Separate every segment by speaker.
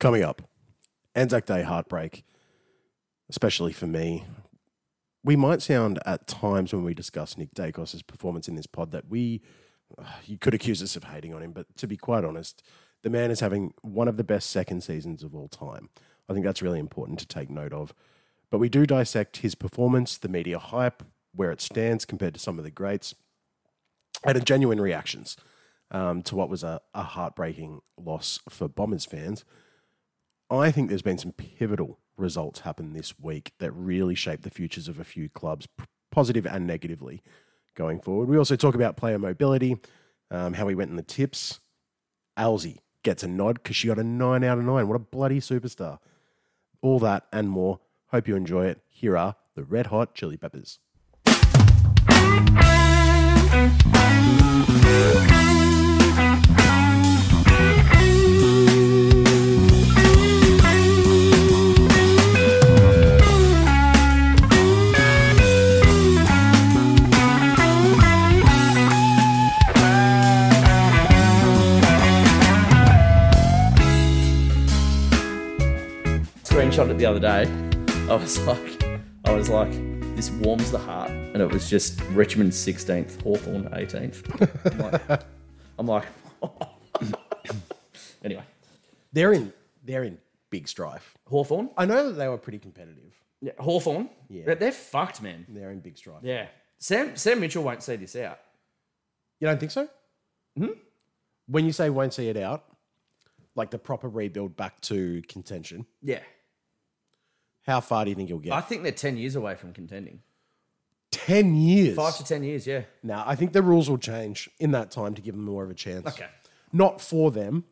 Speaker 1: Coming up, Anzac Day heartbreak, especially for me. We might sound at times when we discuss Nick Dacos' performance in this pod that we, uh, you could accuse us of hating on him, but to be quite honest, the man is having one of the best second seasons of all time. I think that's really important to take note of. But we do dissect his performance, the media hype, where it stands compared to some of the greats, and a genuine reactions um, to what was a, a heartbreaking loss for Bombers fans. I think there's been some pivotal results happen this week that really shape the futures of a few clubs, p- positive and negatively, going forward. We also talk about player mobility, um, how we went in the tips. Alzi gets a nod because she got a nine out of nine. What a bloody superstar! All that and more. Hope you enjoy it. Here are the Red Hot Chili Peppers.
Speaker 2: screenshot it the other day. I was like, I was like, this warms the heart, and it was just Richmond 16th, Hawthorn 18th. I'm like, I'm like anyway,
Speaker 1: They're in. They're in big strife.
Speaker 2: Hawthorn,
Speaker 1: I know that they were pretty competitive.
Speaker 2: yeah, Hawthorn, yeah, they're fucked, man.
Speaker 1: They're in big strife.
Speaker 2: Yeah, Sam Sam Mitchell won't see this out.
Speaker 1: You don't think so? Hmm?
Speaker 2: Mm-hmm.
Speaker 1: When you say won't see it out, like the proper rebuild back to contention,
Speaker 2: Yeah,
Speaker 1: how far do you think you'll get?
Speaker 2: I think they're 10 years away from contending.
Speaker 1: 10 years.
Speaker 2: Five to 10 years, yeah.
Speaker 1: Now, I think the rules will change in that time to give them more of a chance.
Speaker 2: Okay.
Speaker 1: Not for them,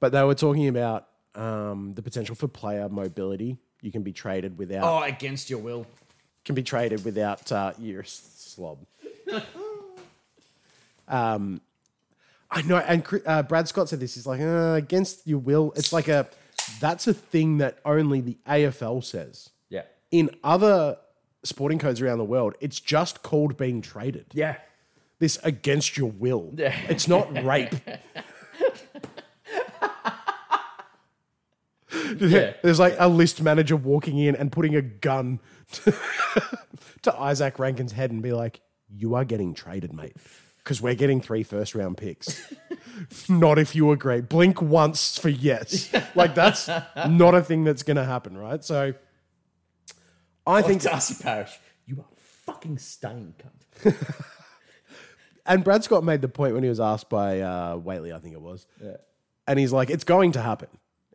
Speaker 1: but they were talking about um, the potential for player mobility. You can be traded without
Speaker 2: Oh, against your will.
Speaker 1: can be traded without uh, your s- slob. um, I know, and Cri- uh, Brad Scott said this. He's like, uh, against your will. It's like a that's a thing that only the AFL says.
Speaker 2: Yeah,
Speaker 1: In other sporting codes around the world, it's just called being traded.
Speaker 2: yeah.
Speaker 1: This against your will. It's not rape.
Speaker 2: Yeah.
Speaker 1: There's like a list manager walking in and putting a gun to, to Isaac Rankin's head and be like, "You are getting traded, mate, because we're getting three first round picks. not if you agree. Blink once for yes. Like that's not a thing that's going to happen, right? So, I
Speaker 2: Like
Speaker 1: think,
Speaker 2: Darcy Parish, you are fucking stunning, cunt.
Speaker 1: and Brad Scott made the point when he was asked by uh, Waitley, I think it was, and he's like, "It's going to happen."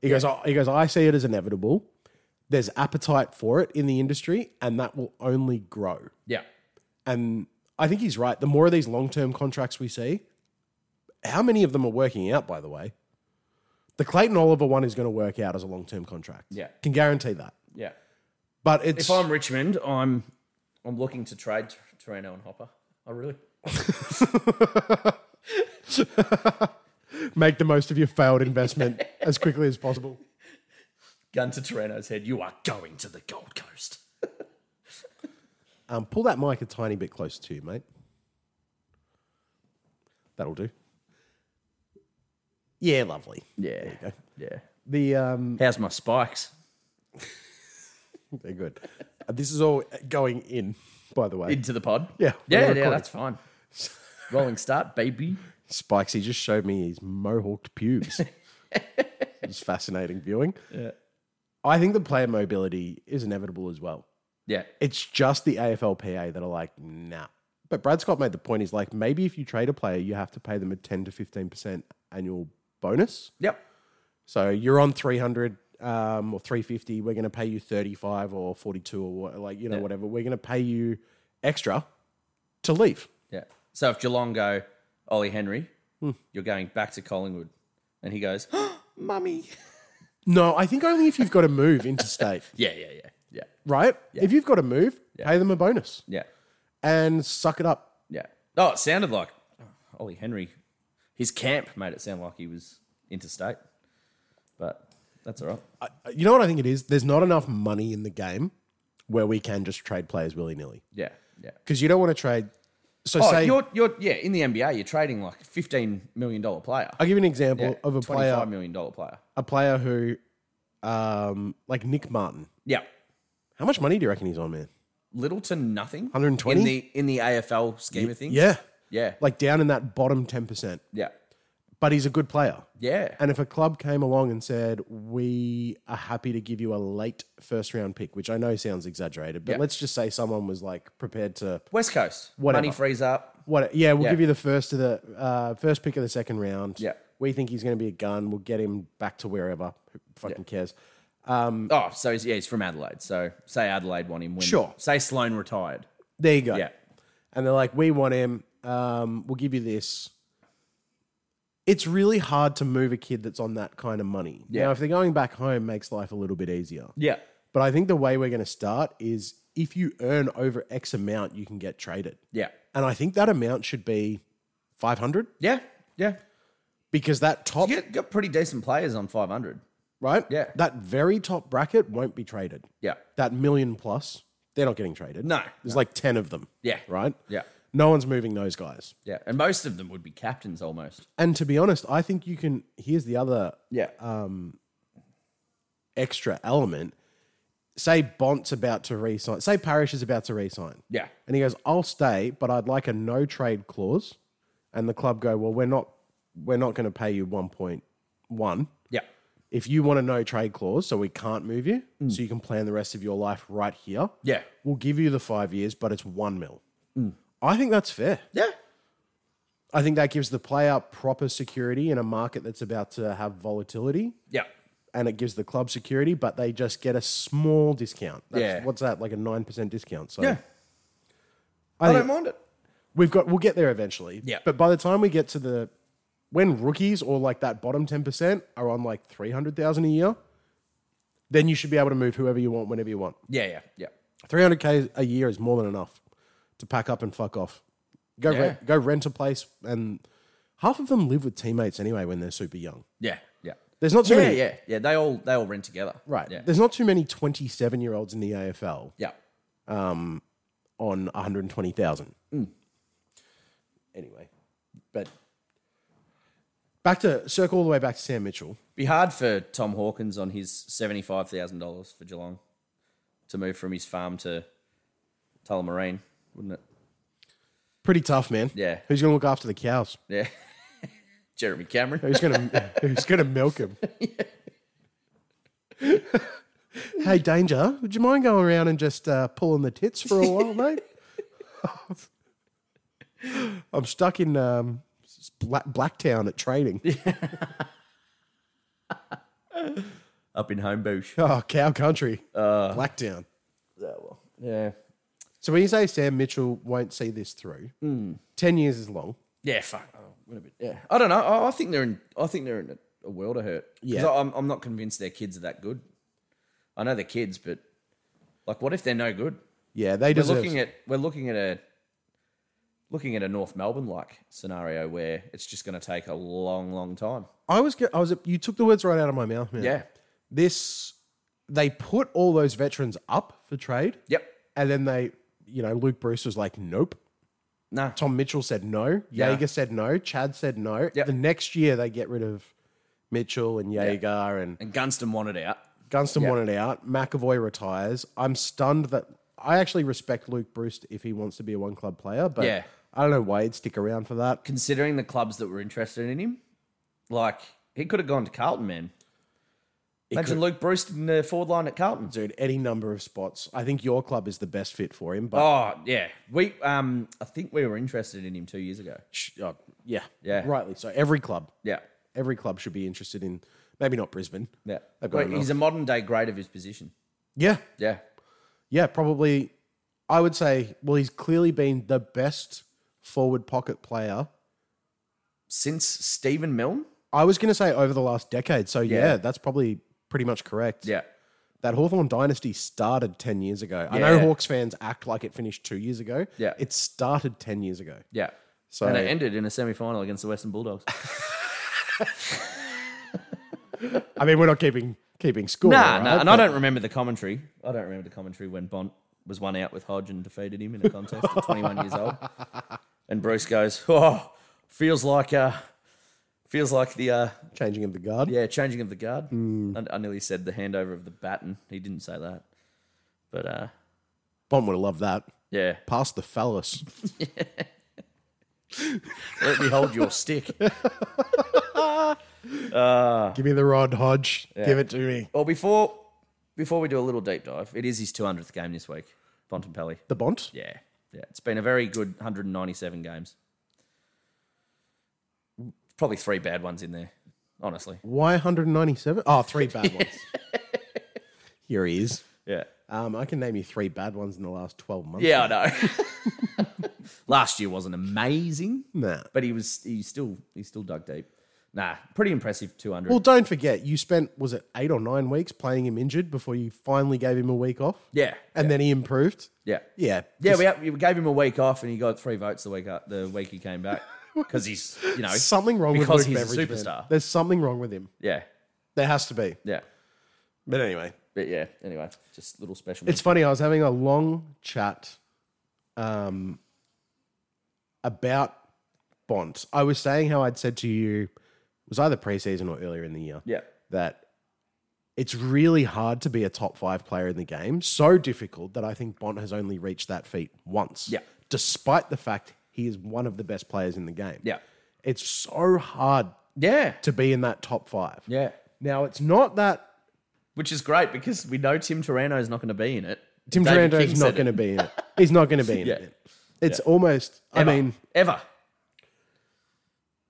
Speaker 1: He goes, "I- "He goes, I see it as inevitable." There's appetite for it in the industry, and that will only grow.
Speaker 2: Yeah.
Speaker 1: And I think he's right. The more of these long term contracts we see, how many of them are working out, by the way? The Clayton Oliver one is going to work out as a long term contract.
Speaker 2: Yeah.
Speaker 1: Can guarantee that.
Speaker 2: Yeah.
Speaker 1: But it's
Speaker 2: If I'm Richmond, I'm I'm looking to trade Tor- Torino and Hopper. I really.
Speaker 1: make the most of your failed investment as quickly as possible.
Speaker 2: Gun to Torino's head. You are going to the Gold Coast.
Speaker 1: Um, pull that mic a tiny bit closer to you, mate. That'll do. Yeah, lovely.
Speaker 2: Yeah. Yeah.
Speaker 1: The um,
Speaker 2: How's my spikes?
Speaker 1: they're good. Uh, This is all going in, by the way.
Speaker 2: Into the pod.
Speaker 1: Yeah, we're
Speaker 2: Yeah. Yeah.
Speaker 1: recording.
Speaker 2: That's fine. Rolling start, baby.
Speaker 1: Spikes, he just showed me his mohawked pubes. it's fascinating viewing.
Speaker 2: Yeah.
Speaker 1: I think the player mobility is inevitable as well.
Speaker 2: Yeah.
Speaker 1: It's just the AFLPA that are like, nah. But Brad Scott made the point. He's like, maybe if you trade a player, you have to pay them a 10 to 15% annual bonus.
Speaker 2: Yep.
Speaker 1: So you're on 300 um, or 350. We're going to pay you 35 or 42 or what, like, you know, whatever. We're going to pay you extra to leave.
Speaker 2: Yeah. So if Geelong go, Ollie Henry,
Speaker 1: Hmm.
Speaker 2: you're going back to Collingwood, and he goes, "Mummy."
Speaker 1: No, I think only if you've got to move interstate,
Speaker 2: Yeah. Yeah. Yeah. Yeah.
Speaker 1: right? If you've got to move, pay them a bonus.
Speaker 2: Yeah.
Speaker 1: and suck it up.
Speaker 2: Yeah. Oh, it sounded like Ollie Henry. His camp made it sound like he was interstate, but that's all right.
Speaker 1: I- Uh, You know what I think it is? There's not enough money in the game where we can just trade players willy nilly
Speaker 2: Yeah, yeah.
Speaker 1: because you don't want to trade. So
Speaker 2: Oh,
Speaker 1: say
Speaker 2: you're you're yeah. In the NBA, you're trading like a fifteen million dollar player
Speaker 1: I'll give you an example
Speaker 2: Yeah,
Speaker 1: of a
Speaker 2: twenty-five
Speaker 1: player,
Speaker 2: million dollar player.
Speaker 1: a player who um, like Nick Martin.
Speaker 2: Yeah.
Speaker 1: How much money do you reckon he's on, man?
Speaker 2: Little to nothing.
Speaker 1: 120?
Speaker 2: in the in the AFL scheme of things.
Speaker 1: Yeah.
Speaker 2: Yeah.
Speaker 1: Like down in that bottom 10%.
Speaker 2: Yeah.
Speaker 1: But he's a good player.
Speaker 2: Yeah.
Speaker 1: And if a club came along and said, We are happy to give you a late first round pick, which I know sounds exaggerated, but
Speaker 2: Yeah.
Speaker 1: let's just say someone was like prepared to
Speaker 2: West Coast.
Speaker 1: Whatever.
Speaker 2: Money frees up.
Speaker 1: what yeah, we'll
Speaker 2: Yeah.
Speaker 1: give you the first of the uh, first pick of the second round.
Speaker 2: Yeah.
Speaker 1: We think he's gonna be a gun, we'll get him back to wherever. Who fucking cares?
Speaker 2: Oh, so he's, yeah, he's from Adelaide. So say Adelaide won him. When,
Speaker 1: Sure.
Speaker 2: Say Sloan retired.
Speaker 1: There you go.
Speaker 2: Yeah.
Speaker 1: And they're like, we want him. Um, we'll give you this. It's really hard to move a kid that's on that kind of money. Now,
Speaker 2: Yeah.
Speaker 1: if they're going back home, makes life a little bit easier.
Speaker 2: Yeah.
Speaker 1: But I think the way we're going to start is if you earn over X amount, you can get traded.
Speaker 2: Yeah.
Speaker 1: And I think that amount should be 500
Speaker 2: Yeah. Yeah.
Speaker 1: because that top,
Speaker 2: You get, got pretty decent players on 500.
Speaker 1: right?
Speaker 2: yeah.
Speaker 1: That very top bracket won't be traded.
Speaker 2: Yeah.
Speaker 1: That million plus, they're not getting traded.
Speaker 2: No.
Speaker 1: There's like 10 of them.
Speaker 2: Yeah.
Speaker 1: Right?
Speaker 2: Yeah.
Speaker 1: No one's moving those guys.
Speaker 2: Yeah. And most of them would be captains almost.
Speaker 1: And to be honest, I think you can. Here's the other
Speaker 2: Yeah.
Speaker 1: extra element. Say Bont's about to resign. Say Parish is about to resign.
Speaker 2: yeah.
Speaker 1: And he goes, I'll stay, but I'd like a no trade clause. And the club go, Well, we're not we're not going to pay you 1.1.
Speaker 2: Yeah.
Speaker 1: If you want a no trade clause, so we can't move you, so you can plan the rest of your life right here.
Speaker 2: Mm. Yeah. Mm.
Speaker 1: We'll give you the five years, but it's one mil. I think that's fair.
Speaker 2: Yeah.
Speaker 1: I think that gives the player proper security in a market that's about to have volatility.
Speaker 2: Yeah.
Speaker 1: and it gives the club security, but they just get a small discount. That's,
Speaker 2: Yeah.
Speaker 1: What's that? Like a nine percent discount. So
Speaker 2: Yeah.
Speaker 1: I
Speaker 2: I
Speaker 1: think
Speaker 2: don't mind it.
Speaker 1: we've got we'll get there eventually.
Speaker 2: Yeah.
Speaker 1: But by the time we get to the when rookies or like that bottom ten percent are on like three hundred thousand a year, then you should be able to move whoever you want whenever you want.
Speaker 2: Yeah. Yeah. Yeah.
Speaker 1: Three hundred k a year is more than enough to pack up and fuck off. Go
Speaker 2: Yeah.
Speaker 1: rent, go rent a place, and half of them live with teammates anyway when they're super young.
Speaker 2: Yeah. Yeah.
Speaker 1: There's not too
Speaker 2: Yeah.
Speaker 1: many
Speaker 2: Yeah. Yeah. They all they all rent together.
Speaker 1: right.
Speaker 2: Yeah.
Speaker 1: There's not too many twenty seven year olds in the AFL.
Speaker 2: Yeah.
Speaker 1: on 120,000.
Speaker 2: Mm.
Speaker 1: Anyway, but back to circle all the way back to Sam Mitchell.
Speaker 2: Be hard for Tom Hawkins on his seventy five thousand dollars for Geelong to move from his farm to Tullamarine, wouldn't it?
Speaker 1: Pretty tough, man.
Speaker 2: Yeah.
Speaker 1: Who's going to look after the cows?
Speaker 2: Yeah. Jeremy Cameron.
Speaker 1: Who's going to who's going to milk him? hey, Danger, would you mind going around and just uh, pulling the tits for a while, mate? I'm stuck in um, Black- Blacktown at training.
Speaker 2: Up in Homebush.
Speaker 1: Oh, cow country.
Speaker 2: Uh.
Speaker 1: Blacktown.
Speaker 2: Yeah.
Speaker 1: So when you say Sam Mitchell won't see this through,
Speaker 2: Hmm.
Speaker 1: ten years is long.
Speaker 2: Yeah, fuck. Oh, what a bit. Yeah, I don't know. I, I think they're in. I think they're in a, a world of hurt. 'Cause
Speaker 1: Yeah.
Speaker 2: I, am I'm not convinced their kids are that good. I know they're kids, but like, what if they're no good?
Speaker 1: Yeah, they
Speaker 2: We're
Speaker 1: deserve.
Speaker 2: looking at we're looking at a looking at a North Melbourne like scenario where it's just going to take a long, long time.
Speaker 1: I was. go- I was. You took the words right out of my mouth, man.
Speaker 2: Yeah.
Speaker 1: This. They put all those veterans up for trade,
Speaker 2: Yep.
Speaker 1: and then they, you know, Luke Bruce was like, "Nope."
Speaker 2: Nah.
Speaker 1: Tom Mitchell said no.
Speaker 2: Yeah.
Speaker 1: Jaeger said no. Chad said no.
Speaker 2: Yep.
Speaker 1: The next year they get rid of Mitchell and Jaeger, and
Speaker 2: And Gunston wanted out.
Speaker 1: Gunston wanted out. McAvoy retires. I'm stunned that I actually respect Luke Bruce if he wants to be a one club player, but
Speaker 2: Yeah.
Speaker 1: I don't know why he'd stick around for that.
Speaker 2: Considering the clubs that were interested in him, like he could have gone to Carlton, man. Imagine Luke Bruce in the forward line at Carlton.
Speaker 1: dude, any number of spots. I think your club is the best fit for him, but
Speaker 2: Oh yeah, we um I think we were interested in him two years ago.
Speaker 1: sh- uh, yeah,
Speaker 2: Yeah.
Speaker 1: rightly. So every club,
Speaker 2: Yeah,
Speaker 1: every club should be interested in maybe not Brisbane.
Speaker 2: yeah.
Speaker 1: They've got
Speaker 2: Wait, he's a modern day great of his position.
Speaker 1: Yeah,
Speaker 2: Yeah,
Speaker 1: yeah, probably. I would say, well, he's clearly been the best forward pocket player.
Speaker 2: since Stephen Milne.
Speaker 1: I was going to say over the last decade. So yeah,
Speaker 2: Yeah.
Speaker 1: that's probably pretty much correct.
Speaker 2: Yeah,
Speaker 1: That Hawthorn dynasty started 10 years ago. I know
Speaker 2: Yeah.
Speaker 1: Hawks fans act like it finished 2 years ago.
Speaker 2: Yeah.
Speaker 1: It started 10 years ago.
Speaker 2: yeah.
Speaker 1: So
Speaker 2: and it ended in a semi final against the Western Bulldogs.
Speaker 1: I mean, we're not keeping keeping score.
Speaker 2: nah,
Speaker 1: right?
Speaker 2: nah. And I don't remember the commentary. I don't remember the commentary when Bont was one out with Hodge and defeated him in a contest at 21 years old. And Bruce goes, "Oh, feels like uh, Feels like the uh,
Speaker 1: Changing of the guard.
Speaker 2: yeah changing of the guard. I, I nearly said the handover of the baton. He didn't say that, but uh,
Speaker 1: Bond would have loved that.
Speaker 2: yeah.
Speaker 1: Past the phallus.
Speaker 2: Let me hold your stick. Ah.
Speaker 1: Give me the Rod Hodge. Give it to me.
Speaker 2: Well, before before we do a little deep dive, it is his 200th game this week, Bontempelli.
Speaker 1: The Bond?
Speaker 2: Yeah, yeah, it's been a very good 197 games. Probably three bad ones in there, honestly.
Speaker 1: Why 197? Oh, three bad ones. Here he is.
Speaker 2: Yeah,
Speaker 1: Um, I can name you three bad ones in the last 12 months.
Speaker 2: yeah, I know. Last year wasn't amazing,
Speaker 1: Nah.
Speaker 2: but he was. He still he still dug deep. Nah, pretty impressive 200.
Speaker 1: Well, don't forget, you spent, was it eight or nine weeks playing him injured before you finally gave him a week off?
Speaker 2: yeah,
Speaker 1: And then he improved?
Speaker 2: yeah,
Speaker 1: Yeah.
Speaker 2: yeah. We, had- we gave him a week off, and he got three votes the week up, the week he came back because he's you know
Speaker 1: There's something wrong
Speaker 2: because
Speaker 1: with Luke
Speaker 2: he's a
Speaker 1: Beveridge, man.
Speaker 2: superstar.
Speaker 1: There's something wrong with him.
Speaker 2: yeah
Speaker 1: There has to be.
Speaker 2: yeah.
Speaker 1: But anyway,
Speaker 2: But yeah, anyway, just little special.
Speaker 1: it's funny. I was having a long chat um, about Bond. I was saying how I'd said to you, it was either preseason or earlier in the year,
Speaker 2: yeah,
Speaker 1: that it's really hard to be a top five player in the game. So difficult that I think Bond has only reached that feat once.
Speaker 2: Yeah.
Speaker 1: Despite the fact he is one of the best players in the game.
Speaker 2: yeah,
Speaker 1: It's so hard
Speaker 2: yeah,
Speaker 1: to be in that top five.
Speaker 2: yeah.
Speaker 1: Now, it's not that
Speaker 2: Which is great because we know Tim Tarano is not going to be in it.
Speaker 1: Tim
Speaker 2: David
Speaker 1: Durant
Speaker 2: King
Speaker 1: is
Speaker 2: said
Speaker 1: not
Speaker 2: it.
Speaker 1: going to be in it. He's not going to be in
Speaker 2: Yeah.
Speaker 1: it. It's almost.
Speaker 2: Ever.
Speaker 1: I mean,
Speaker 2: ever.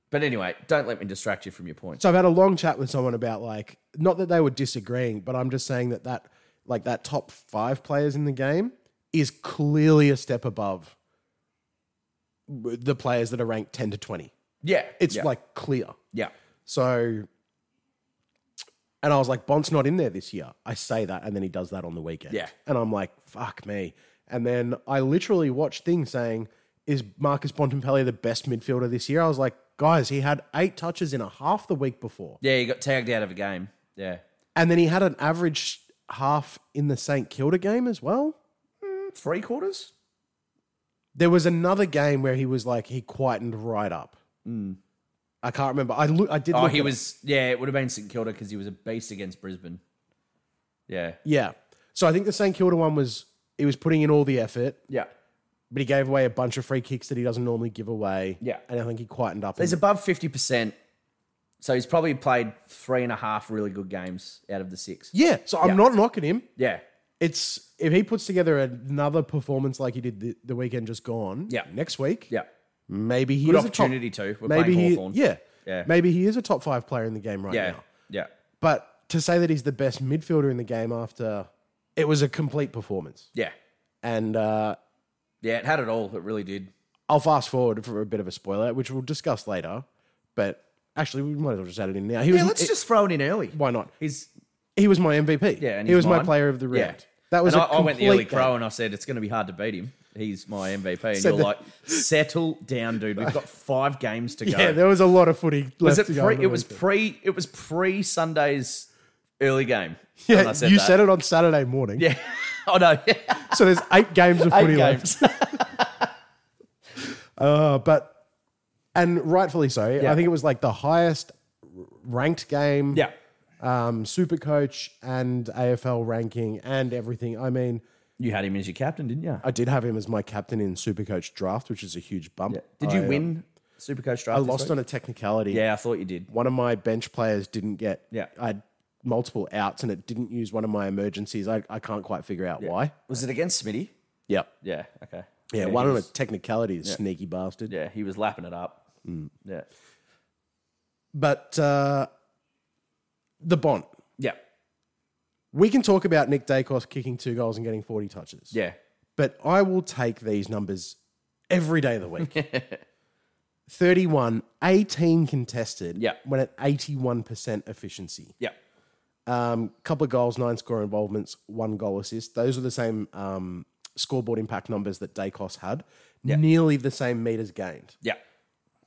Speaker 2: But anyway, don't let me distract you from your point.
Speaker 1: so I've had a long chat with someone about like not that they were disagreeing, but I'm just saying that that like that top five players in the game is clearly a step above the players that are ranked ten to twenty.
Speaker 2: Yeah,
Speaker 1: It's
Speaker 2: yeah,
Speaker 1: like clear.
Speaker 2: yeah,
Speaker 1: So, and I was like, Bond's not in there this year. I say that, and then he does that on the weekend.
Speaker 2: Yeah.
Speaker 1: And I'm like, fuck me. And then I literally watched things saying, is Marcus Bontempelli the best midfielder this year? I was like, guys, he had eight touches in a half the week before.
Speaker 2: yeah. He got tagged out of a game. Yeah,
Speaker 1: And then he had an average half in the St. Kilda game as well.
Speaker 2: three quarters.
Speaker 1: There was another game where he was like, he quietened right up. I can't remember. I, lo- I did
Speaker 2: Hmm. Oh,
Speaker 1: look
Speaker 2: he
Speaker 1: it up.
Speaker 2: was. Yeah, it would have been St Kilda because he was a beast against Brisbane. Yeah,
Speaker 1: Yeah. So I think the St. Kilda one was, he was putting in all the effort.
Speaker 2: yeah.
Speaker 1: but he gave away a bunch of free kicks that he doesn't normally give away.
Speaker 2: Yeah.
Speaker 1: and I think he quietened up.
Speaker 2: He's above fifty percent, so he's probably played three and a half really good games out of the six.
Speaker 1: yeah, so I'm not knocking him.
Speaker 2: Yeah,
Speaker 1: It's if he puts together another performance like he did the, the weekend just gone.
Speaker 2: Yeah.
Speaker 1: next week.
Speaker 2: yeah.
Speaker 1: maybe he
Speaker 2: Good
Speaker 1: is
Speaker 2: opportunity too. We're
Speaker 1: A top, maybe
Speaker 2: playing
Speaker 1: he,
Speaker 2: Hawthorn.
Speaker 1: yeah,
Speaker 2: Yeah.
Speaker 1: maybe he is a top five player in the game right
Speaker 2: yeah,
Speaker 1: now.
Speaker 2: yeah,
Speaker 1: But to say that he's the best midfielder in the game after it was a complete performance,
Speaker 2: yeah,
Speaker 1: and uh,
Speaker 2: yeah. It had it all. It really did.
Speaker 1: I'll fast forward for a bit of a spoiler, which we'll discuss later. But actually, we might as well just add it in now. He was,
Speaker 2: Yeah, let's
Speaker 1: it-
Speaker 2: just throw it in early.
Speaker 1: why not?
Speaker 2: He's
Speaker 1: He was my MVP.
Speaker 2: yeah, and
Speaker 1: he was
Speaker 2: he's
Speaker 1: my
Speaker 2: mine.
Speaker 1: player of the round.
Speaker 2: Yeah.
Speaker 1: That was
Speaker 2: and
Speaker 1: a
Speaker 2: I I went the
Speaker 1: complete
Speaker 2: early
Speaker 1: game.
Speaker 2: crow and I said it's going to be hard to beat him. He's my MVP, and
Speaker 1: Said
Speaker 2: you're
Speaker 1: that-
Speaker 2: like, settle down, dude. We've got five games to go.
Speaker 1: Yeah, there was a lot of footy left
Speaker 2: was it
Speaker 1: to go.
Speaker 2: pre?
Speaker 1: on the
Speaker 2: It was
Speaker 1: weekend.
Speaker 2: pre. It was pre Sunday's early game. when
Speaker 1: Yeah,
Speaker 2: I said
Speaker 1: you
Speaker 2: that.
Speaker 1: said it on Saturday morning.
Speaker 2: Yeah. Oh no.
Speaker 1: So there's eight games of footy
Speaker 2: Eight
Speaker 1: left.
Speaker 2: games.
Speaker 1: Uh, but and rightfully so. I think it was like the highest ranked game.
Speaker 2: yeah.
Speaker 1: Um, Super Coach and AFL ranking and everything. I mean,
Speaker 2: You had him as your captain, didn't you?
Speaker 1: I did have him as my captain in Super Coach draft, which is a huge bump.
Speaker 2: Did you
Speaker 1: I, uh,
Speaker 2: win Supercoach draft?
Speaker 1: I lost on a technicality.
Speaker 2: Yeah, I thought you did.
Speaker 1: one of my bench players didn't get
Speaker 2: Yeah.
Speaker 1: I had multiple outs and it didn't use one of my emergencies. I, I can't quite figure out why.
Speaker 2: Was it against Smitty?
Speaker 1: Yeah.
Speaker 2: Yeah. Okay.
Speaker 1: Yeah,
Speaker 2: he
Speaker 1: one on a
Speaker 2: was-
Speaker 1: technicality, the sneaky bastard.
Speaker 2: Yeah, he was lapping it up. Yeah.
Speaker 1: But uh, the Bond.
Speaker 2: Yeah.
Speaker 1: We can talk about Nick Dacos kicking two goals and getting 40 touches.
Speaker 2: Yeah.
Speaker 1: But I will take these numbers every day of the week. 31, 18 contested
Speaker 2: Yeah.
Speaker 1: when at 81% efficiency.
Speaker 2: Yeah.
Speaker 1: Um, couple of goals, nine score involvements, one goal assist. Those are the same um, scoreboard impact numbers that Dacos had. Nearly the same meters gained.
Speaker 2: Yeah.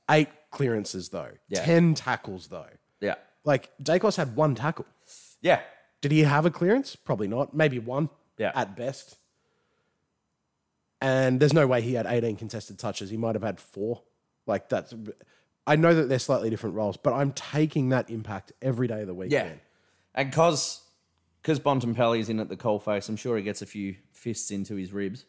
Speaker 1: Eight clearances though.
Speaker 2: Yeah.
Speaker 1: Ten tackles though.
Speaker 2: Yeah.
Speaker 1: Like Dacos had one tackle.
Speaker 2: Yeah.
Speaker 1: Did he have a clearance? Probably not. Maybe one.
Speaker 2: Yeah.
Speaker 1: At best. And there's no way he had 18 contested touches. He might have had four. Like that's. I- I know that they're slightly different roles, but I'm taking that impact every day of the week.
Speaker 2: Yeah.
Speaker 1: man.
Speaker 2: And because because Bontempelli's in at the coalface, I'm sure he gets a few fists into his ribs.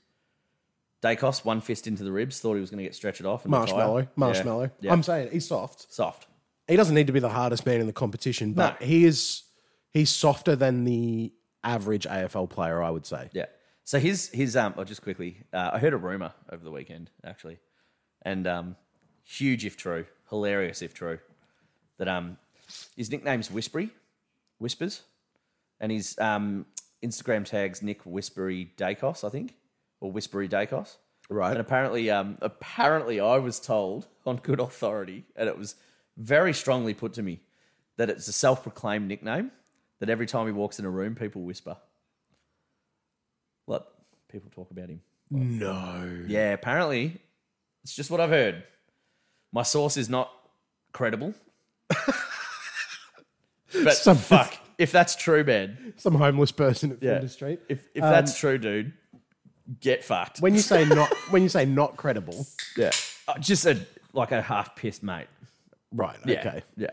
Speaker 2: Dacos, one fist into the ribs, thought he was going to get stretched off. And retire.
Speaker 1: Marshmallow,
Speaker 2: Yeah.
Speaker 1: marshmallow.
Speaker 2: Yeah.
Speaker 1: I'm saying he's soft.
Speaker 2: soft.
Speaker 1: He doesn't need to be the hardest man in the competition, but
Speaker 2: No.
Speaker 1: he is he's softer than the average AFL player, I would say.
Speaker 2: Yeah. So his his um oh, just quickly, uh, I heard a rumor over the weekend actually, and um, huge if true, hilarious if true, that um, his nickname's Whispery, Whispers, and his um Instagram tags Nick Whispery Dacos, I think, or Whispery Dacos.
Speaker 1: Right.
Speaker 2: And apparently, um, apparently, I was told on good authority, and it was very strongly put to me that it's a self-proclaimed nickname. That every time he walks in a room, people whisper. Like people talk about him.
Speaker 1: No.
Speaker 2: Yeah, apparently, it's just what I've heard. My source is not credible. but
Speaker 1: Some-
Speaker 2: fuck, if that's true, man.
Speaker 1: Some homeless person at
Speaker 2: Yeah.
Speaker 1: Flinders Street.
Speaker 2: If if that's true, dude, get fucked.
Speaker 1: When you say not when you say not credible.
Speaker 2: yeah, Uh, just a like a half pissed mate.
Speaker 1: Right,
Speaker 2: Yeah.
Speaker 1: okay.
Speaker 2: Yeah.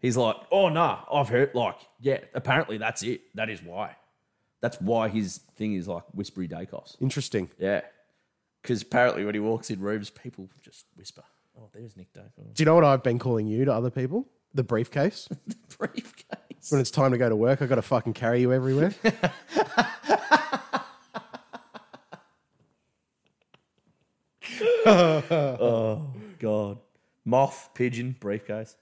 Speaker 2: He's like, oh nah, I've heard like, yeah, apparently that's it. That is why. That's why his thing is like whispery Dacos.
Speaker 1: Interesting.
Speaker 2: Yeah. Because apparently when he walks in rooms, people just whisper, oh, there's Nick Dacos.
Speaker 1: Do you know what I've been calling you to other people? The briefcase.
Speaker 2: Briefcase.
Speaker 1: when it's time to go to work, I got to fucking carry you everywhere.
Speaker 2: God. Moth, pigeon, briefcase.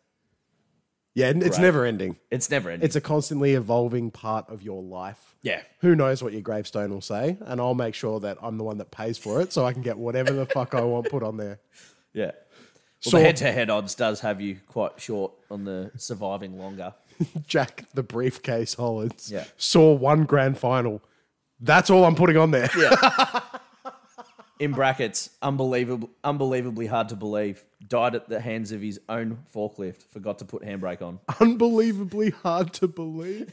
Speaker 1: yeah, and it's never ending.
Speaker 2: It's never ending.
Speaker 1: It's a constantly evolving part of your life.
Speaker 2: yeah.
Speaker 1: Who knows what your gravestone will say? And I'll make sure that I'm the one that pays for it so I can get whatever the fuck I want put on there.
Speaker 2: Yeah. Well,
Speaker 1: So-
Speaker 2: the head to head odds does have you quite short on the surviving longer.
Speaker 1: Jack the briefcase Hollins
Speaker 2: Yeah.
Speaker 1: saw one grand final. That's all I'm putting on there.
Speaker 2: in brackets, unbelievable, unbelievably hard to believe, died at the hands of his own forklift, forgot to put handbrake on.
Speaker 1: Unbelievably hard to believe.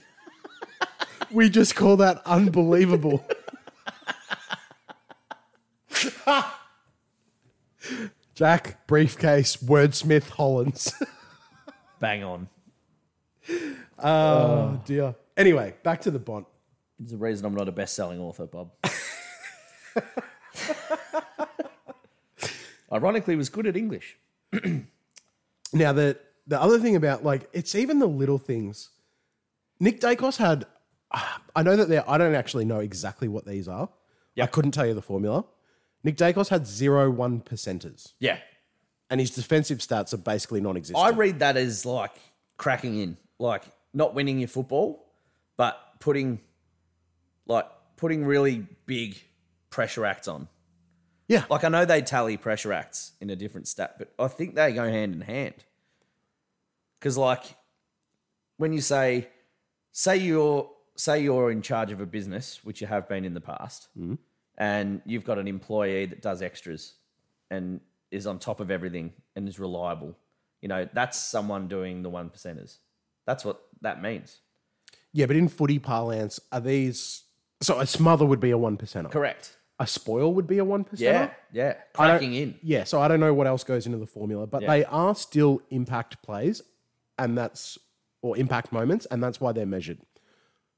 Speaker 1: we just call that unbelievable. Jack, briefcase, wordsmith, Hollins.
Speaker 2: Bang on.
Speaker 1: oh, dear. Anyway, back to the Bont.
Speaker 2: There's a reason I'm not a best-selling author, Bob. Ironically, was good at English.
Speaker 1: Now the the other thing about like it's even the little things. Nick Dacos had. I know that they I don't actually know exactly what these are. I couldn't tell you the formula. Nick Dacos had zero one percenters,
Speaker 2: Yeah,
Speaker 1: and his defensive stats are basically non-existent.
Speaker 2: I read that as like cracking in, like not winning your football, but putting, like putting really big pressure acts on.
Speaker 1: yeah,
Speaker 2: Like I know they tally pressure acts in a different stat, but I think they go hand in hand. Cause like when you say say you're say you're in charge of a business, which you have been in the past, and you've got an employee that does extras and is on top of everything and is reliable, you know, that's someone doing the one percenters. That's what that means.
Speaker 1: yeah, but in footy parlance, are these? So a smother would be a one percenter.
Speaker 2: Correct.
Speaker 1: A spoil would be a one percenter.
Speaker 2: Yeah. Yeah.
Speaker 1: don't-
Speaker 2: Cracking in.
Speaker 1: Yeah, so I don't know what else goes into the formula, but they are still impact plays, and that's or impact moments, and that's why they're measured.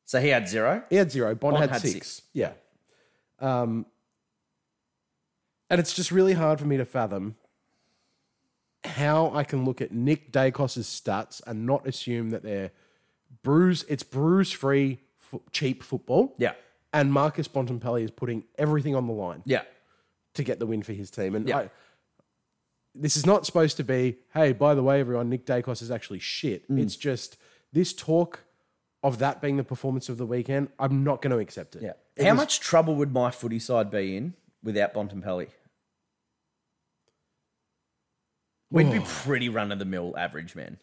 Speaker 2: So he had zero.
Speaker 1: He had zero. Bond, had,
Speaker 2: had
Speaker 1: six.
Speaker 2: six.
Speaker 1: Yeah. Um, and it's just really hard for me to fathom how I can look at Nick Dacos's stats and not assume that they're bruise. It's bruise-free, fo- cheap football.
Speaker 2: Yeah.
Speaker 1: And Marcus Bontempelli is putting everything on the line
Speaker 2: Yeah.
Speaker 1: to get the win for his team. And
Speaker 2: Yeah.
Speaker 1: I, this is not supposed to be, hey, by the way, everyone, Nick Dacos is actually shit.
Speaker 2: Mm.
Speaker 1: It's just this talk of that being the performance of the weekend. I'm not going to accept it.
Speaker 2: Yeah. How much trouble would my footy side be in without Bontempelli? We'd be pretty run of the mill average, man.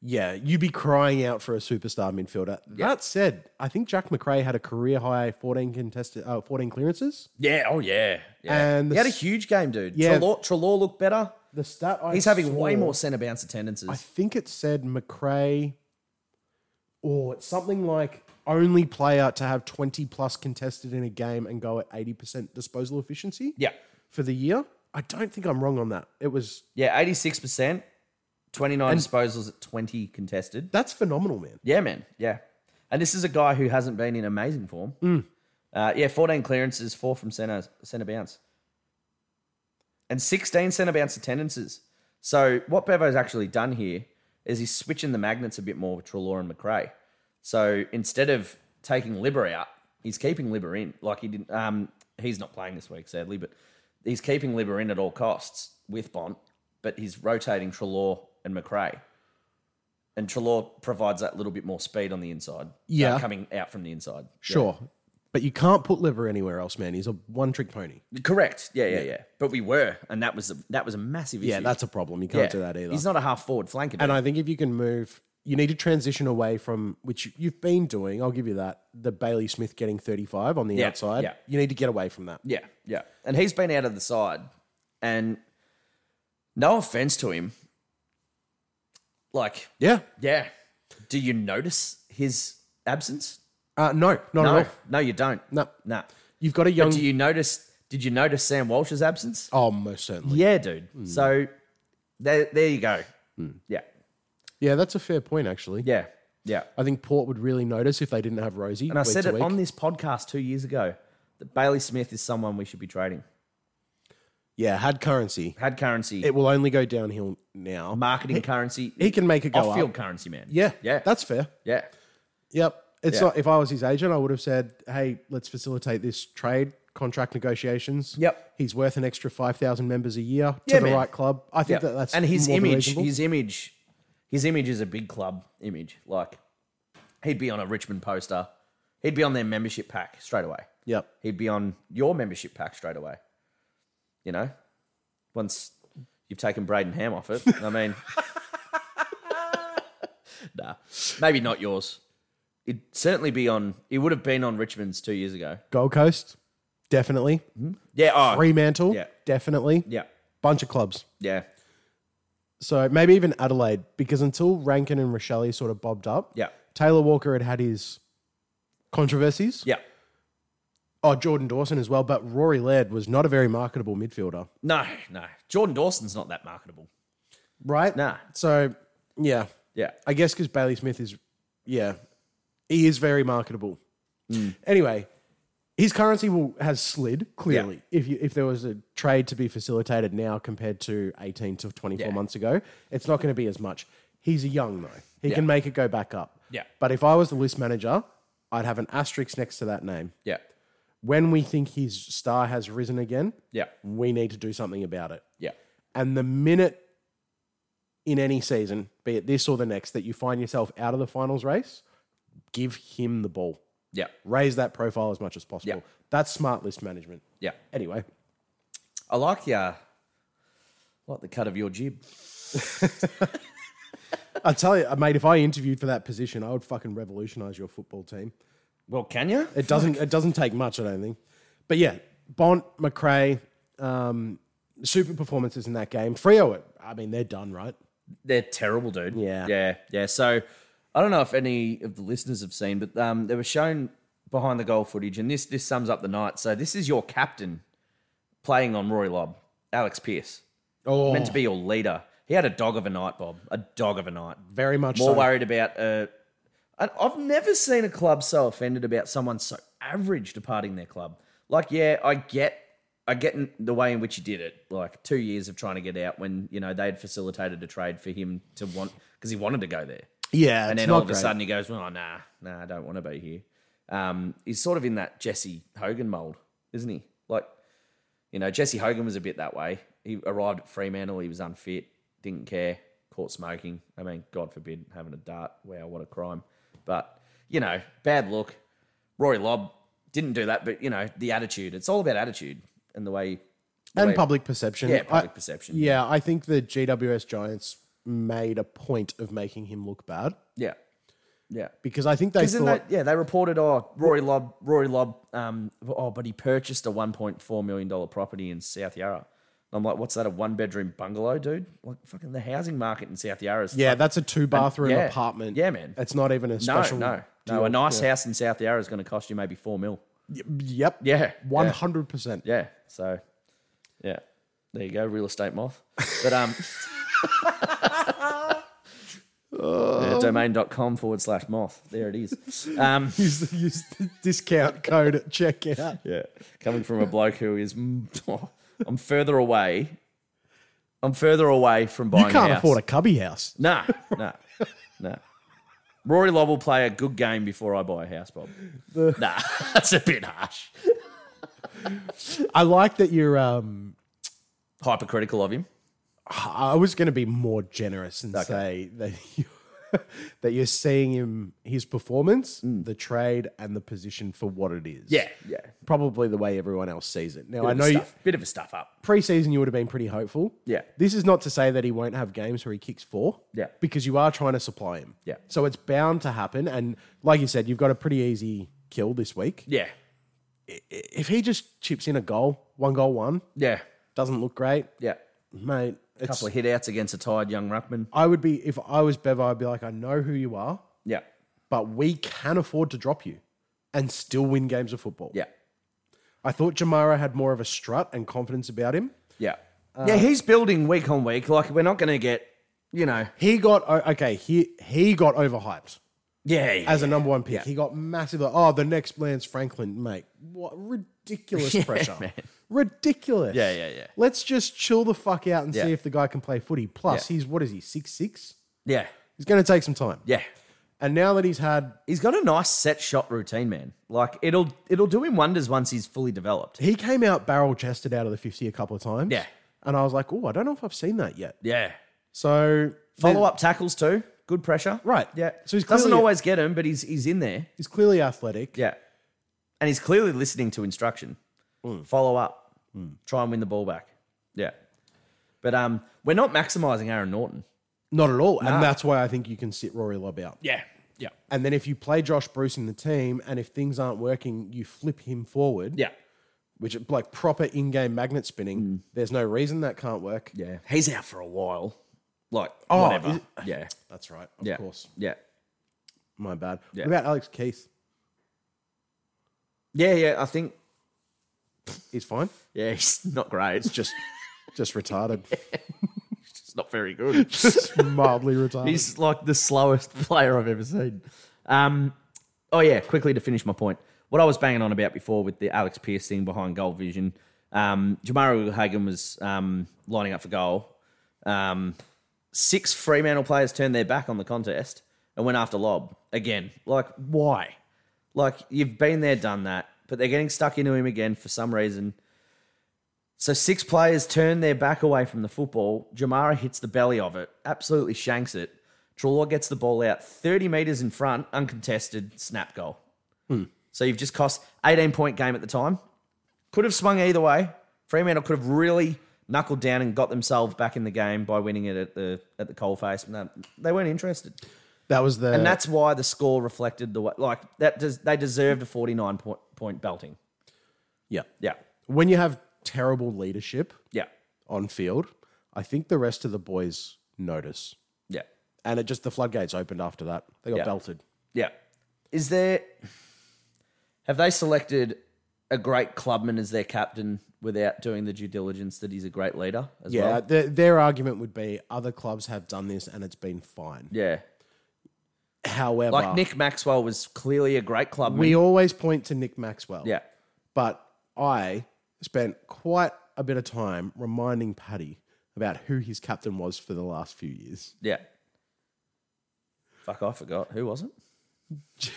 Speaker 1: Yeah, you'd be crying out for a superstar midfielder. That said, I think Jack McRae had a career high 14 contested, uh, 14 clearances.
Speaker 2: Yeah. Oh, yeah.
Speaker 1: And
Speaker 2: he
Speaker 1: the
Speaker 2: had a
Speaker 1: s-
Speaker 2: huge game, dude.
Speaker 1: Yeah.
Speaker 2: Trelaw, Trelaw looked better.
Speaker 1: The stat I
Speaker 2: He's having
Speaker 1: saw-
Speaker 2: way more centre bounce attendances.
Speaker 1: I think it said McRae, or it's something like only player to have 20 plus contested in a game and go at 80% disposal efficiency
Speaker 2: yeah.
Speaker 1: for the year. I I don't think I'm wrong on that. It was
Speaker 2: Yeah, 86%, 29 disposals at 20 contested.
Speaker 1: that's phenomenal, man.
Speaker 2: Yeah, man. Yeah. And this is a guy who hasn't been in amazing form. Uh, yeah, 14 clearances, four from center, center bounce, and 16 center bounce attendances. So, what Bevo's actually done here is he's switching the magnets a bit more with Trelaw and McRae. So, instead of taking Liber out, he's keeping Liber in. Like, he didn't, um, he's not playing this week, sadly, but he's keeping Liber in at all costs with Bond, but he's rotating Trelaw and McRae and Trelaw provides that little bit more speed on the inside. uh,
Speaker 1: Yeah.
Speaker 2: coming out from the inside.
Speaker 1: Sure. But you can't put liver anywhere else, man. He's a one trick pony.
Speaker 2: Correct. Yeah, yeah, yeah, But we were, and that was a, that was a massive issue.
Speaker 1: Yeah, that's a problem. You can't
Speaker 2: Yeah.
Speaker 1: do that either.
Speaker 2: He's not a half forward flanker.
Speaker 1: And I think if you can move, you need to transition away from which you- you've been doing. I'll give you that. The Bailey Smith getting 35 on the
Speaker 2: Yeah,
Speaker 1: outside.
Speaker 2: yeah.
Speaker 1: You need to get away from that.
Speaker 2: yeah, yeah. And he's been out of the side, and no offense to him, like
Speaker 1: Yeah.
Speaker 2: yeah. Do you notice his absence?
Speaker 1: Uh, no, not
Speaker 2: No,
Speaker 1: at all. Um,
Speaker 2: no, you don't.
Speaker 1: No.
Speaker 2: no.
Speaker 1: You've got a young.
Speaker 2: Do you notice? Did you notice Sam Walsh's absence?
Speaker 1: oh, most certainly.
Speaker 2: Yeah, dude. So there, there you go.
Speaker 1: Hmm.
Speaker 2: Yeah,
Speaker 1: Yeah, that's a fair point, actually.
Speaker 2: yeah, yeah.
Speaker 1: I think Port would really notice if they didn't have Rosie.
Speaker 2: And I said it on this podcast two years ago that Bailey Smith is someone we should be trading.
Speaker 1: Yeah, had currency.
Speaker 2: Had currency,
Speaker 1: It will only go downhill now.
Speaker 2: marketing currency,
Speaker 1: He can make it go
Speaker 2: off-field
Speaker 1: up.
Speaker 2: currency, man.
Speaker 1: Yeah,
Speaker 2: yeah,
Speaker 1: that's fair.
Speaker 2: yeah,
Speaker 1: Yep. It's
Speaker 2: Yeah.
Speaker 1: not. If I was his agent, I would have said, "Hey, let's facilitate this trade contract negotiations."
Speaker 2: Yep.
Speaker 1: He's worth an extra five thousand members a year to
Speaker 2: Yeah,
Speaker 1: the
Speaker 2: man.
Speaker 1: right club. I
Speaker 2: yeah.
Speaker 1: think that that's
Speaker 2: and his
Speaker 1: more than
Speaker 2: image,
Speaker 1: reasonable.
Speaker 2: his image, his image is a big club image. Like he'd be on a Richmond poster, he'd be on their membership pack straight away.
Speaker 1: Yep.
Speaker 2: He'd be on your membership pack straight away. You know, once you've taken Braden Ham off it. I mean, nah, maybe not yours. It'd certainly be on. It would have been on Richmond's two years ago.
Speaker 1: Gold Coast, definitely.
Speaker 2: Yeah. Oh,
Speaker 1: Fremantle,
Speaker 2: Yeah.
Speaker 1: definitely.
Speaker 2: yeah.
Speaker 1: Bunch of clubs.
Speaker 2: Yeah.
Speaker 1: So maybe even Adelaide, because until Rankin and Rochelle sort of bobbed up,
Speaker 2: Yeah.
Speaker 1: Taylor Walker had had his controversies.
Speaker 2: Yeah.
Speaker 1: Oh, Jordan Dawson as well, but Rory Laird was not a very marketable midfielder,
Speaker 2: No, no. Jordan Dawson's not that marketable.
Speaker 1: right?
Speaker 2: Nah.
Speaker 1: So yeah,
Speaker 2: Yeah.
Speaker 1: I guess because Bailey Smith is, yeah, he is very marketable.
Speaker 2: Mm.
Speaker 1: Anyway, his currency will has slid clearly. If you if there was a trade to be facilitated now compared to eighteen to twenty four
Speaker 2: Yeah.
Speaker 1: months ago, it's not going to be as much. He's young though; he can make it go back up.
Speaker 2: Yeah.
Speaker 1: But if I was the list manager, I'd have an asterisk next to that name.
Speaker 2: Yeah.
Speaker 1: When we think his star has risen again,
Speaker 2: Yeah.
Speaker 1: we need to do something about it.
Speaker 2: Yeah.
Speaker 1: And the minute in any season, be it this or the next, that you find yourself out of the finals race, give him the ball.
Speaker 2: Yeah.
Speaker 1: Raise that profile as much as possible.
Speaker 2: Yeah.
Speaker 1: That's smart list management.
Speaker 2: Yeah.
Speaker 1: Anyway,
Speaker 2: I like your, I like the cut of your jib.
Speaker 1: I tell you, mate, if I interviewed for that position, I would fucking revolutionize your football team.
Speaker 2: Well, can you?
Speaker 1: It doesn't. It doesn't take much, I don't think. But yeah, Bont, McRae, um, super performances in that game. Frio, I mean, they're done, right?
Speaker 2: They're terrible, dude.
Speaker 1: Yeah.
Speaker 2: Yeah. Yeah. So I don't know if any of the listeners have seen, but um, they were shown behind the goal footage, and this this sums up the night. So this is your captain playing on Rory Lobb, Alex Pierce,
Speaker 1: Oh,
Speaker 2: meant to be your leader. He had a dog of a night, Bob. A dog of a night.
Speaker 1: very much.
Speaker 2: More
Speaker 1: so.
Speaker 2: worried about. Uh, I- I've never seen a club so offended about someone so average departing their club. Like, yeah, I get, I get in the way in which he did it. Like two years of trying to get out when you know they had facilitated a trade for him to want because he wanted to go there,
Speaker 1: Yeah,
Speaker 2: and
Speaker 1: it's
Speaker 2: then
Speaker 1: not
Speaker 2: all of a
Speaker 1: great.
Speaker 2: sudden he goes, "Well, nah, nah, I don't want to be here." Um, he's sort of in that Jesse Hogan mold, isn't he? Like, you know, Jesse Hogan was a bit that way. He arrived at Fremantle, he was unfit, didn't care, caught smoking. I mean, God forbid having a dart. Wow, what a crime. But, you know, bad look. Rory Lobb didn't do that, but, you know, the attitude. It's all about attitude and the way. the
Speaker 1: and
Speaker 2: way-
Speaker 1: public perception.
Speaker 2: Yeah, public
Speaker 1: I-
Speaker 2: perception. Yeah.
Speaker 1: Yeah, I think the GWS Giants made a point of making him look bad
Speaker 2: Yeah. Yeah.
Speaker 1: because I think they
Speaker 2: Isn't
Speaker 1: thought
Speaker 2: that, yeah, they reported, oh, Rory Lobb, Rory Lobb, um, oh, but he purchased a $1.4 million property in South Yarra. I'm like, what's that, a one bedroom bungalow, dude? Like, fucking the housing market in South Yarra is
Speaker 1: yeah, that's a two bathroom
Speaker 2: yeah.
Speaker 1: apartment.
Speaker 2: Yeah, man.
Speaker 1: It's not even a
Speaker 2: No,
Speaker 1: special.
Speaker 2: no, no. A nice house in South Yarra is going to cost you maybe four mil.
Speaker 1: Yep.
Speaker 2: Yeah,
Speaker 1: One hundred percent.
Speaker 2: yeah. So, yeah, There you go, real estate moth. But um, yeah, domain.com forward slash moth. There it is. Um,
Speaker 1: Use the, use the discount code at checkout.
Speaker 2: yeah, coming from a bloke who is, I'm further away. I'm further away from buying.
Speaker 1: You can't
Speaker 2: a house.
Speaker 1: afford a cubby house.
Speaker 2: Nah, nah, nah. Rory Lobb will play a good game before I buy a house, Bob. Nah, that's a bit harsh.
Speaker 1: I like that you're. Um,
Speaker 2: Hypercritical of him.
Speaker 1: I was going to be more generous and say that you, that you're seeing him his performance, the trade, and the position for what it is.
Speaker 2: yeah.
Speaker 1: probably the way everyone else sees it. Now I
Speaker 2: I
Speaker 1: know you,
Speaker 2: bit of a stuff up.
Speaker 1: preseason you would have been pretty hopeful.
Speaker 2: Yeah.
Speaker 1: This is not to say that he won't have games where he kicks four.
Speaker 2: Yeah.
Speaker 1: Because you are trying to supply him.
Speaker 2: Yeah.
Speaker 1: So it's bound to happen. And like you said, you've got a pretty easy kill this week.
Speaker 2: Yeah,
Speaker 1: I- If he just chips in a goal, one goal, one,
Speaker 2: yeah,
Speaker 1: doesn't look great,
Speaker 2: yeah.
Speaker 1: mate.
Speaker 2: A
Speaker 1: It's,
Speaker 2: couple of hit outs against a tired young ruckman.
Speaker 1: I would be, if I was Bevo, I'd be like, I know who you are,
Speaker 2: Yeah,
Speaker 1: but we can afford to drop you and still win games of football.
Speaker 2: yeah,
Speaker 1: I thought Jamara had more of a strut and confidence about him.
Speaker 2: yeah. yeah, he's building week on week. Like we're not going to get, you know.
Speaker 1: He got, o- okay, he, he got overhyped.
Speaker 2: Yeah, yeah.
Speaker 1: as a number one pick. He got massive. like, oh, the next Lance Franklin, mate. What ridiculous pressure. Ridiculous.
Speaker 2: Yeah, yeah, yeah.
Speaker 1: Let's just chill the fuck out and
Speaker 2: Yeah.
Speaker 1: see if the guy can play footy. Plus,
Speaker 2: Yeah.
Speaker 1: he's what is he, six six?
Speaker 2: yeah,
Speaker 1: He's gonna take some time.
Speaker 2: yeah.
Speaker 1: And now that he's had
Speaker 2: He's got a nice set shot routine, man. Like it'll it'll do him wonders once he's fully developed.
Speaker 1: he came out barrel chested out of the 50 a couple of times.
Speaker 2: Yeah.
Speaker 1: And I was like, oh, I don't know if I've seen that yet.
Speaker 2: Yeah.
Speaker 1: So
Speaker 2: Follow up tackles too. Good pressure.
Speaker 1: Right.
Speaker 2: Yeah.
Speaker 1: So he's
Speaker 2: doesn't
Speaker 1: clearly-
Speaker 2: always get him, but he's he's in there.
Speaker 1: He's clearly athletic.
Speaker 2: Yeah. And he's clearly listening to instruction. Follow up. Try and win the ball back. Yeah. But um, we're not maximizing Aaron Norton.
Speaker 1: Not at all. And that's why I think you can sit Rory Lobb out.
Speaker 2: Yeah. Yeah.
Speaker 1: And then if you play Josh Bruce in the team and if things aren't working, you flip him forward.
Speaker 2: Yeah.
Speaker 1: which like proper in-game magnet spinning. There's no reason that can't work.
Speaker 2: Mm. Yeah. He's out for a while. Like
Speaker 1: Oh,
Speaker 2: whatever.
Speaker 1: is it-
Speaker 2: Yeah.
Speaker 1: That's right. Of
Speaker 2: Yeah.
Speaker 1: course.
Speaker 2: Yeah.
Speaker 1: My bad.
Speaker 2: Yeah.
Speaker 1: What about Alex Keith?
Speaker 2: Yeah. Yeah. I think.
Speaker 1: He's fine.
Speaker 2: Yeah. He's not great.
Speaker 1: It's just just retarded.
Speaker 2: It's not very good.
Speaker 1: Just mildly retarded.
Speaker 2: He's like the slowest player I've ever seen. Um, oh yeah, quickly to finish my point, what I was banging on about before with the Alex Pierce thing behind goal vision, um, Jamari Hagen was um, lining up for goal. Um, six Fremantle players turned their back on the contest and went after Lob again. Like why? Like you've been there, done that, but they're getting stuck into him again for some reason. So six players turn their back away from the football. Jamara hits the belly of it, absolutely shanks it. Trelaw gets the ball out 30 metres in front, uncontested, snap goal. So you've just cost 18 point game at the time. Could have swung either way. Fremantle could have really knuckled down and got themselves back in the game by winning it at the at the coalface. No, they weren't interested.
Speaker 1: that was the
Speaker 2: And that's why the score reflected the way like that does they deserved a 49 point, point belting.
Speaker 1: yeah.
Speaker 2: Yeah.
Speaker 1: When you have terrible leadership
Speaker 2: Yeah.
Speaker 1: on field, I think the rest of the boys notice.
Speaker 2: Yeah.
Speaker 1: And it just the floodgates opened after that. They got
Speaker 2: Yeah.
Speaker 1: belted.
Speaker 2: Yeah. Is there have they selected a great clubman as their captain without doing the due diligence that he's a great leader as
Speaker 1: Yeah,
Speaker 2: well?
Speaker 1: their, their argument would be other clubs have done this and it's been fine.
Speaker 2: Yeah.
Speaker 1: However,
Speaker 2: Like Nick Maxwell was clearly a great clubman.
Speaker 1: we always point to Nick Maxwell.
Speaker 2: yeah.
Speaker 1: but I spent quite a bit of time reminding Paddy about who his captain was for the last few years.
Speaker 2: Yeah. Fuck, I forgot. Who was it?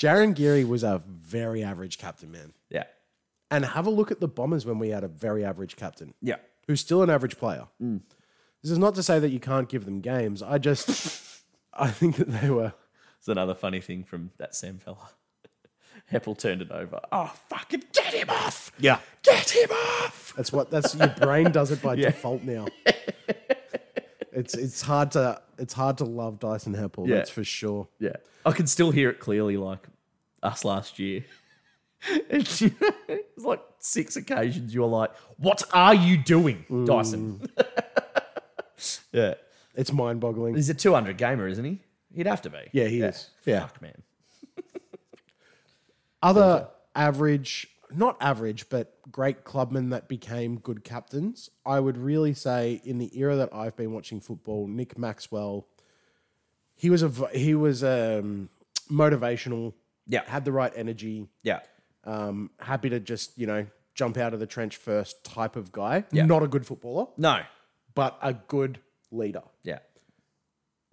Speaker 1: Jaron Geary was a very average captain, man.
Speaker 2: Yeah.
Speaker 1: And have a look at the Bombers when we had a very average captain
Speaker 2: Yeah.
Speaker 1: who's still an average player. This is not to say that you can't give them games. I just, I think that they were.
Speaker 2: It's another funny thing from that Sam fella. Heppel turned it over. Oh, fucking get him off.
Speaker 1: Yeah.
Speaker 2: Get him off.
Speaker 1: That's what, that's your brain does it by default now. It's, it's hard to it's hard to love Dyson Heppel,
Speaker 2: Yeah.
Speaker 1: that's for sure.
Speaker 2: Yeah. I can still hear it clearly, like us last year. it's it's like six occasions you were like, What are you doing, Dyson? yeah.
Speaker 1: It's mind boggling.
Speaker 2: He's a 200 gamer, isn't he? He'd have to be.
Speaker 1: Yeah, he is. Yeah.
Speaker 2: Fuck, man.
Speaker 1: Other average not average, but great clubmen that became good captains. I would really say in the era that I've been watching football, Nick Maxwell, he was a v- he was um, motivational.
Speaker 2: Yeah.
Speaker 1: had the right energy.
Speaker 2: Yeah.
Speaker 1: Um, happy to just you know jump out of the trench first type of guy.
Speaker 2: Yeah.
Speaker 1: Not a good footballer,
Speaker 2: No.
Speaker 1: but a good leader.
Speaker 2: Yeah.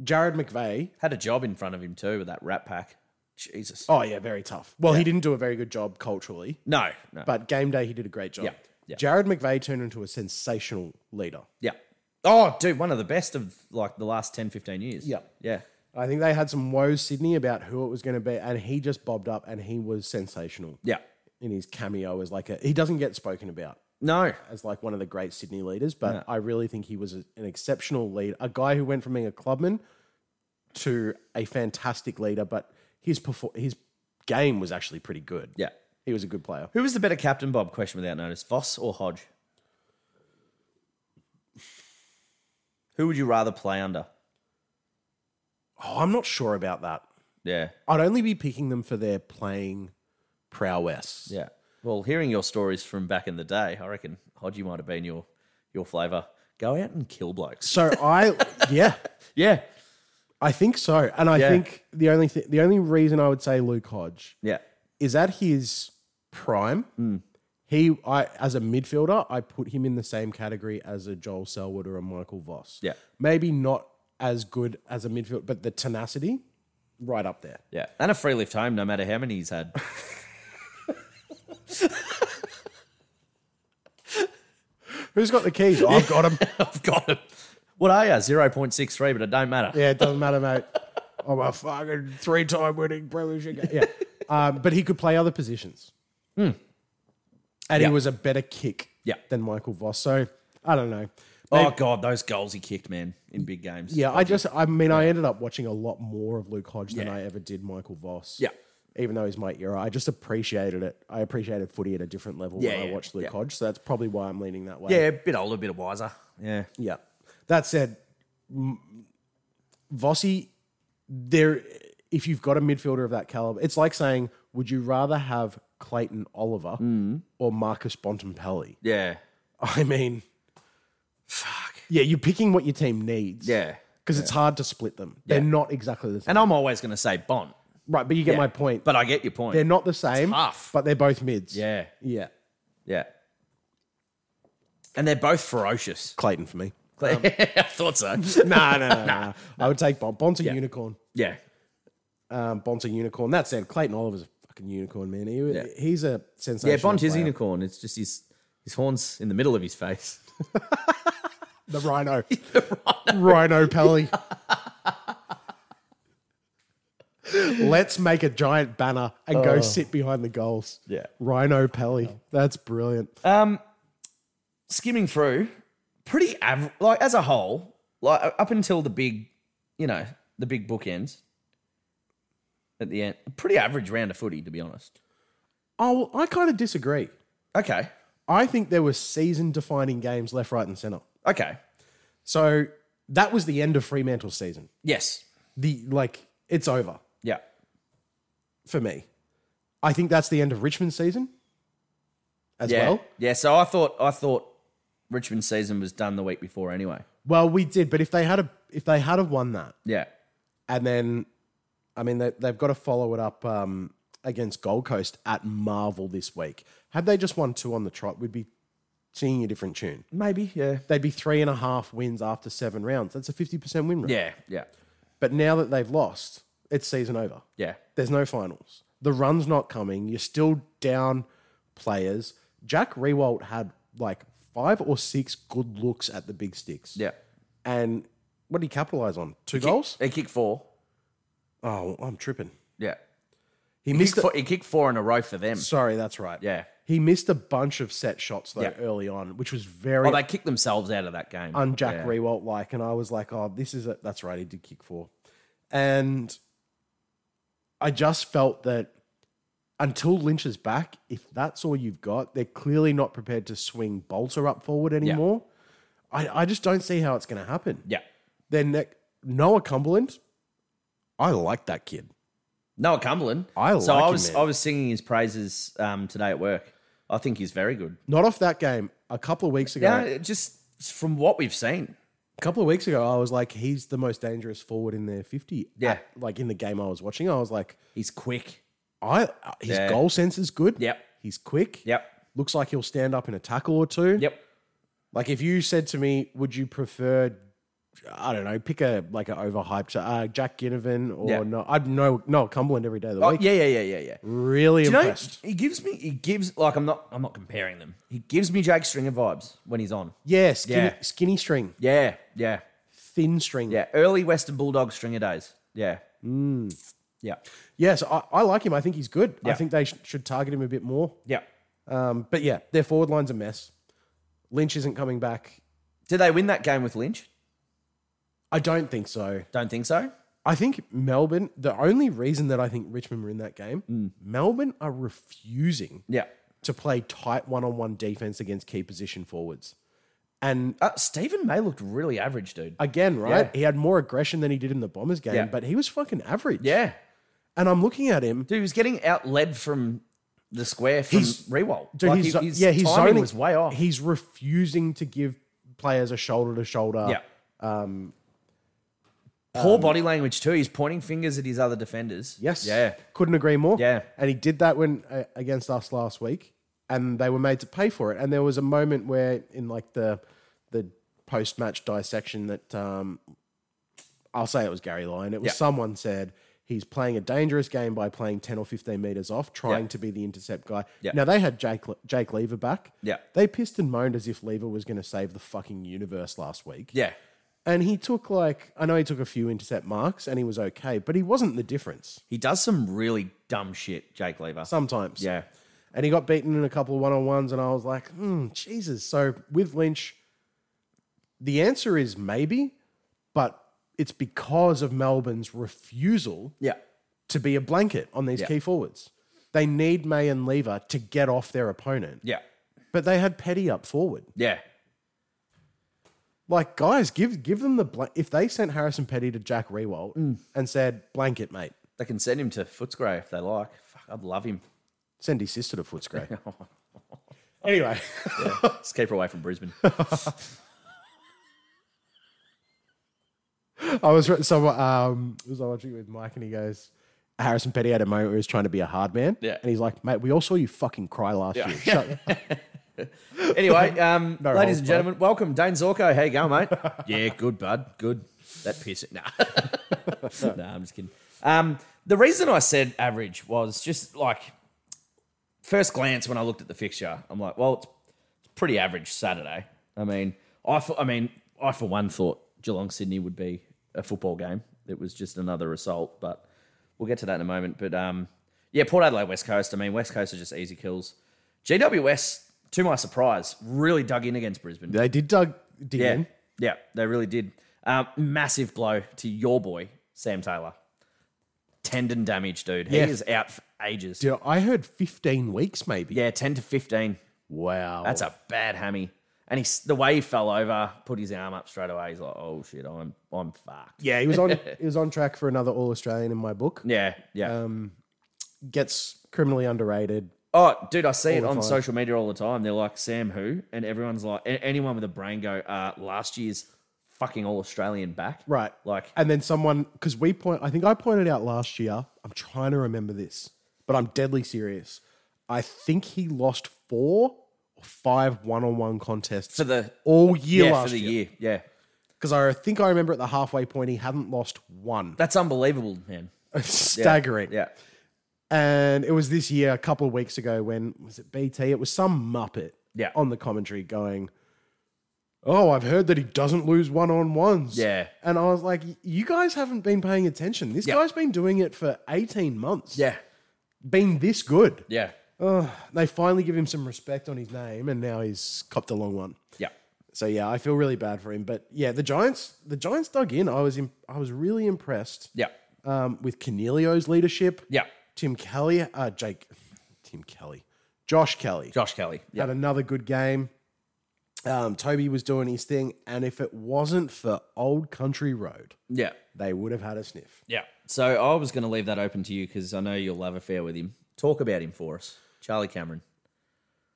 Speaker 1: Jared McVeigh.
Speaker 2: Had a job in front of him too with that rat pack. Jesus.
Speaker 1: Oh yeah, very tough. Well, he didn't do a very good job culturally.
Speaker 2: No. No.
Speaker 1: But game day, he did a great job.
Speaker 2: Yeah, yeah.
Speaker 1: Jared McVeigh turned into a sensational leader.
Speaker 2: yeah. Oh, dude, one of the best of like the last 10, 15 years.
Speaker 1: Yeah.
Speaker 2: Yeah.
Speaker 1: I think they had some woes Sydney about who it was going to be, and he just bobbed up and he was sensational
Speaker 2: Yeah.
Speaker 1: in his cameo as like a. He doesn't get spoken about
Speaker 2: No.
Speaker 1: as like one of the great Sydney leaders, but I really think he was a- an exceptional leader, a guy who went from being a clubman to a fantastic leader. But his perfor- his game was actually pretty good.
Speaker 2: Yeah.
Speaker 1: he was a good player.
Speaker 2: Who was the better captain, Bob? Question without notice. Voss or Hodge? Who would you rather play under?
Speaker 1: Oh, I'm not sure about that.
Speaker 2: Yeah.
Speaker 1: I'd only be picking them for their playing prowess.
Speaker 2: Yeah. Well, hearing your stories from back in the day, I reckon Hodgie might have been your your flavour. Go out and kill blokes.
Speaker 1: So I, yeah,
Speaker 2: Yeah.
Speaker 1: I think so. And I
Speaker 2: Yeah.
Speaker 1: think the only th- the only reason I would say Luke Hodge
Speaker 2: Yeah.
Speaker 1: is at his prime.
Speaker 2: Hmm.
Speaker 1: He, I as a midfielder, I put him in the same category as a Joel Selwood or a Michael Voss.
Speaker 2: Yeah.
Speaker 1: maybe not as good as a midfield, but the tenacity, right up there.
Speaker 2: Yeah. And a free lift home, no matter how many he's had.
Speaker 1: Who's got the keys? Oh, I've got him.
Speaker 2: I've got him. What are you? 0.63, but it don't matter.
Speaker 1: Yeah, it doesn't matter, mate. Oh, I'm a fucking three time winning premiership. guy. Yeah. Um, but he could play other positions. And
Speaker 2: Hmm. Yeah.
Speaker 1: he was a better kick
Speaker 2: Yeah.
Speaker 1: than Michael Voss. So I don't know.
Speaker 2: Oh, God, those goals he kicked, man, in big games.
Speaker 1: Yeah, I just, I mean, I ended up watching a lot more of Luke Hodge than
Speaker 2: Yeah.
Speaker 1: I ever did Michael Voss.
Speaker 2: Yeah.
Speaker 1: Even though he's my era, I just appreciated it. I appreciated footy at a different level
Speaker 2: Yeah,
Speaker 1: when
Speaker 2: yeah,
Speaker 1: I watched Luke
Speaker 2: yeah.
Speaker 1: Hodge. So that's probably why I'm leaning that way.
Speaker 2: Yeah, a bit older, a bit wiser. Yeah.
Speaker 1: Yeah. That said, m- Vossi, there. If you've got a midfielder of that caliber, it's like saying, would you rather have Clayton Oliver
Speaker 2: Mm.
Speaker 1: or Marcus Bontempelli?
Speaker 2: Yeah.
Speaker 1: I mean,
Speaker 2: Fuck.
Speaker 1: yeah, you're picking what your team needs.
Speaker 2: Yeah.
Speaker 1: Because it's hard to split them. They're
Speaker 2: Yeah.
Speaker 1: not exactly the same.
Speaker 2: And I'm always going to say Bond,
Speaker 1: right, but you get my point.
Speaker 2: but I get your point.
Speaker 1: they're not the same,
Speaker 2: tough.
Speaker 1: but they're both mids.
Speaker 2: yeah.
Speaker 1: Yeah.
Speaker 2: Yeah. And they're both ferocious. Um,
Speaker 1: Clayton for me.
Speaker 2: I thought so.
Speaker 1: Nah, nah, nah, nah. I would take Bont. Bont's a unicorn.
Speaker 2: Yeah.
Speaker 1: Um, Bont's a unicorn. That said, Clayton Oliver's a fucking unicorn, man. He, He's a
Speaker 2: Yeah,
Speaker 1: sensational.
Speaker 2: Bond is
Speaker 1: player.
Speaker 2: unicorn. It's just his his horns in the middle of his face.
Speaker 1: The rhino. rhino. Pelly. Let's make a giant banner and go sit behind the goals.
Speaker 2: Oh. Yeah.
Speaker 1: Rhino Pelly. That's brilliant.
Speaker 2: Um, Skimming through, pretty average. Like as a whole, like uh, up until the big, you know, the big bookends at the end, pretty average round of footy, to be honest.
Speaker 1: oh, well, I kind of disagree.
Speaker 2: Okay.
Speaker 1: I think there were season defining games left, right, and center.
Speaker 2: Okay.
Speaker 1: So that was the end of Fremantle's season.
Speaker 2: Yes.
Speaker 1: The like it's over
Speaker 2: Yeah.
Speaker 1: for me. I think that's the end of Richmond's season as
Speaker 2: Yeah.
Speaker 1: well.
Speaker 2: yeah. So I thought I thought Richmond's season was done the week before anyway.
Speaker 1: Well, we did, but if they had a if they had have won that,
Speaker 2: Yeah.
Speaker 1: and then I mean they, they've got to follow it up um, against Gold Coast at Marvel this week. Had they just won two on the trot, we'd be singing a different tune.
Speaker 2: Maybe. Yeah.
Speaker 1: They'd be three and a half wins after seven rounds. That's a fifty percent win rate.
Speaker 2: Yeah. Yeah.
Speaker 1: But now that they've lost, it's season over.
Speaker 2: Yeah.
Speaker 1: There's no finals. The run's not coming. You're still down players. Jack Rewalt had like five or six good looks at the big sticks.
Speaker 2: Yeah.
Speaker 1: And what did he capitalize on? Two goals?
Speaker 2: He kicked four.
Speaker 1: Oh, I'm tripping.
Speaker 2: Yeah.
Speaker 1: He
Speaker 2: He
Speaker 1: missed
Speaker 2: kicked,
Speaker 1: a,
Speaker 2: four, he kicked four in a row for them.
Speaker 1: Sorry, that's right.
Speaker 2: Yeah.
Speaker 1: He missed a bunch of set shots though
Speaker 2: Yeah.
Speaker 1: early on, which was very
Speaker 2: Oh, they kicked themselves out of that game.
Speaker 1: un Jack
Speaker 2: Yeah.
Speaker 1: Rewalt like. And I was like, oh, this is it. That's right. He did kick four. And I just felt that until Lynch is back, if that's all you've got, they're clearly not prepared to swing Bolter up forward anymore. I, I just don't see how it's going to happen.
Speaker 2: Yeah.
Speaker 1: Then ne- Noah Cumberland, I like that kid.
Speaker 2: Noah Cumberland.
Speaker 1: I
Speaker 2: so
Speaker 1: like
Speaker 2: I
Speaker 1: him,
Speaker 2: was
Speaker 1: man.
Speaker 2: I was singing his praises um, today at work. I think he's very good.
Speaker 1: Not off that game. A couple of weeks ago,
Speaker 2: Yeah, it just from what we've seen.
Speaker 1: a couple of weeks ago, I was like, he's the most dangerous forward in their fifty.
Speaker 2: Yeah.
Speaker 1: like in the game I was watching, I was like,
Speaker 2: He's quick.
Speaker 1: I uh, his
Speaker 2: Yeah.
Speaker 1: goal sense is good.
Speaker 2: Yep.
Speaker 1: he's quick.
Speaker 2: Yep.
Speaker 1: looks like he'll stand up in a tackle or two.
Speaker 2: Yep.
Speaker 1: Like if you said to me, would you prefer, I don't know, pick a like an overhyped uh, Jack Ginnivan or
Speaker 2: Yeah.
Speaker 1: no? I'd know no Cumberland every day of the
Speaker 2: Oh,
Speaker 1: week.
Speaker 2: yeah, yeah, yeah, yeah, yeah.
Speaker 1: Really
Speaker 2: You know,
Speaker 1: impressed.
Speaker 2: he gives me he gives like I'm not I'm not comparing them. He gives me Jake Stringer vibes when he's on.
Speaker 1: yeah, skinny,
Speaker 2: Yeah.
Speaker 1: skinny string,
Speaker 2: Yeah, yeah,
Speaker 1: thin string.
Speaker 2: yeah. Early Western Bulldog Stringer days. Yeah.
Speaker 1: Mm.
Speaker 2: Yeah.
Speaker 1: Yes, I, I like him. I think he's good. I
Speaker 2: Yeah.
Speaker 1: think they sh- should target him a bit more.
Speaker 2: Yeah.
Speaker 1: Um, but yeah, their forward line's a mess. Lynch isn't coming back.
Speaker 2: Did they win that game with Lynch?
Speaker 1: I don't think so.
Speaker 2: Don't think so.
Speaker 1: I think Melbourne, the only reason that I think Richmond were in that game, Melbourne are refusing
Speaker 2: Yeah.
Speaker 1: to play tight one on one defense against key position forwards. And
Speaker 2: Uh, Stephen May looked really average, dude.
Speaker 1: again, right?
Speaker 2: Yeah.
Speaker 1: He had more aggression than he did in the Bombers game,
Speaker 2: Yeah.
Speaker 1: but he was fucking average.
Speaker 2: Yeah.
Speaker 1: And I'm looking at him.
Speaker 2: Dude, he was getting out led from the square from
Speaker 1: He's-
Speaker 2: Rewalt.
Speaker 1: Dude,
Speaker 2: Like,
Speaker 1: he's,
Speaker 2: he- his
Speaker 1: yeah, he's
Speaker 2: timing
Speaker 1: zoning
Speaker 2: was way off.
Speaker 1: He's refusing to give players a shoulder to shoulder.
Speaker 2: yeah. Um, Poor body language too. He's pointing fingers at his other defenders.
Speaker 1: Yes.
Speaker 2: Yeah.
Speaker 1: Couldn't agree more.
Speaker 2: Yeah.
Speaker 1: And he did that when uh, against us last week, and they were made to pay for it. And there was a moment where in like the the post match dissection that um, I'll say it was Gary Lyon. It was
Speaker 2: Yeah.
Speaker 1: someone said he's playing a dangerous game by playing ten or fifteen meters off, trying
Speaker 2: Yeah.
Speaker 1: to be the intercept guy.
Speaker 2: Yeah.
Speaker 1: Now they had Jake Le- Jake Lever back.
Speaker 2: Yeah.
Speaker 1: They pissed and moaned as if Lever was going to save the fucking universe last week.
Speaker 2: Yeah.
Speaker 1: And he took like I know he took a few intercept marks and he was okay, but he wasn't the difference
Speaker 2: He does some really dumb shit, Jake Lever.
Speaker 1: sometimes.
Speaker 2: yeah.
Speaker 1: And he got beaten in a couple of one on ones, and I was like, hmm, Jesus. So with Lynch, the answer is maybe, but it's because of Melbourne's refusal
Speaker 2: Yeah.
Speaker 1: to be a blanket on these
Speaker 2: Yeah.
Speaker 1: key forwards. They need May and Lever to get off their opponent,
Speaker 2: Yeah.
Speaker 1: but they had Petty up forward.
Speaker 2: Yeah.
Speaker 1: Like, guys, give give them the blank. If they sent Harrison Petty to Jack Rewalt
Speaker 2: Mm.
Speaker 1: and said, blanket, mate,
Speaker 2: They can send him to Footscray if they like. Fuck, I'd love him.
Speaker 1: send his sister to Footscray. anyway.
Speaker 2: Let's keep her away from Brisbane.
Speaker 1: I was so um was I watching it with Mike and he goes, Harrison Petty had a moment where he was trying to be a hard man.
Speaker 2: Yeah.
Speaker 1: And he's like, mate, we all saw you fucking cry last year. Shut
Speaker 2: anyway, um,
Speaker 1: No holds
Speaker 2: ladies and gentlemen, welcome Dane Zorko. How you going, mate? yeah, good, bud. Good. That pissing. Nah. nah, I'm just kidding. Um, the reason I said average was just like first glance when I looked at the fixture, I'm like, well, it's, it's pretty average Saturday. I mean, I for, I mean, I for one thought Geelong Sydney would be a football game. It was just another assault, but we'll get to that in a moment. But um, yeah, Port Adelaide West Coast. I mean, West Coast are just easy kills. GWS, to my surprise, really dug in against Brisbane.
Speaker 1: they did Doug dig
Speaker 2: Yeah,
Speaker 1: in.
Speaker 2: yeah, they really did. Um, massive blow to your boy Sam Taylor. Tendon damage, dude. He
Speaker 1: Yeah.
Speaker 2: is out for ages.
Speaker 1: Dude, I heard 15 weeks maybe.
Speaker 2: Yeah, ten to fifteen.
Speaker 1: Wow.
Speaker 2: That's a bad hammy. And he's the way he fell over, put his arm up straight away. He's like, "Oh shit, I'm I'm fucked."
Speaker 1: yeah, he was on he was on track for another All Australian in my book.
Speaker 2: yeah, yeah.
Speaker 1: Um, Gets criminally underrated.
Speaker 2: oh, dude, I see it
Speaker 1: the
Speaker 2: on
Speaker 1: time.
Speaker 2: social media all the time. They're like, "Sam who?" and everyone's like, a- anyone with a brain go, uh, "Last year's fucking all Australian back."
Speaker 1: Right.
Speaker 2: Like,
Speaker 1: And then someone because we point I think I pointed out last year, I'm trying to remember this, but I'm deadly serious. I think he lost four or five one-on-one contests
Speaker 2: for the
Speaker 1: all year
Speaker 2: yeah
Speaker 1: last
Speaker 2: for the
Speaker 1: year.
Speaker 2: year. Yeah,
Speaker 1: because I think I remember at the halfway point he hadn't lost one.
Speaker 2: that's unbelievable, man.
Speaker 1: Staggering.
Speaker 2: Yeah,
Speaker 1: And it was this year, a couple of weeks ago, when was it BT? It was some Muppet
Speaker 2: Yeah.
Speaker 1: on the commentary going, Oh, I've heard that he doesn't lose one on ones.
Speaker 2: Yeah.
Speaker 1: And I was like, You guys haven't been paying attention. This
Speaker 2: Yeah.
Speaker 1: guy's been doing it for 18 months.
Speaker 2: yeah,
Speaker 1: Been this good.
Speaker 2: yeah,
Speaker 1: Ugh. they finally give him some respect on his name, and now he's copped a long one.
Speaker 2: yeah.
Speaker 1: So yeah, I feel really bad for him. But yeah, the Giants, the Giants dug in. I was in, I was really impressed.
Speaker 2: Yeah.
Speaker 1: Um, with Cornelio's leadership.
Speaker 2: Yeah.
Speaker 1: Tim Kelly, uh, Jake, Tim Kelly, Josh Kelly
Speaker 2: Josh Kelly. Yeah,
Speaker 1: had another good game. Um, Toby was doing his thing, and if it wasn't for Old Country Road,
Speaker 2: yeah.
Speaker 1: they would have had a sniff.
Speaker 2: Yeah. So I was going to leave that open to you because I know your love affair with him. Talk about him for us, Charlie Cameron.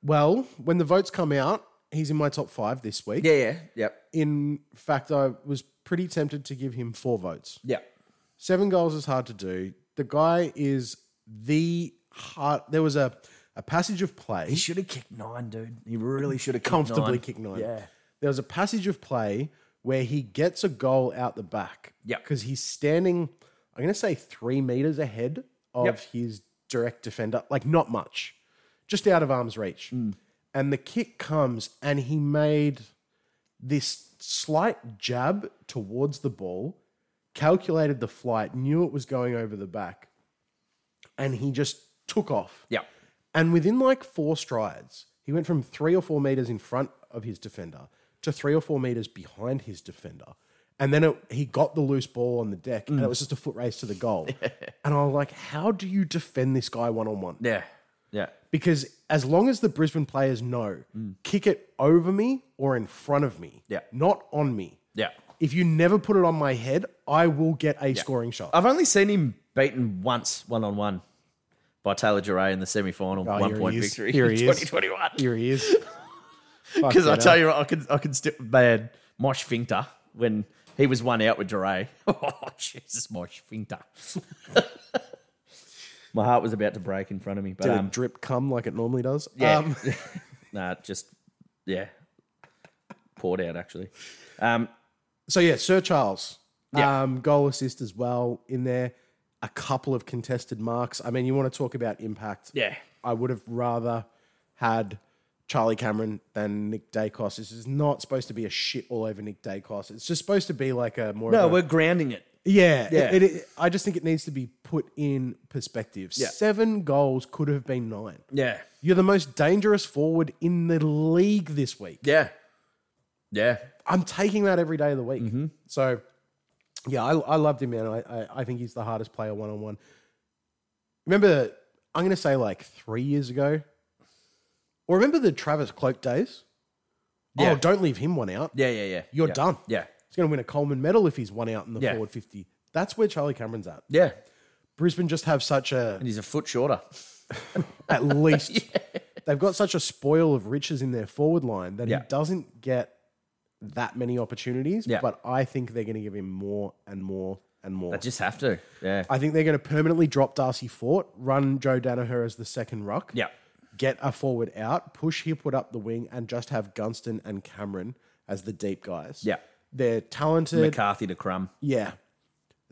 Speaker 1: Well, when the votes come out, he's in my top five this week.
Speaker 2: Yeah, yeah, yep,
Speaker 1: In fact, I was pretty tempted to give him four votes.
Speaker 2: yep.
Speaker 1: Seven goals is hard to do. The guy is the hard. There was a, a passage of play.
Speaker 2: He should have kicked nine, dude. He really should have
Speaker 1: comfortably kick nine.
Speaker 2: Yeah.
Speaker 1: There was a passage of play where he gets a goal out the back.
Speaker 2: Yeah.
Speaker 1: Because he's standing, I'm going to say three meters ahead of
Speaker 2: Yep.
Speaker 1: his direct defender, like not much, just out of arm's reach.
Speaker 2: Hmm.
Speaker 1: And the kick comes and he made this slight jab towards the ball, calculated the flight, knew it was going over the back, and he just took off.
Speaker 2: Yep.
Speaker 1: And within like four strides, he went from three or four meters in front of his defender to three or four meters behind his defender. And then it, he got the loose ball on the deck, and it was just a foot race to the goal. and I was like, how do you defend this guy one on one?
Speaker 2: Yeah. Yeah.
Speaker 1: Because as long as the Brisbane players know, kick it over me or in front of me,
Speaker 2: Mm. Yeah.
Speaker 1: not on me.
Speaker 2: Yeah.
Speaker 1: If you never put it on my head, I will get a scoring shot.
Speaker 2: I've only seen him beaten once one on one by Taylor Duray in the semi final
Speaker 1: Oh,
Speaker 2: one
Speaker 1: here he
Speaker 2: point
Speaker 1: is.
Speaker 2: victory
Speaker 1: Here
Speaker 2: in
Speaker 1: he is.
Speaker 2: 2021.
Speaker 1: Here he is. Fuck
Speaker 2: Because I
Speaker 1: yeah.
Speaker 2: tell you, what, I could, I could still, man, Mosh Finter, when he was one out with Duray. Oh, Jesus, Mosh Finter. My heart was about to break in front of me, but
Speaker 1: Did
Speaker 2: um,
Speaker 1: it drip cum like it normally does?
Speaker 2: yeah,
Speaker 1: Um,
Speaker 2: nah, it just yeah, poured out actually. Um,
Speaker 1: So yeah, Sir Charles.
Speaker 2: Yeah.
Speaker 1: Um, goal assist as well in there. A couple of contested marks. I mean, you want to talk about impact.
Speaker 2: yeah,
Speaker 1: I would have rather had Charlie Cameron than Nick Dacos. This is not supposed to be a shit all over Nick Dacos. It's just supposed to be like a more
Speaker 2: no,
Speaker 1: of a,
Speaker 2: we're grounding it.
Speaker 1: yeah. it-
Speaker 2: Yeah.
Speaker 1: It, it- I just think it needs to be put in perspective. Seven goals could have been nine.
Speaker 2: Yeah,
Speaker 1: You're the most dangerous forward in the league this week.
Speaker 2: yeah, yeah.
Speaker 1: I'm taking that every day of the week.
Speaker 2: Mm-hmm.
Speaker 1: So, yeah, I, I loved him, man. I, I, I think he's the hardest player one on one. Remember, I'm going to say like three years ago, or remember the Travis Cloak days?
Speaker 2: Yeah.
Speaker 1: Oh, don't leave him one out.
Speaker 2: Yeah, yeah, yeah.
Speaker 1: You're
Speaker 2: yeah.
Speaker 1: done.
Speaker 2: Yeah,
Speaker 1: He's going to win a Coleman medal if he's one out in the
Speaker 2: Yeah.
Speaker 1: forward 50. That's where Charlie Cameron's at.
Speaker 2: yeah.
Speaker 1: Brisbane just have such a,
Speaker 2: And he's a foot shorter.
Speaker 1: at least, they've got such a spoil of riches in their forward line that
Speaker 2: Yeah.
Speaker 1: he doesn't get that many opportunities.
Speaker 2: Yeah.
Speaker 1: But I think they're going to give him more and more and more.
Speaker 2: I just have to. Yeah,
Speaker 1: I think they're going to permanently drop Darcy Fort, run Joe Danaher as the second ruck,
Speaker 2: yeah,
Speaker 1: get a forward out, push Hipwood up the wing, and just have Gunston and Cameron as the deep guys.
Speaker 2: yeah.
Speaker 1: They're talented.
Speaker 2: McCarthy to Crumb.
Speaker 1: yeah.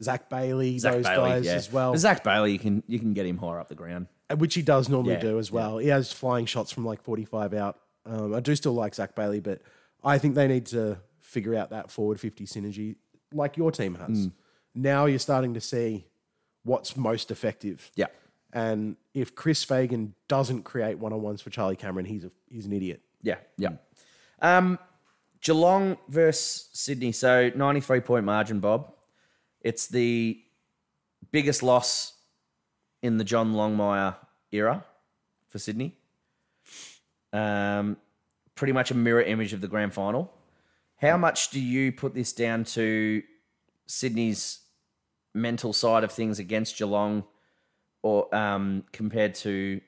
Speaker 1: Zach Bailey,
Speaker 2: Zach
Speaker 1: those
Speaker 2: Bailey
Speaker 1: guys
Speaker 2: yeah.
Speaker 1: as well,
Speaker 2: But Zach Bailey, you can you can get him higher up the ground.
Speaker 1: which he does normally
Speaker 2: Yeah,
Speaker 1: do as well. He has flying shots from like 45 out. Um, I do still like Zach Bailey, but I think they need to figure out that forward 50 synergy like your team has.
Speaker 2: Mm.
Speaker 1: Now you're starting to see what's most effective.
Speaker 2: Yeah,
Speaker 1: And if Chris Fagan doesn't create one on ones for Charlie Cameron, he's a, he's an idiot.
Speaker 2: yeah, yeah. Um, Geelong versus Sydney. So ninety three point margin, Bob. It's the biggest loss in the John Longmire era for Sydney. Um, pretty much a mirror image of the grand final. How much do you put this down to Sydney's mental side of things against Geelong, or um, compared to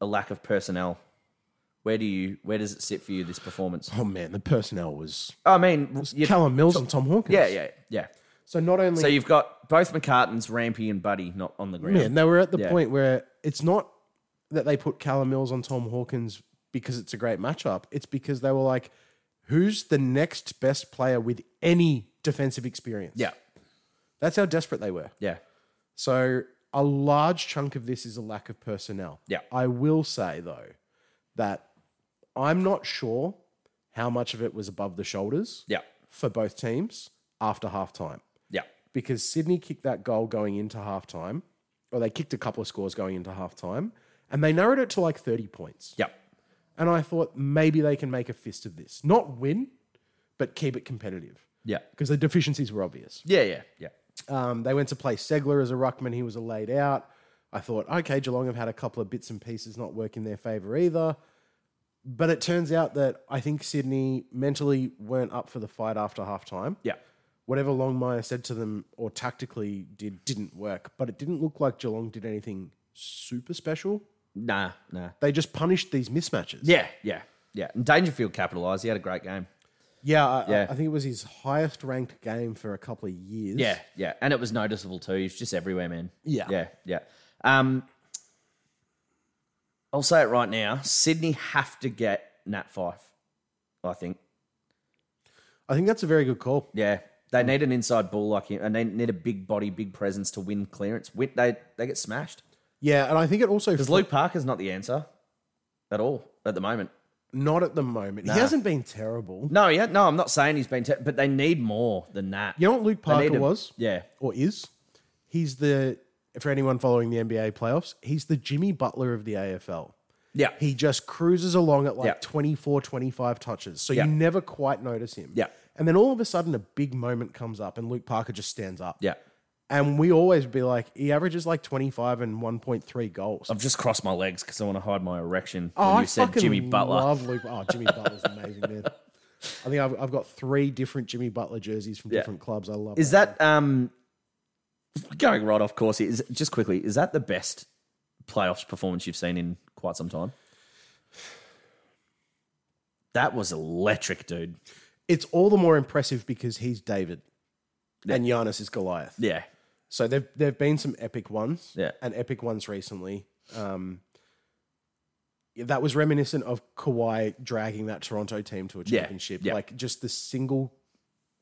Speaker 2: a lack of personnel? Where do you where does it sit for you this performance?
Speaker 1: Oh man, the personnel was
Speaker 2: I mean, you-
Speaker 1: Callum Mills and Tom Hawkins.
Speaker 2: yeah, yeah, yeah.
Speaker 1: So not only
Speaker 2: So you've got both McCartans, Rampy, and Buddy not on the ground.
Speaker 1: man, they were at the
Speaker 2: Yeah.
Speaker 1: point where it's not that they put Callum Mills on Tom Hawkins because it's a great matchup. It's because they were like, who's the next best player with any defensive experience?
Speaker 2: Yeah,
Speaker 1: That's how desperate they were.
Speaker 2: yeah,
Speaker 1: So a large chunk of this is a lack of personnel.
Speaker 2: Yeah.
Speaker 1: I will say though that I'm not sure how much of it was above the shoulders
Speaker 2: yeah,
Speaker 1: for both teams after halftime
Speaker 2: yeah,
Speaker 1: because Sydney kicked that goal going into halftime or they kicked a couple of scores going into halftime and they narrowed it to like 30 points.
Speaker 2: yeah,
Speaker 1: And I thought maybe they can make a fist of this. Not win, but keep it competitive
Speaker 2: yeah,
Speaker 1: because the deficiencies were obvious.
Speaker 2: yeah, yeah, yeah.
Speaker 1: Um, they went to play Segler as a ruckman. He was a laid out. I thought, okay, Geelong have had a couple of bits and pieces not work in their favour either. But it turns out that I think Sydney mentally weren't up for the fight after halftime.
Speaker 2: Yeah.
Speaker 1: Whatever Longmire said to them or tactically did didn't work, but it didn't look like Geelong did anything super special
Speaker 2: Nah, nah.
Speaker 3: They just punished these mismatches.
Speaker 2: Yeah, yeah, yeah. And Dangerfield capitalised. He had a great game.
Speaker 1: Yeah, I,
Speaker 2: Yeah.
Speaker 1: I, I think it was his highest ranked game for a couple of years.
Speaker 2: Yeah, yeah. And it was noticeable too. He was just everywhere, man.
Speaker 1: Yeah.
Speaker 2: Yeah, yeah. Um, I'll say it right now. Sydney have to get Nat Five, I think.
Speaker 1: I think that's a very good call.
Speaker 2: Yeah. They need an inside bull like him, and they need a big body, big presence to win clearance. Win, they they get smashed.
Speaker 1: Yeah, and I think it also
Speaker 2: Because Luke Parker's not the answer at all at the moment.
Speaker 1: not at the moment. He hasn't been terrible.
Speaker 2: No, yeah, no, I'm not saying he's been, te- but they need more than that.
Speaker 1: You know what Luke
Speaker 2: They need
Speaker 1: Parker
Speaker 2: a-
Speaker 1: was
Speaker 2: Yeah,
Speaker 1: or is? He's the for anyone following the NBA playoffs, he's the Jimmy Butler of the AFL.
Speaker 2: yeah,
Speaker 1: He just cruises along at like
Speaker 2: Yeah.
Speaker 1: 24, 25 touches. So
Speaker 2: Yeah.
Speaker 1: you never quite notice him.
Speaker 2: Yeah.
Speaker 1: And then all of a sudden a big moment comes up and Luke Parker just stands up.
Speaker 2: yeah.
Speaker 1: And we always be like, he averages like 25 and 1.3 goals.
Speaker 2: I've just crossed my legs because I want to hide my erection.
Speaker 1: Oh,
Speaker 2: when
Speaker 1: I
Speaker 2: you said
Speaker 1: fucking
Speaker 2: Jimmy Butler.
Speaker 1: love Luke. Oh, Jimmy Butler's amazing, man. I think I've, I've got three different Jimmy Butler jerseys from
Speaker 2: Yeah.
Speaker 1: different clubs. I love
Speaker 2: Is that um going right off course? here, Is just quickly is that the best playoffs performance you've seen in quite some time? That was electric, dude.
Speaker 1: It's all the more impressive because he's David, and Giannis is Goliath.
Speaker 2: Yeah,
Speaker 1: So there there've been some epic ones,
Speaker 2: Yeah.
Speaker 1: and epic ones recently. Um, yeah, that was reminiscent of Kawhi dragging that Toronto team to a
Speaker 2: Yeah,
Speaker 1: championship.
Speaker 2: yeah.
Speaker 1: Like just the single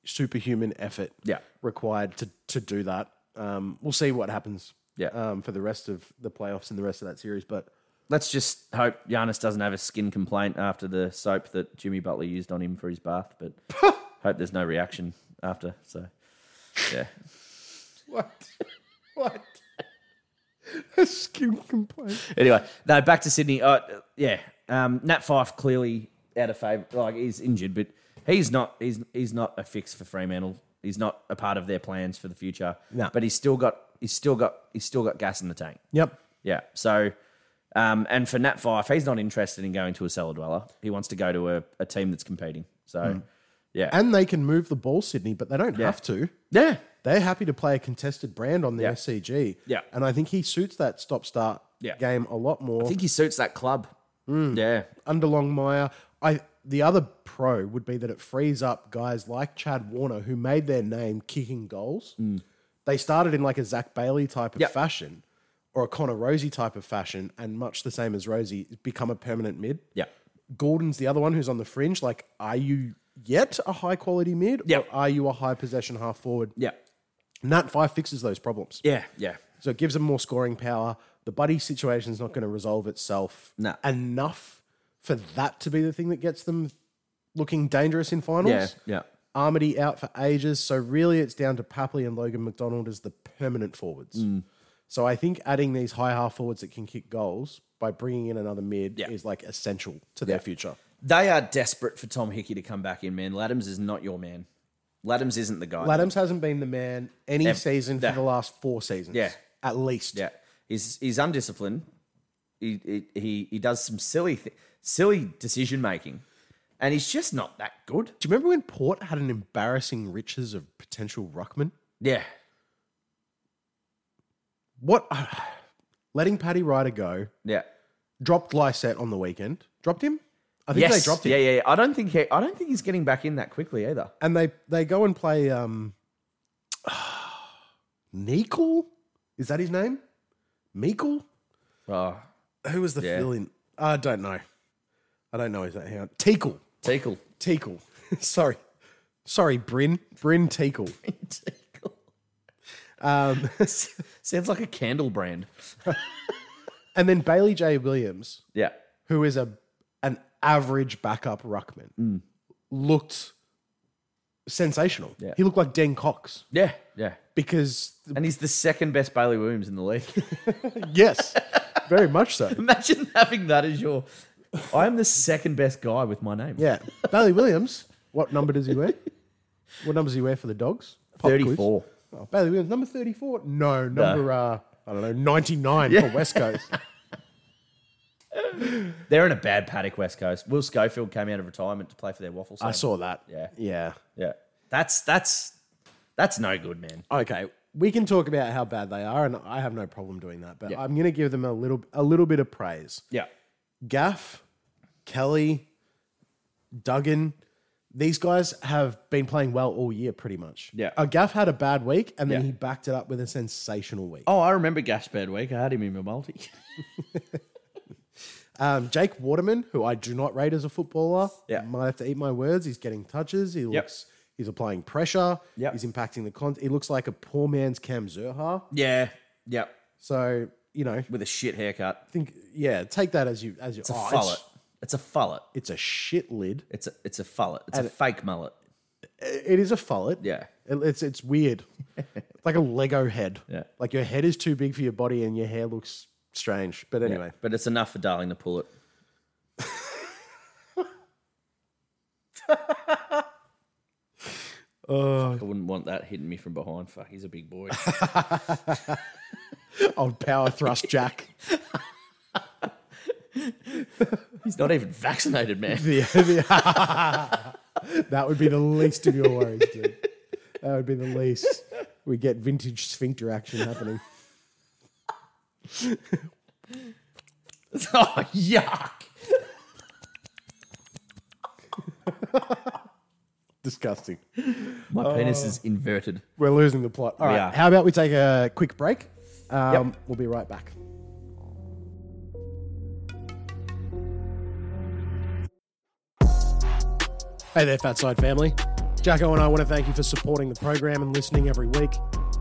Speaker 1: superhuman effort
Speaker 2: yeah,
Speaker 1: required to to do that. Um, we'll see what happens
Speaker 2: yeah.
Speaker 1: um, for the rest of the playoffs and the rest of that series. But
Speaker 2: Let's just hope Giannis doesn't have a skin complaint after the soap that Jimmy Butler used on him for his bath, but hope there's no reaction after. So, yeah.
Speaker 1: what? What? A skin complaint.
Speaker 2: Anyway, no, back to Sydney. Uh, yeah, um, Nat Fife clearly out of favour. Like he's injured, but he's not. He's he's not a fix for Fremantle. He's not a part of their plans for the future.
Speaker 1: No.
Speaker 2: but he's still got. He's still got. He's still got gas in the tank.
Speaker 1: Yep.
Speaker 2: Yeah. So, um, and for Nat Fife, he's not interested in going to a cellar dweller. He wants to go to a, a team that's competing. So, yeah,
Speaker 1: Hmm. And they can move the ball, Sydney, but they don't have to.
Speaker 2: yeah,
Speaker 1: They're happy to play a contested brand on the
Speaker 2: Yeah.
Speaker 1: SCG.
Speaker 2: Yeah.
Speaker 1: And I think he suits that stop start
Speaker 2: Yeah.
Speaker 1: game a lot more.
Speaker 2: I think he suits that club.
Speaker 1: Hmm.
Speaker 2: Yeah,
Speaker 1: Under Longmire, I the other pro would be that it frees up guys like Chad Warner who made their name kicking goals.
Speaker 2: Mm.
Speaker 1: They started in like a Zach Bailey type of
Speaker 2: Yep.
Speaker 1: fashion or a Connor Rosie type of fashion, and much the same as Rosie, become a permanent mid.
Speaker 2: yeah,
Speaker 1: Gordon's the other one who's on the fringe. Like, are you yet a high quality mid?
Speaker 2: Yeah.
Speaker 1: Or are you a high possession half forward?
Speaker 2: yeah,
Speaker 1: Nat Five fixes those problems.
Speaker 2: yeah, yeah.
Speaker 1: So it gives them more scoring power. The buddy situation's not going to resolve itself
Speaker 2: No.
Speaker 1: enough for that to be the thing that gets them looking dangerous in finals.
Speaker 2: Yeah, yeah.
Speaker 1: Armady out for ages. So really it's down to Papley and Logan McDonald as the permanent forwards.
Speaker 2: Mm.
Speaker 1: So I think adding these high half forwards that can kick goals by bringing in another mid
Speaker 2: Yeah.
Speaker 1: is like essential to their future.
Speaker 2: They are desperate for Tom Hickey to come back in, man. Laddams is not your man. Laddams isn't the guy.
Speaker 1: Laddams hasn't been the man any season for
Speaker 2: nah.
Speaker 1: the last four seasons.
Speaker 2: Yeah.
Speaker 1: At least.
Speaker 2: yeah, he's he's undisciplined. He he he, he does some silly th- silly decision making, and he's just not that good.
Speaker 1: Do you remember when Port had an embarrassing riches of potential ruckman?
Speaker 2: Yeah,
Speaker 1: What? Letting Paddy Ryder go,
Speaker 2: yeah.
Speaker 1: dropped Lysette on the weekend. Dropped him? I think
Speaker 2: Yes,
Speaker 1: they dropped him.
Speaker 2: yeah, yeah, yeah. I don't think he, I don't think he's getting back in that quickly either.
Speaker 1: And they, they go and play um, Nickel? Is that his name? Meikle?
Speaker 2: Oh,
Speaker 1: Who was the
Speaker 2: Yeah.
Speaker 1: fill in? I don't know. I don't know. Is that how? Teakle.
Speaker 2: Tickle.
Speaker 1: Teakle. Sorry. Sorry, Bryn. Bryn Teakle.
Speaker 2: Tickle.
Speaker 1: Um,
Speaker 2: Sounds like a candle brand.
Speaker 1: and then Bailey J. Williams.
Speaker 2: Yeah,
Speaker 1: who is a an average backup ruckman,
Speaker 2: Mm.
Speaker 1: looked sensational.
Speaker 2: Yeah.
Speaker 1: He looked like Den Cox
Speaker 2: yeah, yeah.
Speaker 1: because
Speaker 2: And he's the second best Bailey Williams in the league.
Speaker 1: yes, very much so.
Speaker 2: Imagine having that as your. I am the second best guy with my name.
Speaker 1: Yeah, Bailey Williams. What number does he wear? What numbers he wear for the dogs? Pop quiz.
Speaker 2: thirty-four.
Speaker 1: Oh, Bailey Williams, number thirty-four. No, number uh, I don't know, ninety-nine for West Coast.
Speaker 2: They're in a bad paddock, West Coast. Will Schofield came out of retirement to play for their waffles.
Speaker 1: I saw that.
Speaker 2: Yeah.
Speaker 1: yeah.
Speaker 2: Yeah, that's that's that's no good, man.
Speaker 1: Okay, we can talk about how bad they are, and I have no problem doing that. But
Speaker 2: Yeah.
Speaker 1: I'm going to give them a little a little bit of praise.
Speaker 2: Yeah.
Speaker 1: Gaff, Kelly, Duggan, these guys have been playing well all year, pretty much.
Speaker 2: Yeah.
Speaker 1: Uh, Gaff had a bad week, and then
Speaker 2: Yeah.
Speaker 1: he backed it up with a sensational week.
Speaker 2: Oh, I remember Gaspard Week. I had him in my multi.
Speaker 1: Um, Jake Waterman, who I do not rate as a footballer,
Speaker 2: Yeah.
Speaker 1: might have to eat my words. He's getting touches. He looks. He's applying pressure.
Speaker 2: Yep.
Speaker 1: He's impacting the con. He looks like a poor man's Cam Zerha.
Speaker 2: yeah. Yep.
Speaker 1: So you know,
Speaker 2: With a shit haircut.
Speaker 1: think yeah, take that as you as you.
Speaker 2: It's a
Speaker 1: oh,
Speaker 2: mullet.
Speaker 1: It's,
Speaker 2: It's a fullet.
Speaker 1: it's a shit lid.
Speaker 2: It's a it's a fullet. It's a fake mullet.
Speaker 1: It is a fullet.
Speaker 2: Yeah.
Speaker 1: It- it's it's weird. It's like a Lego head.
Speaker 2: Yeah.
Speaker 1: Like your head is too big for your body, and your hair looks strange. But anyway,
Speaker 2: But it's enough for Darling to pull it. Fuck, I wouldn't want that hitting me from behind. Fuck, he's a big boy.
Speaker 1: old power thrust Jack.
Speaker 2: he's not even vaccinated, man.
Speaker 1: The- the- that would be the least of your worries, dude. That would be the least. We get vintage sphincter action happening.
Speaker 2: oh, yuck.
Speaker 1: Disgusting.
Speaker 2: My penis is inverted.
Speaker 1: We're losing the plot. All right.
Speaker 2: are.
Speaker 1: How about we take a quick break? Um, We'll be right back. Hey there, Fat Side family. Jacko and I want to thank you for supporting the program and listening every week.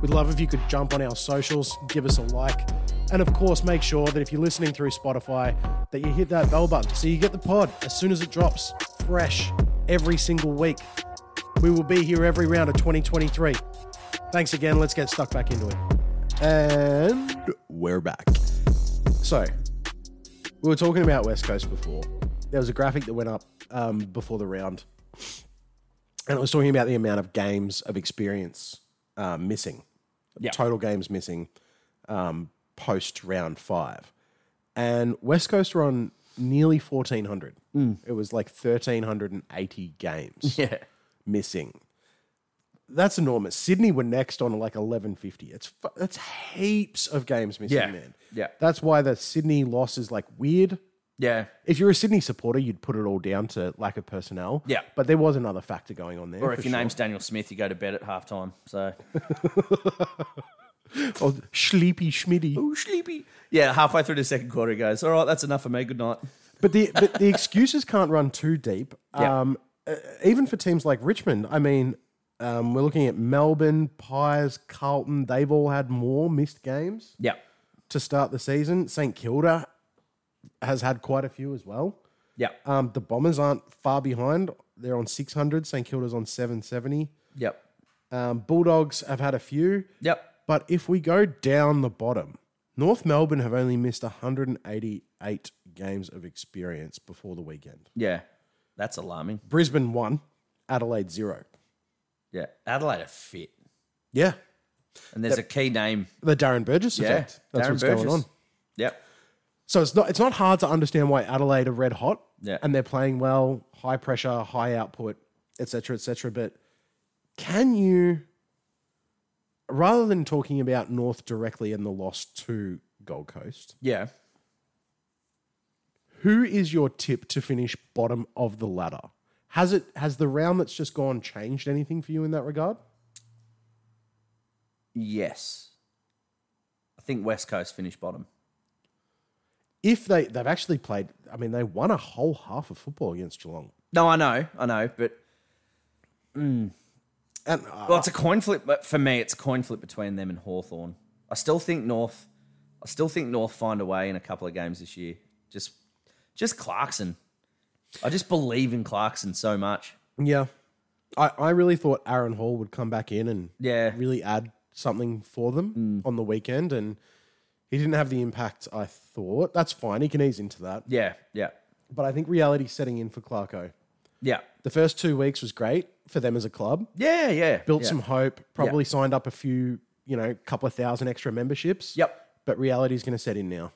Speaker 1: We'd love if you could jump on our socials, give us a like, and of course, make sure that if you're listening through Spotify, that you hit that bell button so you get the pod as soon as it drops, fresh, every single week. We will be here every round of 2023. Thanks again. Let's get stuck back into it. And
Speaker 3: We're back.
Speaker 1: so, we were talking about West Coast before. There was a graphic that went up um, before the round, and it was talking about the amount of games of experience uh, missing,
Speaker 2: Yeah.
Speaker 1: total games missing um, post round five. And West Coast were on nearly 1,400. It was like 1,380 games
Speaker 2: Yeah.
Speaker 1: missing. That's enormous. Sydney were next on like eleven fifty. It's fu- that's heaps of games missing,
Speaker 2: Yeah.
Speaker 1: man.
Speaker 2: Yeah.
Speaker 1: that's why the Sydney loss is like weird.
Speaker 2: Yeah.
Speaker 1: If you're a Sydney supporter, you'd put it all down to lack of personnel.
Speaker 2: Yeah.
Speaker 1: but there was another factor going on there.
Speaker 2: Or if
Speaker 1: for
Speaker 2: your
Speaker 1: sure.
Speaker 2: name's Daniel Smith, you go to bed at halftime. So,
Speaker 1: oh, Sleepy Schmitty.
Speaker 2: ooh, sleepy. Yeah, halfway through the second quarter, he goes, all right, that's enough for me. Good night.
Speaker 1: But the but the excuses can't run too deep.
Speaker 2: Yeah.
Speaker 1: Um, uh, even for teams like Richmond, I mean, um, we're looking at Melbourne, Pies, Carlton. They've all had more missed games.
Speaker 2: Yeah.
Speaker 1: to start the season. St Kilda has had quite a few as well.
Speaker 2: Yeah.
Speaker 1: Um, the Bombers aren't far behind. They're on 600. St Kilda's on 770.
Speaker 2: Yep.
Speaker 1: Um, Bulldogs have had a few.
Speaker 2: Yep.
Speaker 1: But if we go down the bottom, North Melbourne have only missed 188 games of experience before the weekend.
Speaker 2: Yeah. That's alarming.
Speaker 1: Brisbane one, Adelaide zero.
Speaker 2: Yeah. Adelaide are fit.
Speaker 1: Yeah.
Speaker 2: And there's a key name.
Speaker 1: The Darren Burgess effect. That's
Speaker 2: Darren
Speaker 1: what's
Speaker 2: Burgess.
Speaker 1: going on.
Speaker 2: Yep.
Speaker 1: So it's not it's not hard to understand why Adelaide are red hot.
Speaker 2: Yeah.
Speaker 1: And they're playing well, high pressure, high output, et cetera, et cetera. But can you rather than talking about North directly and the loss to Gold Coast,
Speaker 2: Yeah.
Speaker 1: who is your tip to finish bottom of the ladder? Has it has the round that's just gone changed anything for you in that regard?
Speaker 2: Yes. I think West Coast finished bottom.
Speaker 1: If they they've actually played, I mean, they won a whole half of football against Geelong.
Speaker 2: No, I know. I know. But,
Speaker 1: And uh,
Speaker 2: well, it's a coin flip. But for me, it's a coin flip between them and Hawthorn. I still think North, I still think North find a way in a couple of games this year. Just, just Clarkson. I just believe in Clarkson so much.
Speaker 1: yeah, I, I really thought Aaron Hall would come back in and
Speaker 2: Yeah.
Speaker 1: really add something for
Speaker 2: Mm.
Speaker 1: them on the weekend and he didn't have the impact I thought. That's fine. He can ease into that.
Speaker 2: Yeah. Yeah.
Speaker 1: But I think reality setting in for Clarko.
Speaker 2: Yeah.
Speaker 1: The first two weeks was great for them as a club.
Speaker 2: Yeah. Yeah.
Speaker 1: Built
Speaker 2: yeah.
Speaker 1: some hope, probably signed up a few, you know, couple of thousand extra memberships.
Speaker 2: Yep.
Speaker 1: But reality's going to set in now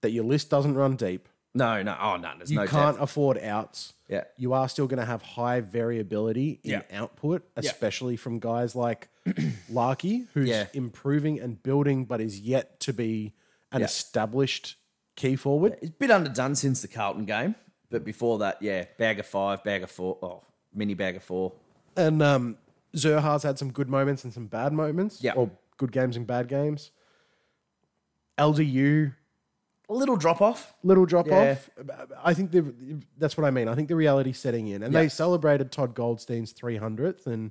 Speaker 1: that your list doesn't run deep.
Speaker 2: No. No. Oh no. There's
Speaker 1: You
Speaker 2: no.
Speaker 1: can't
Speaker 2: Depth.
Speaker 1: afford outs.
Speaker 2: Yeah.
Speaker 1: You are still going to have high variability in
Speaker 2: Yeah.
Speaker 1: output, especially from guys like Larky, who's
Speaker 2: Yeah.
Speaker 1: improving and building, but is yet to be an
Speaker 3: Yeah.
Speaker 1: established key forward.
Speaker 2: It's a bit underdone since the Carlton game, but before that, yeah, bag of five, bag of four, oh, mini bag of four.
Speaker 1: And um, Zerha's had some good moments and some bad moments.
Speaker 2: Yeah.
Speaker 1: Or good games and bad games. LDU,
Speaker 2: A little drop off.
Speaker 1: little drop
Speaker 2: Yeah.
Speaker 1: off. I think the, that's what I mean. I think the reality's setting in. And they
Speaker 2: Yeah.
Speaker 1: celebrated Todd Goldstein's 300th. And,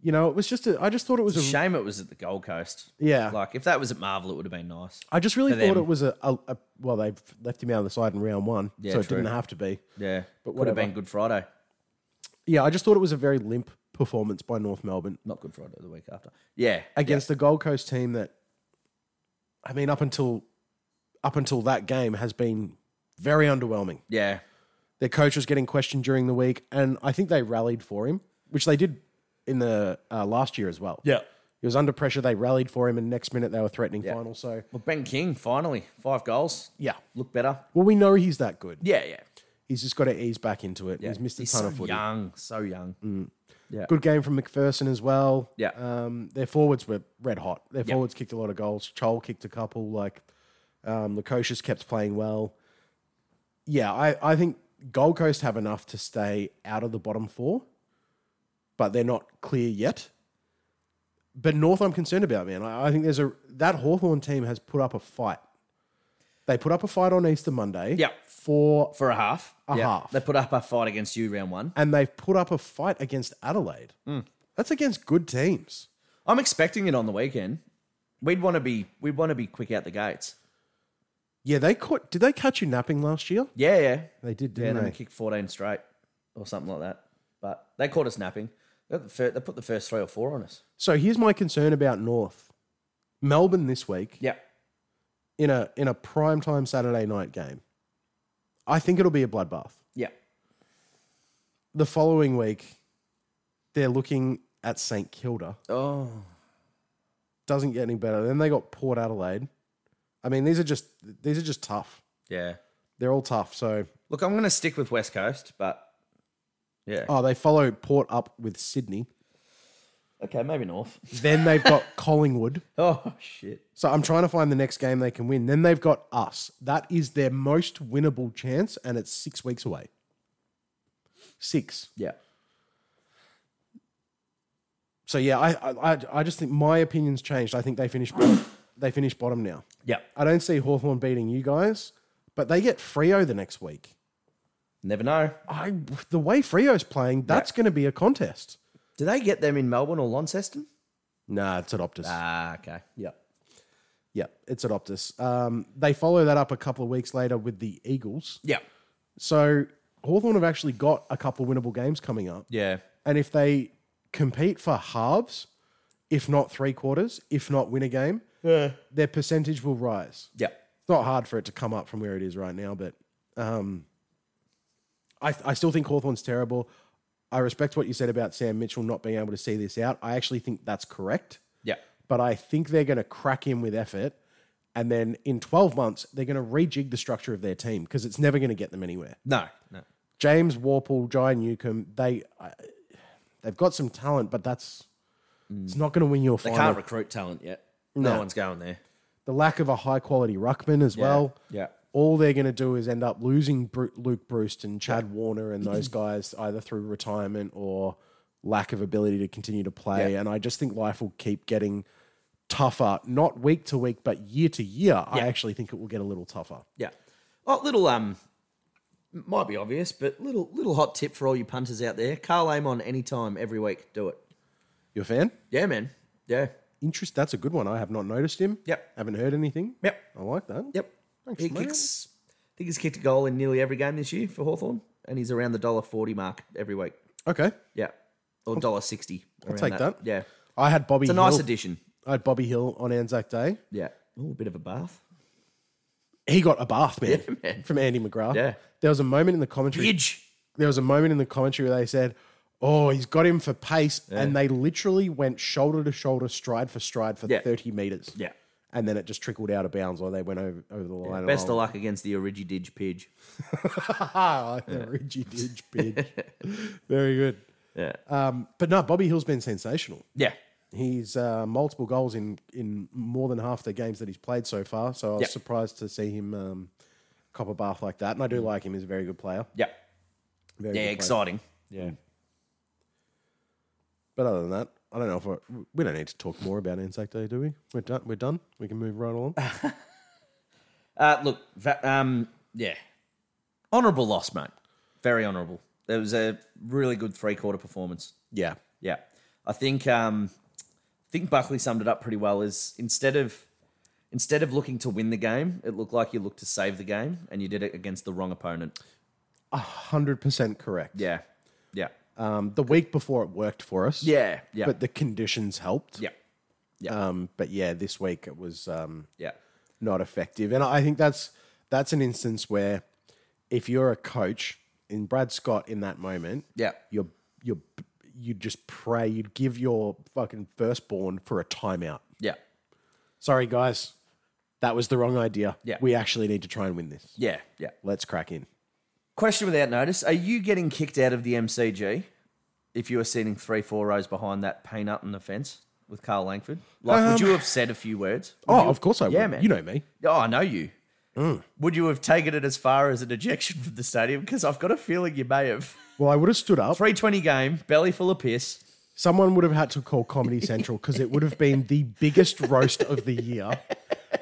Speaker 1: you know, it was just, a, I just thought it was a,
Speaker 2: Shame it was at the Gold Coast.
Speaker 1: Mm-hmm. yeah.
Speaker 2: Like if that was at Marvel, it would have been nice.
Speaker 1: I just really
Speaker 2: for
Speaker 1: thought
Speaker 2: them.
Speaker 1: it was a, a, a, well, they've left him out of the side in round one.
Speaker 2: Yeah,
Speaker 1: so it
Speaker 2: true.
Speaker 1: didn't have to be.
Speaker 2: Yeah, but would
Speaker 1: whatever.
Speaker 2: have been Good Friday,
Speaker 1: Yeah, I just thought it was a very limp performance by North Melbourne
Speaker 2: not Good Friday the week after. Yeah,
Speaker 1: against the Gold Coast team that, I mean, up until up until that game has been very underwhelming.
Speaker 2: yeah,
Speaker 1: Their coach was getting questioned during the week, and I think they rallied for him, which they did in the uh, last year as well.
Speaker 2: yeah.
Speaker 1: He was under pressure. They rallied for him, and next minute they were threatening final. So
Speaker 2: Well, Ben King finally five goals.
Speaker 1: yeah,
Speaker 2: Look better.
Speaker 1: well, we know he's that good.
Speaker 2: Yeah, yeah.
Speaker 1: He's just got to ease back into it. He's missed a
Speaker 2: He's
Speaker 1: ton
Speaker 2: so
Speaker 1: of footy. Mm.
Speaker 2: young, so young.
Speaker 1: Good game from McPherson as well.
Speaker 2: Yeah.
Speaker 1: Um, their forwards were red hot. Their forwards kicked a lot of goals. Chol kicked a couple. Like, um, Lukosius kept playing well. Yeah, I, I think Gold Coast have enough to stay out of the bottom four, but they're not clear yet. But North, I'm concerned about, man. I, I think there's a that Hawthorn team has put up a fight. They put up a fight on Easter Monday.
Speaker 2: Yeah.
Speaker 1: For
Speaker 2: For a half,
Speaker 1: A
Speaker 2: Yeah.
Speaker 1: half.
Speaker 2: They put up a fight against you round one.
Speaker 1: and they've put up a fight against Adelaide.
Speaker 2: Mm.
Speaker 1: That's against good teams.
Speaker 2: I'm expecting it on the weekend. We'd want to be we'd want to be quick out the gates.
Speaker 1: Yeah, they caught. Did they catch you napping last year?
Speaker 2: Yeah, yeah.
Speaker 1: They did,
Speaker 2: Yeah,
Speaker 1: didn't
Speaker 2: then we
Speaker 1: they?
Speaker 2: kicked 14 straight or something like that. But they caught us napping. They got the fir- they put the first three or four on us.
Speaker 1: So here's my concern about North, Melbourne this week
Speaker 2: Yeah.
Speaker 1: in a in a prime time Saturday night game. I think it'll be a bloodbath.
Speaker 2: Yeah.
Speaker 1: The following week, they're looking at St Kilda.
Speaker 2: Oh.
Speaker 1: Doesn't get any better. Then they got Port Adelaide. I mean, these are just these are just tough.
Speaker 2: Yeah.
Speaker 1: They're all tough. So
Speaker 2: Look, I'm going to stick with West Coast, but yeah.
Speaker 1: oh, they follow Port up with Sydney.
Speaker 2: Okay, maybe North.
Speaker 1: Then they've got Collingwood.
Speaker 2: Oh, shit.
Speaker 1: So I'm trying to find the next game they can win. Then they've got us. That is their most winnable chance, and it's six weeks away. Six.
Speaker 2: Yeah.
Speaker 1: So yeah, I I, I- I just think my opinion's changed. I think they finish bottom, they finish bottom now.
Speaker 2: Yeah.
Speaker 1: I don't see Hawthorn beating you guys, but they get Frio the next week.
Speaker 2: Never know.
Speaker 1: I the way Frio's playing, that's going to be a contest.
Speaker 2: Do they get them in Melbourne or Launceston?
Speaker 1: Nah, it's at Optus.
Speaker 2: Ah, okay. Yeah.
Speaker 1: Yeah, it's at Optus. Um, they follow that up a couple of weeks later with the Eagles.
Speaker 2: Yeah.
Speaker 1: So Hawthorn have actually got a couple winnable games coming up.
Speaker 2: Yeah.
Speaker 1: And if they compete for halves, if not three quarters, if not win a game,
Speaker 2: Yeah.
Speaker 1: their percentage will rise.
Speaker 2: Yeah.
Speaker 1: It's not hard for it to come up from where it is right now, but um, I, I still think Hawthorn's terrible. I respect what you said about Sam Mitchell not being able to see this out. I actually think that's correct,
Speaker 2: Yeah.
Speaker 1: but I think they're going to crack in with effort. And then in 12 months, they're going to rejig the structure of their team because it's never going to get them anywhere.
Speaker 2: No. No.
Speaker 1: James Warple, Jai Newcomb, they I- they've got some talent, but that's it's not going to win your
Speaker 2: Mm. They
Speaker 1: final.
Speaker 2: can't recruit talent yet. No, one's going there.
Speaker 1: The lack of a high quality ruckman as well.
Speaker 2: Yeah.
Speaker 1: All they're going to do is end up losing Bru- Luke Bruce and Chad Warner and those guys either through retirement or lack of ability to continue to play. And I just think life will keep getting tougher, not week to week, but year to year. I actually think it will get a little tougher.
Speaker 2: Yeah. Oh, little um, might be obvious, but little little hot tip for all you punters out there: Carl Amon anytime, every week, do it.
Speaker 1: You a fan?
Speaker 2: Yeah, man. Yeah.
Speaker 1: Interest. That's a good one. I have not noticed him.
Speaker 2: Yep.
Speaker 1: Haven't heard anything.
Speaker 2: Yep.
Speaker 1: I like that.
Speaker 2: Yep.
Speaker 1: Thanks,
Speaker 2: he
Speaker 1: mate.
Speaker 2: kicks. I think he's kicked a goal in nearly every game this year for Hawthorn, and he's around the dollar forty mark every week.
Speaker 1: Okay.
Speaker 2: Yeah, or dollar sixty. Oh. I'll
Speaker 1: take that.
Speaker 2: Yeah, it's
Speaker 1: I had Bobby
Speaker 2: a
Speaker 1: Hill.
Speaker 2: nice addition.
Speaker 1: I had Bobby Hill on Anzac Day.
Speaker 2: Yeah, Ooh, a bit of a bath.
Speaker 1: He got a bath, man,
Speaker 2: Yeah, man.
Speaker 1: from Andy McGrath.
Speaker 2: Yeah.
Speaker 1: There was a moment in the commentary.
Speaker 2: Huge.
Speaker 1: There was a moment in the commentary where they said, "Oh, he's got him for pace," and they literally went shoulder to shoulder, stride for stride for
Speaker 2: Yeah.
Speaker 1: thirty meters.
Speaker 2: Yeah.
Speaker 1: And then it just trickled out of bounds, or they went over, over the line. Oh, and
Speaker 2: Best
Speaker 1: I
Speaker 2: of luck against the Origi Didge Pidge.
Speaker 1: Ah, the Ridgy Didge bitch. Very good.
Speaker 2: Yeah. Uh,
Speaker 1: Um, but no, Bobby Hill's been sensational.
Speaker 2: yeah.
Speaker 1: He's uh, multiple goals in in more than half the games that he's played so far. So I was
Speaker 2: Yep.
Speaker 1: surprised to see him um, cop a bath like that. And I do like him; he's a very good player.
Speaker 2: Yeah.
Speaker 1: Very
Speaker 2: Mm. Yeah,
Speaker 1: good player.
Speaker 2: exciting. Yeah.
Speaker 1: But other than that, I don't know if I, we don't need to talk more about Anzac Day, do we? We're done. We're done. We can move right along.
Speaker 2: Uh, look, va- um, yeah, honourable loss, mate. Very honourable. It was a really good three quarter performance.
Speaker 1: yeah,
Speaker 2: Yeah, I think um, I think Buckley summed it up pretty well. Is instead of instead of looking to win the game, it looked like you looked to save the game, and you did it against the wrong opponent.
Speaker 1: hundred percent correct.
Speaker 2: Yeah, yeah,
Speaker 1: Um, the week before it worked for us.
Speaker 2: yeah, yeah,
Speaker 1: But the conditions helped.
Speaker 2: yeah,
Speaker 1: Um, but yeah, this week it was um,
Speaker 2: yeah,
Speaker 1: not effective, and I think that's that's an instance where if you're a coach in Brad Scott in that moment,
Speaker 2: yeah,
Speaker 1: you're you're you just pray you'd give your fucking firstborn for a timeout.
Speaker 2: yeah,
Speaker 1: Sorry, guys, that was the wrong idea.
Speaker 2: Yeah.
Speaker 1: we actually need to try and win this.
Speaker 2: yeah, yeah.
Speaker 1: Let's crack in.
Speaker 2: Question without notice: Are you getting kicked out of the MCG if you were sitting three, four rows behind that peanut on the fence with Carl Langford? Like, would you have said a few words? Would
Speaker 1: Oh,
Speaker 2: you-
Speaker 1: of course I
Speaker 2: yeah,
Speaker 1: would.
Speaker 2: man.
Speaker 1: You know me.
Speaker 2: Oh, I know you.
Speaker 1: Mm.
Speaker 2: Would you have taken it as far as an ejection from the stadium? Because I've got a feeling you may have.
Speaker 1: Well, I would have stood up.
Speaker 2: Three twenty game, belly full of piss.
Speaker 1: Someone would have had to call Comedy Central because it would have been the biggest roast of the year,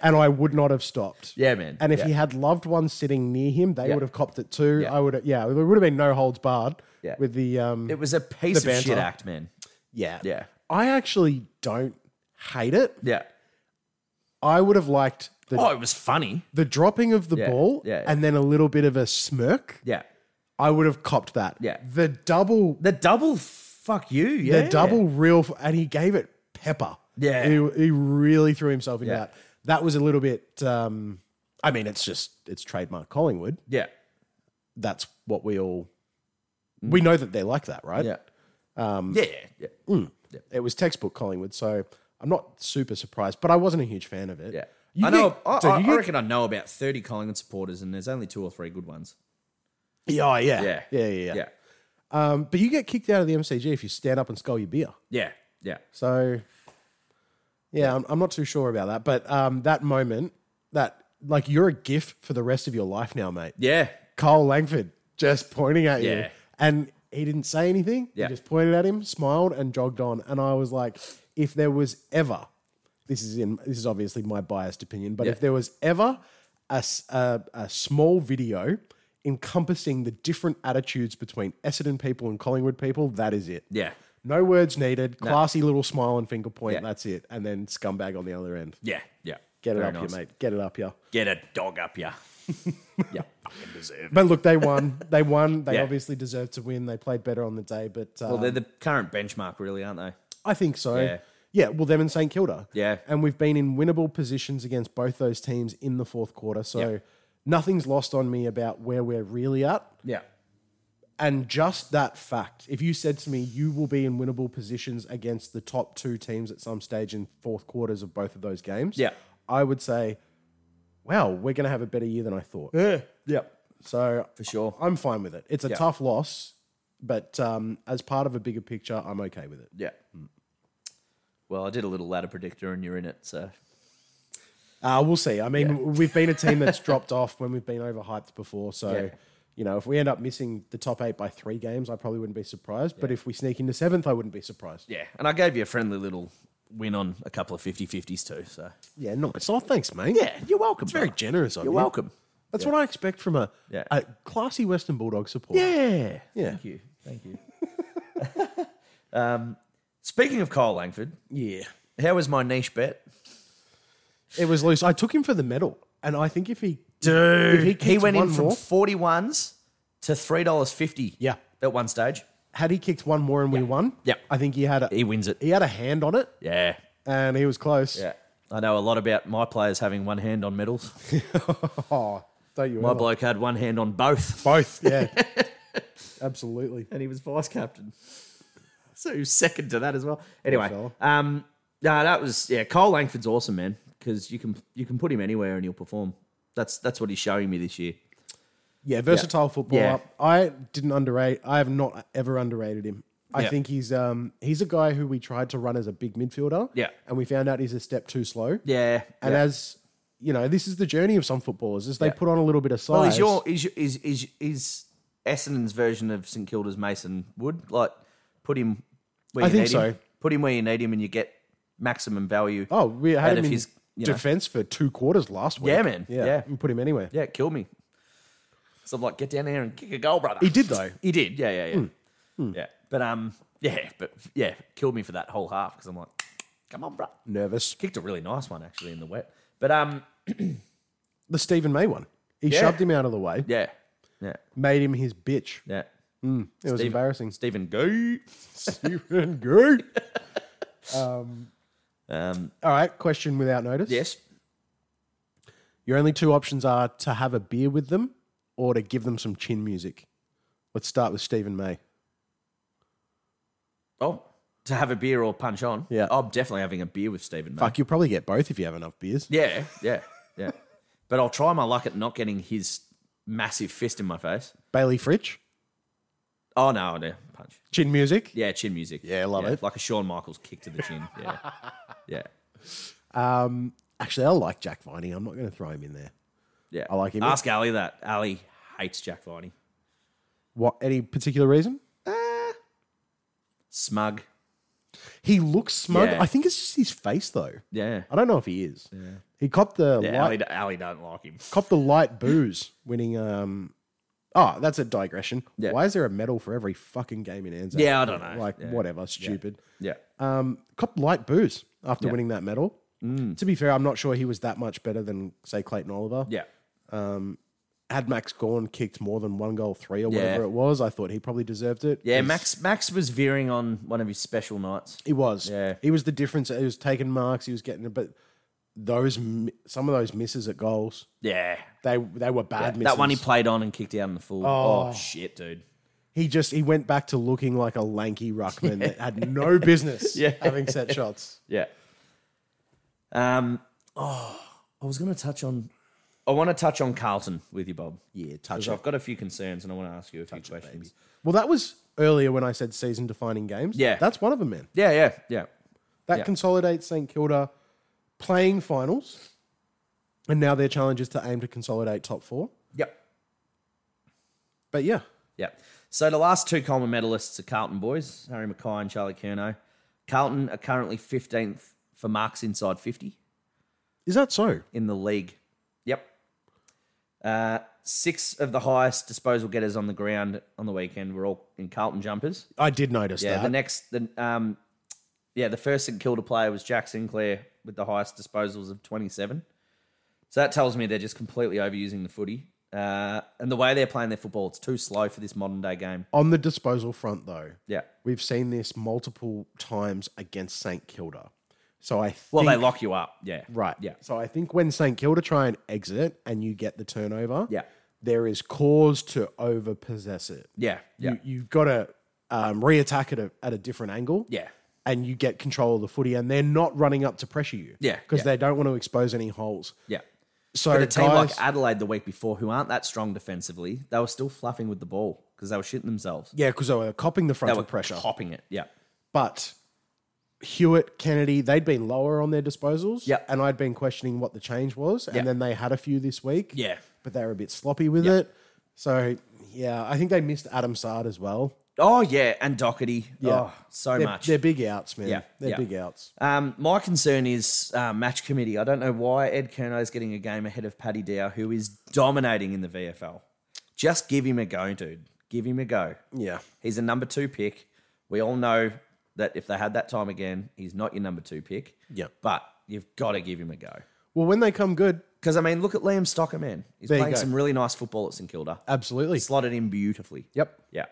Speaker 1: and I would not have stopped.
Speaker 2: Yeah, man.
Speaker 1: And if
Speaker 2: yeah.
Speaker 1: he had loved ones sitting near him, they
Speaker 2: Yeah.
Speaker 1: would have copped it too.
Speaker 2: Yeah.
Speaker 1: I would, yeah, there would have been no holds barred
Speaker 2: Yeah.
Speaker 1: with the, um,
Speaker 2: it was a piece
Speaker 1: The
Speaker 2: of shit
Speaker 1: banter.
Speaker 2: act, man.
Speaker 1: yeah,
Speaker 2: Yeah,
Speaker 1: I actually don't hate it.
Speaker 2: yeah.
Speaker 1: I would have liked the
Speaker 2: Oh, it was funny.
Speaker 1: the dropping of the
Speaker 2: Yeah,
Speaker 1: ball
Speaker 2: yeah, yeah.
Speaker 1: and then a little bit of a smirk.
Speaker 2: Yeah,
Speaker 1: I would have copped that.
Speaker 2: Yeah.
Speaker 1: the double,
Speaker 2: the double. Fuck you. Yeah,
Speaker 1: the double real, f- and he gave it pepper.
Speaker 2: Yeah.
Speaker 1: he, he really threw himself into
Speaker 2: Yeah.
Speaker 1: that. That was a little bit. um I mean, it's just it's trademark Collingwood.
Speaker 2: Yeah,
Speaker 1: That's what we all.
Speaker 2: Mm.
Speaker 1: We know that they're like that, right?
Speaker 2: yeah. Um, yeah, yeah,
Speaker 1: It was textbook Collingwood, so I'm not super surprised, but I wasn't a huge fan of it.
Speaker 2: yeah.
Speaker 1: You
Speaker 2: I know.
Speaker 1: get-
Speaker 2: I,
Speaker 1: dude,
Speaker 2: I,
Speaker 1: you
Speaker 2: I
Speaker 1: get-
Speaker 2: reckon I know about thirty Collingwood supporters, and there's only two or three good ones.
Speaker 1: yeah, oh, yeah,
Speaker 2: Yeah,
Speaker 1: yeah, yeah, yeah.
Speaker 2: yeah,
Speaker 1: Um, but you get kicked out of the MCG if you stand up and skull your beer.
Speaker 2: yeah, yeah.
Speaker 1: So, yeah, I'm, I'm not too sure about that. But um, that moment, that like you're a gif for the rest of your life now, mate.
Speaker 2: yeah.
Speaker 1: Cole Langford just pointing at you,
Speaker 2: Yeah.
Speaker 1: and he didn't say anything.
Speaker 2: Yeah.
Speaker 1: He just pointed at him, smiled, and jogged on. And I was like, if there was ever, this is in this is obviously my biased opinion, but
Speaker 2: Yeah.
Speaker 1: if there was ever a, s- a- a small video encompassing the different attitudes between Essendon people and Collingwood people, that is it.
Speaker 2: Yeah.
Speaker 1: No words needed. Classy little smile and finger point.
Speaker 2: Yeah.
Speaker 1: That's it. And then scumbag on the other end.
Speaker 2: Yeah, yeah.
Speaker 1: Get it
Speaker 2: Very
Speaker 1: up
Speaker 2: nice.
Speaker 1: here, mate. Get it up here.
Speaker 2: Get a dog up ya. yeah. Fucking deserve it.
Speaker 1: But look, they won. they won. They
Speaker 2: Yeah.
Speaker 1: obviously deserved to win. They played better on the day, but uh,
Speaker 2: Well, they're the current benchmark, really, aren't they?
Speaker 1: I think so.
Speaker 2: Yeah.
Speaker 1: Yeah. well, them and St Kilda.
Speaker 2: Yeah.
Speaker 1: And we've been in winnable positions against both those teams in the fourth quarter. So
Speaker 2: Yeah.
Speaker 1: nothing's lost on me about where we're really at.
Speaker 2: Yeah.
Speaker 1: And just that fact, if you said to me, you will be in winnable positions against the top two teams at some stage in fourth quarters of both of those games,
Speaker 2: Yeah.
Speaker 1: I would say, wow, we're going to have a better year than I thought.
Speaker 2: Yeah. Yeah.
Speaker 1: So
Speaker 2: For sure.
Speaker 1: I'm fine with it. It's a tough loss, but um, as part of a bigger picture, I'm okay with it.
Speaker 2: Yeah. Hmm. Well, I did a little ladder predictor and you're in it, so
Speaker 1: Uh, we'll see. I mean, we've been a team that's dropped off when we've been overhyped before. So,
Speaker 2: Yeah.
Speaker 1: you know, if we end up missing the top eight by three games, I probably wouldn't be surprised. But if we sneak into seventh, I wouldn't be surprised.
Speaker 2: yeah. And I gave you a friendly little win on a couple of 50-50s too, so
Speaker 1: Yeah, nice. Oh, thanks, mate.
Speaker 2: Yeah, you're welcome.
Speaker 1: It's very
Speaker 2: brother.
Speaker 1: generous of
Speaker 2: You're
Speaker 1: you.
Speaker 2: welcome.
Speaker 1: That's what I expect from a,
Speaker 2: Yeah.
Speaker 1: a classy Western Bulldog supporter.
Speaker 2: Yeah.
Speaker 1: Yeah.
Speaker 2: Thank you. Thank you. um, speaking of Kyle Langford,
Speaker 1: Yeah.
Speaker 2: how was my niche bet?
Speaker 1: It was loose. I took him for the medal. And I think if he.
Speaker 2: Dude,
Speaker 1: he
Speaker 2: he
Speaker 1: kicks
Speaker 2: went in
Speaker 1: one
Speaker 2: from
Speaker 1: more-
Speaker 2: forty ones to three dollars fifty.
Speaker 1: Yeah.
Speaker 2: at one stage,
Speaker 1: Had he kicked one more and we won,
Speaker 2: Yeah.
Speaker 1: I think he had a,
Speaker 2: he wins it.
Speaker 1: he had a hand on it
Speaker 2: Yeah,
Speaker 1: and he was close.
Speaker 2: yeah. I know a lot about my players having one hand on medals.
Speaker 1: Oh, don't you
Speaker 2: My
Speaker 1: ever.
Speaker 2: bloke had one hand on both,
Speaker 1: Both, yeah. Absolutely.
Speaker 2: and he was vice captain. So he was second to that as well. Anyway,
Speaker 1: fella.
Speaker 2: um, no, that was yeah. Cole Langford's awesome, man, because you can you can put him anywhere and he'll perform. That's that's what he's showing me this year.
Speaker 1: Yeah, versatile football.
Speaker 2: Yeah.
Speaker 1: Up. I didn't underrate. I have not ever underrated him. I
Speaker 2: Yeah.
Speaker 1: think he's um he's a guy who we tried to run as a big midfielder.
Speaker 2: Yeah.
Speaker 1: And we found out he's a step too slow.
Speaker 2: Yeah.
Speaker 1: And as you know, this is the journey of some footballers is they put on a little bit of size.
Speaker 2: Well, is your is your, is is is Essendon's version of St Kilda's Mason Wood like put him? Where
Speaker 1: I
Speaker 2: you
Speaker 1: think
Speaker 2: need Him,
Speaker 1: so.
Speaker 2: put him where you need him, and you get maximum value.
Speaker 1: oh, we had him
Speaker 2: out of
Speaker 1: in
Speaker 2: his, you know-
Speaker 1: defense for two quarters last week.
Speaker 2: Yeah, man. Yeah.
Speaker 1: and put him anywhere.
Speaker 2: yeah, kill me. So I'm like, get down there and kick a goal, brother.
Speaker 1: He did, though. Hmm.
Speaker 2: He did. Yeah, yeah, yeah, yeah. But um, yeah, but yeah, killed me for that whole half because I'm like, come on, bro.
Speaker 1: Nervous.
Speaker 2: Kicked a really nice one actually in the wet. But um,
Speaker 1: The Stephen May one. He
Speaker 2: Yeah.
Speaker 1: shoved him out of the way,
Speaker 2: yeah, yeah,
Speaker 1: made him his bitch.
Speaker 2: yeah.
Speaker 1: It was embarrassing.
Speaker 2: Stephen Goo.
Speaker 1: Stephen Gray.
Speaker 2: Um,
Speaker 1: All right, question without notice.
Speaker 2: yes.
Speaker 1: Your only two options are to have a beer with them or to give them some chin music. Let's start with Stephen May.
Speaker 2: Oh, to have a beer or punch on.
Speaker 1: Yeah.
Speaker 2: I'm definitely having a beer with Stephen. mate.
Speaker 1: Fuck, you'll probably get both if you have enough beers.
Speaker 2: Yeah, yeah, yeah. but I'll try my luck at not getting his massive fist in my face.
Speaker 1: Bailey Fritch,
Speaker 2: Oh no, no punch.
Speaker 1: chin music.
Speaker 2: Yeah, chin music. Yeah,
Speaker 1: I love it.
Speaker 2: Like a Shawn Michaels kick to the chin. Yeah, yeah,
Speaker 1: Um, actually, I like Jack Viney. I'm not going to throw him in there.
Speaker 2: yeah.
Speaker 1: I like him.
Speaker 2: Ask Ali that. Ali hates Jack Viney.
Speaker 1: What? Any particular reason?
Speaker 2: Smug.
Speaker 1: He looks smug.
Speaker 2: Yeah.
Speaker 1: I think it's just his face, though.
Speaker 2: Yeah.
Speaker 1: I don't know if he is. He copped the
Speaker 2: Yeah,
Speaker 1: light,
Speaker 2: Ali, Ali don't like him.
Speaker 1: copped the light booze winning. Um, oh, that's a digression.
Speaker 2: Yeah.
Speaker 1: Why is there a medal for every fucking game in Anzac?
Speaker 2: Yeah, I don't know.
Speaker 1: Like
Speaker 2: Yeah.
Speaker 1: whatever, stupid.
Speaker 2: Yeah.
Speaker 1: um, cop light booze after winning that medal. To be fair, I'm not sure he was that much better than say Clayton Oliver.
Speaker 2: Mm. Yeah.
Speaker 1: Had Max Gorn kicked more than one goal three or
Speaker 2: Yeah.
Speaker 1: whatever it was, I thought he probably deserved it.
Speaker 2: Yeah,
Speaker 1: 'cause
Speaker 2: Max Max was veering on one of his special nights.
Speaker 1: He was.
Speaker 2: Yeah.
Speaker 1: he was the difference. He was taking marks. He was getting, but those mi- some of those misses at goals,
Speaker 2: Yeah.
Speaker 1: they they were bad misses.
Speaker 2: That one he played on and kicked out in the full. Oh, shit, dude.
Speaker 1: he just he went back to looking like a lanky ruckman that had no business
Speaker 2: Yeah.
Speaker 1: having set shots.
Speaker 2: Yeah. Um. Oh, I was going to touch on. I want to touch on Carlton with you, Bob.
Speaker 1: Yeah,
Speaker 2: Because
Speaker 1: touch
Speaker 2: I've got a few concerns, and I want to ask you a few questions.
Speaker 1: Well, that was earlier when I said season defining games.
Speaker 2: Yeah.
Speaker 1: that's one of them, man.
Speaker 2: Yeah, yeah, yeah,
Speaker 1: That
Speaker 2: Yeah.
Speaker 1: consolidates St Kilda playing finals, and now their challenge is to aim to consolidate top four.
Speaker 2: yep,
Speaker 1: But yeah,
Speaker 2: yep. So the last two Coleman medalists are Carlton boys, Harry Mackay and Charlie Curnow. Carlton are currently fifteenth for marks inside fifty
Speaker 1: is that so?
Speaker 2: in the league. Yep. Uh, six of the highest disposal getters on the ground on the weekend were all in Carlton jumpers.
Speaker 1: I did notice
Speaker 2: Yeah, the
Speaker 1: that.
Speaker 2: next, the um, yeah, the first St Kilda player was Jack Sinclair with the highest disposals of twenty-seven. So that tells me they're just completely overusing the footy, uh, and the way they're playing their football, it's too slow for this modern day game.
Speaker 1: On the disposal front, though,
Speaker 2: Yeah,
Speaker 1: we've seen this multiple times against St Kilda. So I think,
Speaker 2: well, they lock you up. Yeah,
Speaker 1: right,
Speaker 2: Yeah,
Speaker 1: So I think when St Kilda try and exit and you get the turnover,
Speaker 2: Yeah.
Speaker 1: there is cause to over possess it.
Speaker 2: yeah, yeah,
Speaker 1: You, you've got to um, reattack it at a, at a different angle.
Speaker 2: yeah,
Speaker 1: and you get control of the footy, and they're not running up to pressure you.
Speaker 2: Yeah,
Speaker 1: because
Speaker 2: yeah.
Speaker 1: they don't want to expose any holes.
Speaker 2: yeah.
Speaker 1: So
Speaker 2: But a
Speaker 1: guys,
Speaker 2: team like Adelaide the week before, who aren't that strong defensively, they were still fluffing with the ball because they were shitting themselves.
Speaker 1: yeah, because they were copping the
Speaker 2: they
Speaker 1: frontal
Speaker 2: were
Speaker 1: pressure,
Speaker 2: hopping it. Yeah,
Speaker 1: but Hewitt, Kennedy, they'd been lower on their disposals.
Speaker 2: Yep.
Speaker 1: and I'd been questioning what the change was, and
Speaker 2: Yep.
Speaker 1: then they had a few this week.
Speaker 2: yeah.
Speaker 1: but they were a bit sloppy with it. So yeah, I think they missed Adam Sard as well.
Speaker 2: Oh yeah, and Doherty. Yeah, oh, so
Speaker 1: They're,
Speaker 2: much.
Speaker 1: they're big outs, man.
Speaker 2: Yeah,
Speaker 1: they're
Speaker 2: yeah.
Speaker 1: big outs.
Speaker 2: Um, my concern is uh, match committee. I don't know why Ed Kerno is getting a game ahead of Paddy Dow, who is dominating in the VFL. Just give him a go, dude. Give him a go.
Speaker 1: Yeah,
Speaker 2: He's a number two pick. We all know that if they had that time again, he's not your number two pick.
Speaker 1: Yep.
Speaker 2: But you've got to give him a go.
Speaker 1: well, when they come good,
Speaker 2: Because, I mean, look at Liam Stocker, man. He's
Speaker 1: There you
Speaker 2: playing
Speaker 1: go.
Speaker 2: some really nice football at St Kilda.
Speaker 1: absolutely.
Speaker 2: Slotted in beautifully.
Speaker 1: Yep.
Speaker 2: Yeah.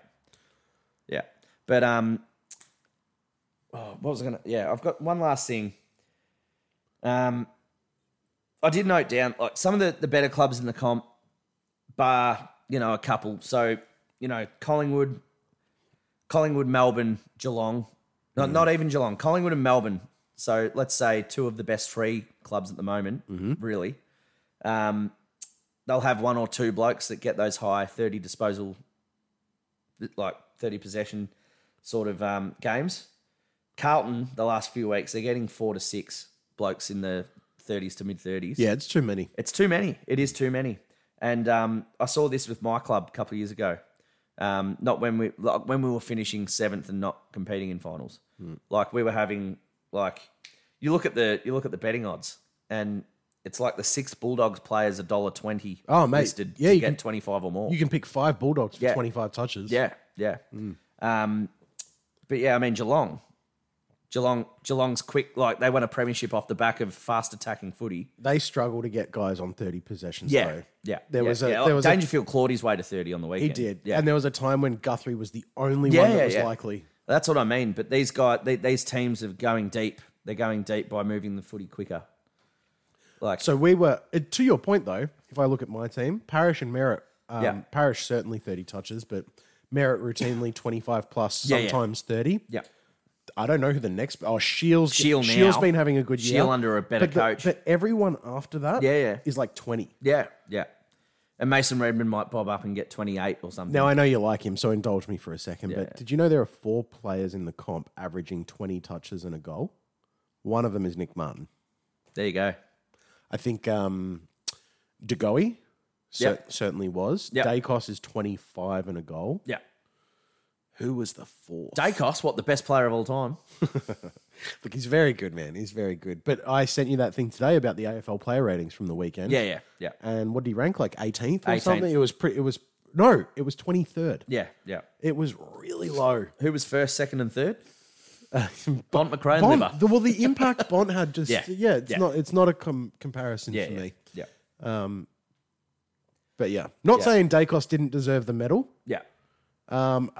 Speaker 2: Yeah. But um oh, what was I gonna yeah, I've got one last thing. Um I did note down like some of the, the better clubs in the comp, bar, you know, a couple. So, you know, Collingwood, Collingwood, Melbourne, Geelong. Not not even Geelong, Collingwood and Melbourne. So let's say two of the best three clubs at the moment, really. Um, they'll have one or two blokes that get those high 30 disposal like 30 possession sort of um, games. Carlton, the last few weeks, they're getting four to six blokes in the 30s to mid 30s.
Speaker 1: Yeah, it's too many.
Speaker 2: It's too many. It is too many. And um, I saw this with my club a couple of years ago. Um, not when we like when we were finishing seventh and not competing in finals.
Speaker 1: Hmm.
Speaker 2: Like we were having like you look at the you look at the betting odds and it's like the six Bulldogs players a dollar twenty
Speaker 1: Oh, mate.
Speaker 2: listed
Speaker 1: Yeah,
Speaker 2: to
Speaker 1: you
Speaker 2: get
Speaker 1: can-
Speaker 2: twenty five or more.
Speaker 1: You Hmm. can pick five Bulldogs for
Speaker 2: Yeah.
Speaker 1: 25 touches.
Speaker 2: Yeah, yeah. Um, but yeah, I mean Geelong, Geelong, Geelong's quick. Like they won a premiership off the back of fast attacking footy.
Speaker 1: They struggle to get guys on 30 possessions,
Speaker 2: Yeah,
Speaker 1: though.
Speaker 2: yeah.
Speaker 1: There
Speaker 2: yeah,
Speaker 1: was a-
Speaker 2: yeah.
Speaker 1: there was a-
Speaker 2: Dangerfield clawed his way to thirty on the weekend.
Speaker 1: He did.
Speaker 2: Yeah,
Speaker 1: And there was a time when Guthrie was the only
Speaker 2: Yeah,
Speaker 1: one that
Speaker 2: yeah,
Speaker 1: was
Speaker 2: yeah.
Speaker 1: likely.
Speaker 2: that's what I mean. But these guys, they, these teams are going deep. They're going deep by moving the footy quicker. Like
Speaker 1: So we were, uh, to your point though, if I look at my team, Parish and Merritt, um,
Speaker 2: Yeah.
Speaker 1: Parish certainly 30 touches, but Merritt routinely 25 plus,
Speaker 2: Yeah, yeah.
Speaker 1: sometimes 30.
Speaker 2: yeah,
Speaker 1: I don't know who the next, oh, Shields.
Speaker 2: Shield now.
Speaker 1: Shield's been having a good year.
Speaker 2: Shield under a better
Speaker 1: but the-
Speaker 2: coach.
Speaker 1: but everyone after that
Speaker 2: Yeah, yeah.
Speaker 1: is like 20.
Speaker 2: yeah, yeah. And Mason Redmond might bob up and get twenty eight or something.
Speaker 1: Now I know you like him, so indulge me for a second,
Speaker 2: Yeah.
Speaker 1: but did you know there are four players in the comp averaging 20 touches and a goal? One of them is Nick Martin.
Speaker 2: There you go.
Speaker 1: I think um, Degoe cer-
Speaker 2: Yep.
Speaker 1: certainly was.
Speaker 2: Yep.
Speaker 1: Dacos is 25 and a goal.
Speaker 2: Yeah.
Speaker 1: Who was the fourth?
Speaker 2: Dacos, what the best player of all time?
Speaker 1: Look, he's very good, man. He's very good. But I sent you that thing today about the AFL player ratings from the weekend.
Speaker 2: Yeah, yeah, yeah,
Speaker 1: And what did he rank? Like 18th or
Speaker 2: 18th.
Speaker 1: something? It was pretty. It was no. It was 23rd.
Speaker 2: yeah, yeah.
Speaker 1: It was really low.
Speaker 2: Who was first, second, and third? Bont McRae and Liver.
Speaker 1: Bond, the, well, the impact Bond had just
Speaker 2: Yeah,
Speaker 1: yeah. it's
Speaker 2: yeah.
Speaker 1: not. It's not a com- comparison for me.
Speaker 2: yeah,
Speaker 1: But yeah, not saying Dacos didn't deserve the medal.
Speaker 2: yeah,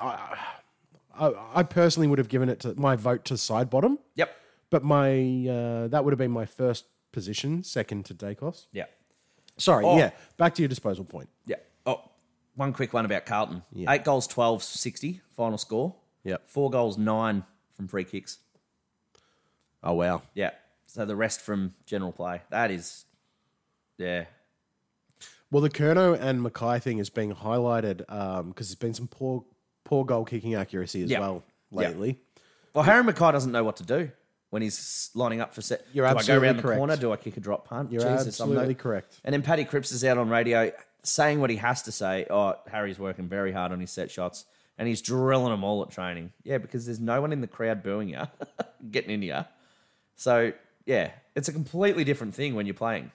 Speaker 1: I, I personally would have given it to my vote to side bottom,
Speaker 2: yep,
Speaker 1: but my uh, that would have been my first position, second to Dacos.
Speaker 2: yeah,
Speaker 1: Sorry,
Speaker 2: Oh.
Speaker 1: yeah. Back to your disposal point.
Speaker 2: yeah. Oh, one quick one about Carlton. Eight goals, 12, 60, final score.
Speaker 1: Yep.
Speaker 2: Four goals, nine from free kicks.
Speaker 1: Oh wow.
Speaker 2: Yeah. So the rest from general play. That is, yeah,
Speaker 1: Well, the Kerno and Mackay thing is being highlighted because there's been some poor poor goal kicking accuracy as
Speaker 2: Yeah.
Speaker 1: well
Speaker 2: Yeah.
Speaker 1: lately.
Speaker 2: Well, Harry Mackay doesn't know what to do when he's lining up for set.
Speaker 1: You're
Speaker 2: do
Speaker 1: absolutely
Speaker 2: I go around
Speaker 1: correct.
Speaker 2: the corner? Do I kick a drop punt?
Speaker 1: You're
Speaker 2: I'm no-
Speaker 1: absolutely correct.
Speaker 2: And then Paddy Cripps is out on radio saying what he has to say. Oh, Harry's working very hard on his set shots and he's drilling them all at training. Yeah, because there's no one in the crowd booing you, getting in you. So, yeah, it's a completely different thing when you're playing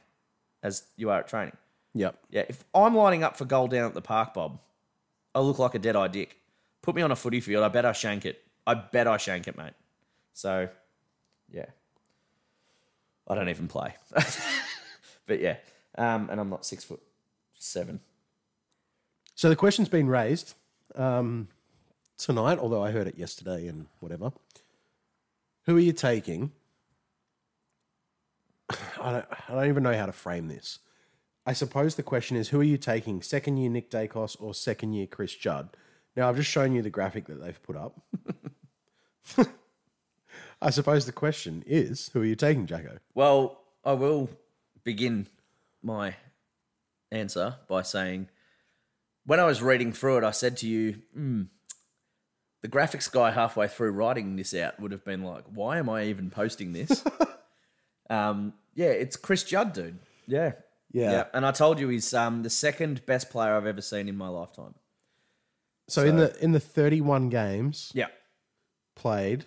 Speaker 2: as you are at training.
Speaker 1: Yep.
Speaker 2: Yeah, if I'm lining up for goal down at the park, Bob, I look like a dead eye dick. Put me on a footy field, I bet I shank it. I bet I shank it, mate. So, yeah. I don't even play. but yeah. Um, and I'm not six foot seven.
Speaker 1: So the question's been raised um, tonight, although I heard it yesterday and whatever. Who are you taking? I don't, I don't even know how to frame this. I suppose the question is who are you taking, second year Nick Dacos or second year Chris Judd? Now, I've just shown you the graphic that they've put up. I suppose the question is who are you taking, Jacko?
Speaker 2: Well, I will begin my answer by saying when I was reading through it, I said to you, hmm, the graphics guy halfway through writing this out would have been like, why am I even posting this? um, yeah, it's Chris Judd, dude. Yeah.
Speaker 1: Yeah.
Speaker 2: And I told you he's um, the second best player I've ever seen in my lifetime.
Speaker 1: So, in the in the 31 games
Speaker 2: Yeah.
Speaker 1: played,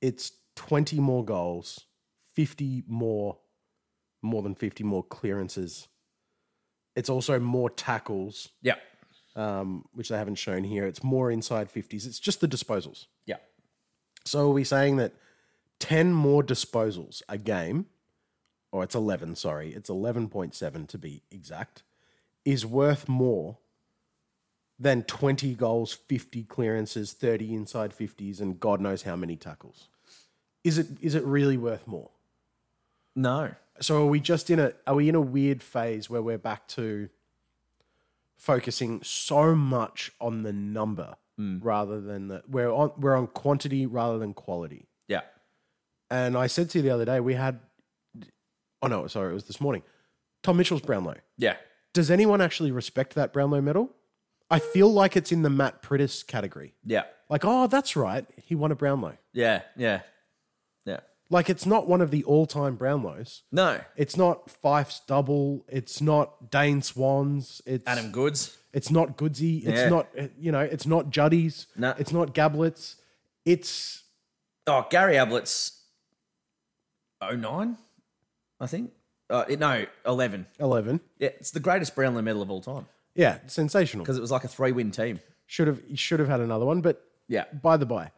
Speaker 1: it's 20 more goals, 50 more, more than 50 more clearances. It's also more tackles,
Speaker 2: Yeah.
Speaker 1: um, which they haven't shown here. It's more inside 50s. It's just the disposals.
Speaker 2: Yeah.
Speaker 1: So are we saying that 10 more disposals a game, or it's 11, sorry, it's 11.7 to be exact, is worth more than 20 goals, 50 clearances, 30 inside 50s, and God knows how many tackles? Is it, is it really worth more?
Speaker 2: No.
Speaker 1: So are we just in a are we in a weird phase where we're back to focusing so much on the number rather than the we're on we're on quantity rather than quality.
Speaker 2: Yeah.
Speaker 1: And I said to you the other day, we had, oh no, sorry, it was this morning, Tom Mitchell's Brownlow.
Speaker 2: Yeah.
Speaker 1: Does anyone actually respect that Brownlow medal? I feel like it's in the Matt Prittis category.
Speaker 2: Yeah.
Speaker 1: Like, oh, that's right. He won a Brownlow.
Speaker 2: Yeah. Yeah. Yeah.
Speaker 1: Like, it's not one of the all time Brownlows.
Speaker 2: No.
Speaker 1: It's not Fife's double. It's not Dane Swan's. It's
Speaker 2: Adam Goods.
Speaker 1: It's not Goodsy. It's
Speaker 2: Yeah.
Speaker 1: not uh, you know. It's not Juddy's.
Speaker 2: No.
Speaker 1: It's not Gablett's. It's
Speaker 2: Oh, Gary Ablett's 09, I think. Uh, it- no, 11.
Speaker 1: eleven.
Speaker 2: Yeah, it's the greatest Brownlow medal of all time
Speaker 1: Yeah, sensational.
Speaker 2: because it was like a three win team.
Speaker 1: Should have should have had another one, but
Speaker 2: Yeah.
Speaker 1: by the by,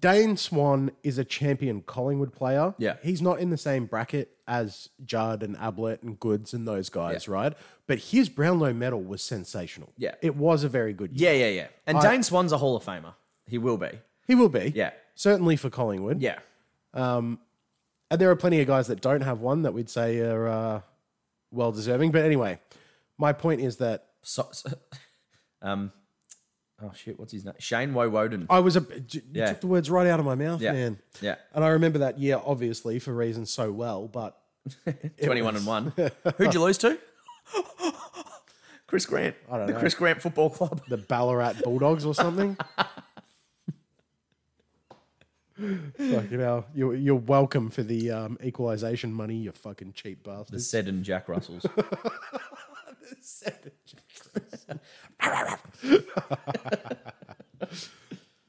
Speaker 1: Dane Swan is a champion Collingwood player.
Speaker 2: Yeah.
Speaker 1: He's not in the same bracket as Judd and Ablett and Goods and those guys, right? But his Brownlow medal was sensational.
Speaker 2: Yeah.
Speaker 1: It was a very good year.
Speaker 2: Yeah, yeah, yeah. And Dane Swan's a Hall of Famer. He will be.
Speaker 1: He will be.
Speaker 2: Yeah.
Speaker 1: Certainly for Collingwood.
Speaker 2: Yeah.
Speaker 1: And there are plenty of guys that don't have one that we'd say are uh, well deserving. But anyway, my point is that
Speaker 2: So, so- um, oh, shit. What's his name? Shane Woden.
Speaker 1: I was a j- you
Speaker 2: Yeah.
Speaker 1: took the words right out of my mouth,
Speaker 2: Yeah.
Speaker 1: Oh, man.
Speaker 2: Yeah.
Speaker 1: And I remember that year, obviously, for reasons so well, but
Speaker 2: 21 and 1. Who'd you lose to? Chris Grant. I
Speaker 1: don't
Speaker 2: the
Speaker 1: know.
Speaker 2: Chris Grant Football Club.
Speaker 1: the Ballarat Bulldogs or something. fucking hell. You're, you're welcome for the um, equalisation money, you fucking cheap bastard.
Speaker 2: Said and Jack Russells.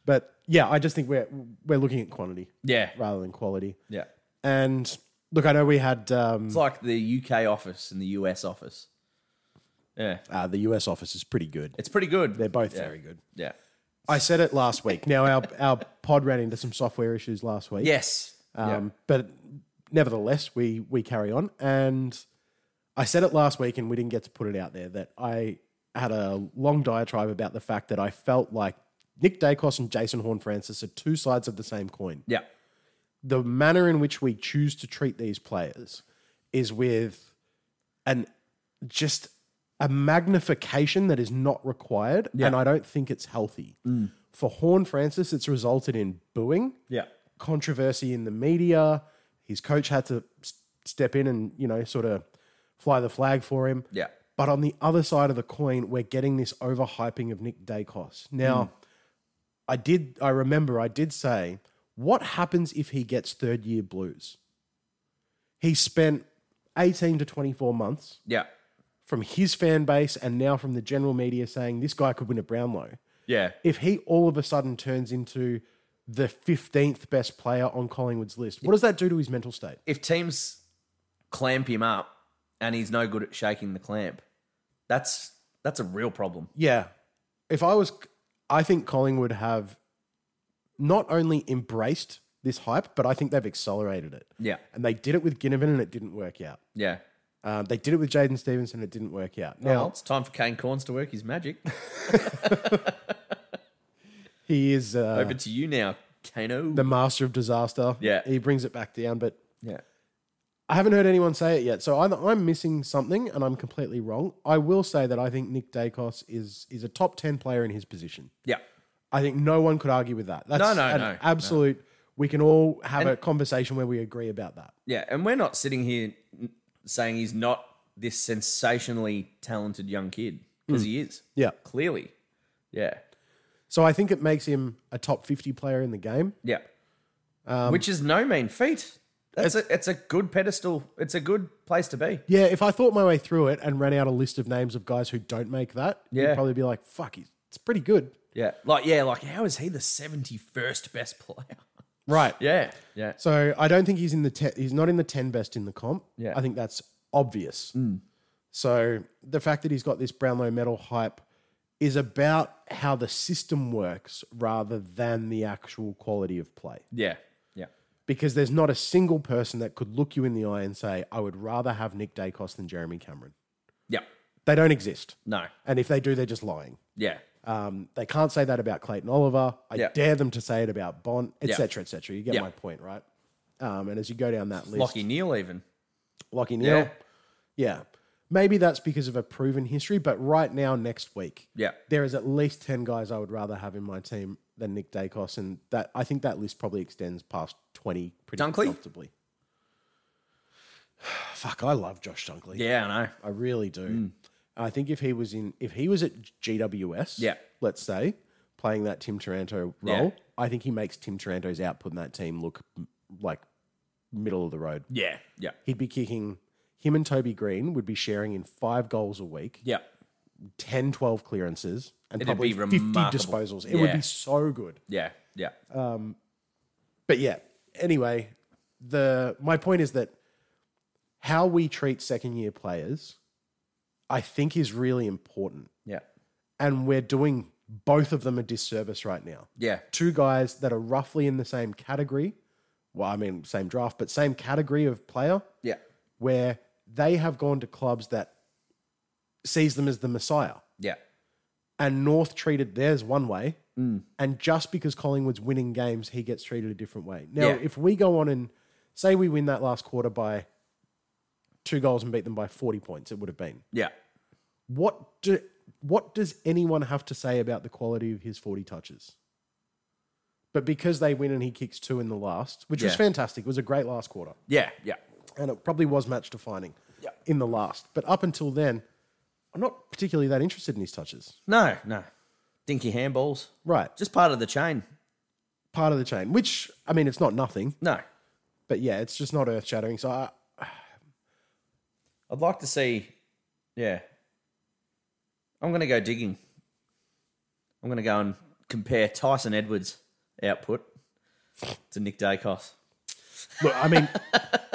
Speaker 1: But yeah, I just think we're, we're looking at quantity
Speaker 2: Yeah.
Speaker 1: rather than quality.
Speaker 2: Yeah.
Speaker 1: And look, I know we had um,
Speaker 2: It's like the UK office and the US office. Yeah.
Speaker 1: uh, the US office is pretty good.
Speaker 2: It's pretty good.
Speaker 1: They're both
Speaker 2: Yeah.
Speaker 1: very good.
Speaker 2: Yeah.
Speaker 1: I said it last week. Now our our pod ran into some software issues last week.
Speaker 2: Yes.
Speaker 1: Um, But nevertheless, we we carry on. And I said it last week, and we didn't get to put it out there that I had a long diatribe about the fact that I felt like Nick Dacos and Jason Horn Francis are two sides of the same coin.
Speaker 2: yeah.
Speaker 1: The manner in which we choose to treat these players is with an just a magnification that is not required, and I don't think it's healthy. For Horn Francis, it's resulted in booing
Speaker 2: Yeah.
Speaker 1: controversy in the media. His coach had to s- step in and, you know, sort of fly the flag for him.
Speaker 2: Yeah.
Speaker 1: But on the other side of the coin, we're getting this overhyping of Nick Dacos. Now, I did, I remember I did say, what happens if he gets third year blues? He spent 18 to 24 months
Speaker 2: Yeah.
Speaker 1: from his fan base and now from the general media saying this guy could win a Brownlow
Speaker 2: Yeah.
Speaker 1: if he all of a sudden turns into the 15th best player on Collingwood's list, what does that do to his mental state?
Speaker 2: If teams clamp him up and he's no good at shaking the clamp, that's that's a real problem.
Speaker 1: Yeah. If I was, I think Collingwood have not only embraced this hype, but I think they've accelerated it.
Speaker 2: Yeah.
Speaker 1: And they did it with Ginnivan and it didn't work out.
Speaker 2: Yeah.
Speaker 1: Um, they did it with Jaden Stevenson, it didn't work out. Now,
Speaker 2: Well, it's time for Kane Corns to work his magic.
Speaker 1: he is uh,
Speaker 2: Over to you now, Kano.
Speaker 1: the master of disaster.
Speaker 2: Yeah.
Speaker 1: He brings it back down, but
Speaker 2: yeah.
Speaker 1: I haven't heard anyone say it yet, so either I'm missing something and I'm completely wrong. I will say that I think Nick Dacos is is a top ten player in his position.
Speaker 2: Yeah.
Speaker 1: I think no one could argue with that. That's
Speaker 2: No, no,
Speaker 1: an
Speaker 2: no, no.
Speaker 1: absolute. We can all have a conversation where we agree about that.
Speaker 2: Yeah. And we're not sitting here n- saying he's not this sensationally talented young kid because
Speaker 1: Hmm.
Speaker 2: he is.
Speaker 1: Yeah.
Speaker 2: Clearly. Yeah.
Speaker 1: So I think it makes him a top fifty player in the game.
Speaker 2: Yeah. Which is no mean feat. That's a, Um, it's a good pedestal. It's a good place to be.
Speaker 1: Yeah, if I thought my way through it and ran out a list of names of guys who don't make that,
Speaker 2: Yeah.
Speaker 1: you'd probably be like, "Fuck, he's, it's pretty good."
Speaker 2: Yeah. Like, yeah, like, how is he the 71st best player?
Speaker 1: Right.
Speaker 2: Yeah. Yeah.
Speaker 1: So I don't think he's in the te- he's not in the ten best in the comp.
Speaker 2: Yeah. Mm.
Speaker 1: I think that's obvious. So the fact that he's got this Brownlow medal hype is about how the system works rather than the actual quality of play.
Speaker 2: Yeah. Yeah.
Speaker 1: Because there's not a single person that could look you in the eye and say, "I would rather have Nick Dacos than Jeremy Cameron."
Speaker 2: Yeah.
Speaker 1: They don't exist,
Speaker 2: No.
Speaker 1: and if they do, they're just lying.
Speaker 2: Yeah.
Speaker 1: Um, they can't say that about Clayton Oliver. I
Speaker 2: Yeah.
Speaker 1: dare them to say it about Bond,
Speaker 2: Yeah.
Speaker 1: etc., cetera, etc. You get
Speaker 2: Yeah.
Speaker 1: my point, right? Um, and as you go down that list,
Speaker 2: Lockie Neal, even.
Speaker 1: Lockie Neal.
Speaker 2: Yeah.
Speaker 1: Yeah. Maybe that's because of a proven history, but right now, next week,
Speaker 2: Yeah.
Speaker 1: there is at least 10 guys I would rather have in my team than Nick Dacos. And that I think that list probably extends past 20 pretty
Speaker 2: Dunkley?
Speaker 1: comfortably. Fuck, I love Josh Dunkley.
Speaker 2: Yeah, Mm. I know.
Speaker 1: I really do. I think if he was in, if he was at GWS,
Speaker 2: Yeah.
Speaker 1: let's say playing that Tim Taranto
Speaker 2: Yeah.
Speaker 1: role, I think he makes Tim Taranto's output in that team look m- like middle of the road.
Speaker 2: Yeah. Yeah.
Speaker 1: He'd be kicking. Him and Toby Green would be sharing in five goals a week,
Speaker 2: Yeah.
Speaker 1: 10, 12 clearances, and
Speaker 2: It'd
Speaker 1: probably
Speaker 2: be
Speaker 1: 50
Speaker 2: remarkable.
Speaker 1: disposals. It would
Speaker 2: Yeah.
Speaker 1: be so good.
Speaker 2: Yeah. Yeah.
Speaker 1: But yeah, anyway, the my point is that how we treat second year players, I think, is really important.
Speaker 2: Yeah.
Speaker 1: and we're doing both of them a disservice right now.
Speaker 2: Yeah.
Speaker 1: Two guys that are roughly in the same category. Well, I mean, same draft, but same category of player
Speaker 2: Yeah.
Speaker 1: where they have gone to clubs that sees them as the messiah.
Speaker 2: Yeah.
Speaker 1: And North treated theirs one way.
Speaker 2: Mm.
Speaker 1: And just because Collingwood's winning games, he gets treated a different way. Now,
Speaker 2: Yeah.
Speaker 1: if we go on and say we win that last quarter by two goals and beat them by 40 points, it would have been
Speaker 2: Yeah.
Speaker 1: what do what does anyone have to say about the quality of his 40 touches? But because they win and he kicks two in the last, which was
Speaker 2: Yeah.
Speaker 1: fantastic, it was a great last quarter.
Speaker 2: Yeah. Yeah.
Speaker 1: And it probably was match defining in the last. But up until then, I'm not particularly that interested in his touches.
Speaker 2: No. No. Dinky handballs.
Speaker 1: Right.
Speaker 2: Just part of the chain.
Speaker 1: Part of the chain, which, I mean, it's not nothing,
Speaker 2: No.
Speaker 1: but yeah, it's just not earth shattering. So uh, I,
Speaker 2: I'd like to see. Yeah. I'm going to go digging. I'm going to go and compare Tyson Edwards' output to Nick Dacos.
Speaker 1: look, I mean,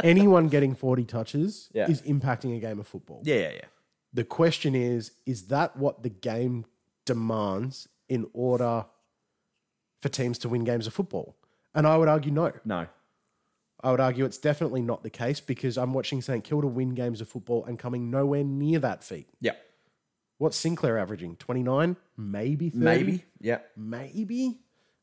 Speaker 1: anyone getting 40 touches
Speaker 2: Yeah.
Speaker 1: is impacting a game of football.
Speaker 2: Yeah. Yeah. Yeah.
Speaker 1: The question is, is that what the game demands in order for teams to win games of football? And I would argue no.
Speaker 2: No.
Speaker 1: I would argue it's definitely not the case because I'm watching St Kilda win games of football and coming nowhere near that feat.
Speaker 2: Yeah.
Speaker 1: What's Sinclair averaging? 29, maybe 30,
Speaker 2: Maybe. Yeah.
Speaker 1: maybe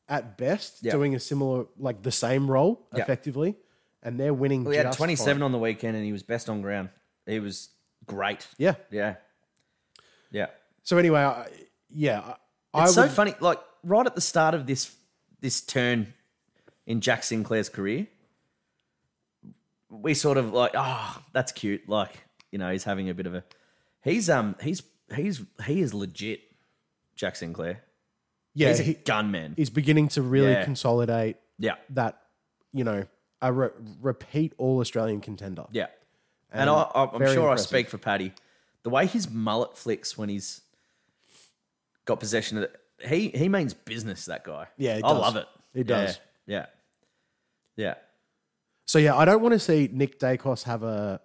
Speaker 1: at best,
Speaker 2: Yeah.
Speaker 1: doing a similar, like the same role
Speaker 2: Yeah.
Speaker 1: effectively. And they're winning.
Speaker 2: We had
Speaker 1: just
Speaker 2: 27
Speaker 1: fine.
Speaker 2: on the weekend, and he was best on ground. He was great.
Speaker 1: Yeah.
Speaker 2: Yeah. Yeah.
Speaker 1: So anyway, I, yeah, I- I
Speaker 2: It's so
Speaker 1: would-
Speaker 2: funny. Like right at the start of this this turn in Jack Sinclair's career, we sort of like, oh, that's cute. Like, you know, he's having a bit of a he's um he's he's he is legit Jack Sinclair.
Speaker 1: yeah,
Speaker 2: he's a
Speaker 1: he-
Speaker 2: gunman.
Speaker 1: he's beginning to really
Speaker 2: Yeah.
Speaker 1: consolidate
Speaker 2: Yeah.
Speaker 1: that you know a re- repeat all Australian contender.
Speaker 2: Yeah. And, I, I- I'm
Speaker 1: very
Speaker 2: sure
Speaker 1: impressive.
Speaker 2: I speak for Paddy. The way his mullet flicks when he's got possession of it, he, he means business, that guy.
Speaker 1: Yeah, he
Speaker 2: I
Speaker 1: does.
Speaker 2: love it.
Speaker 1: He does.
Speaker 2: Yeah. Yeah.
Speaker 1: So yeah, I don't want to see Nick Dacos have a.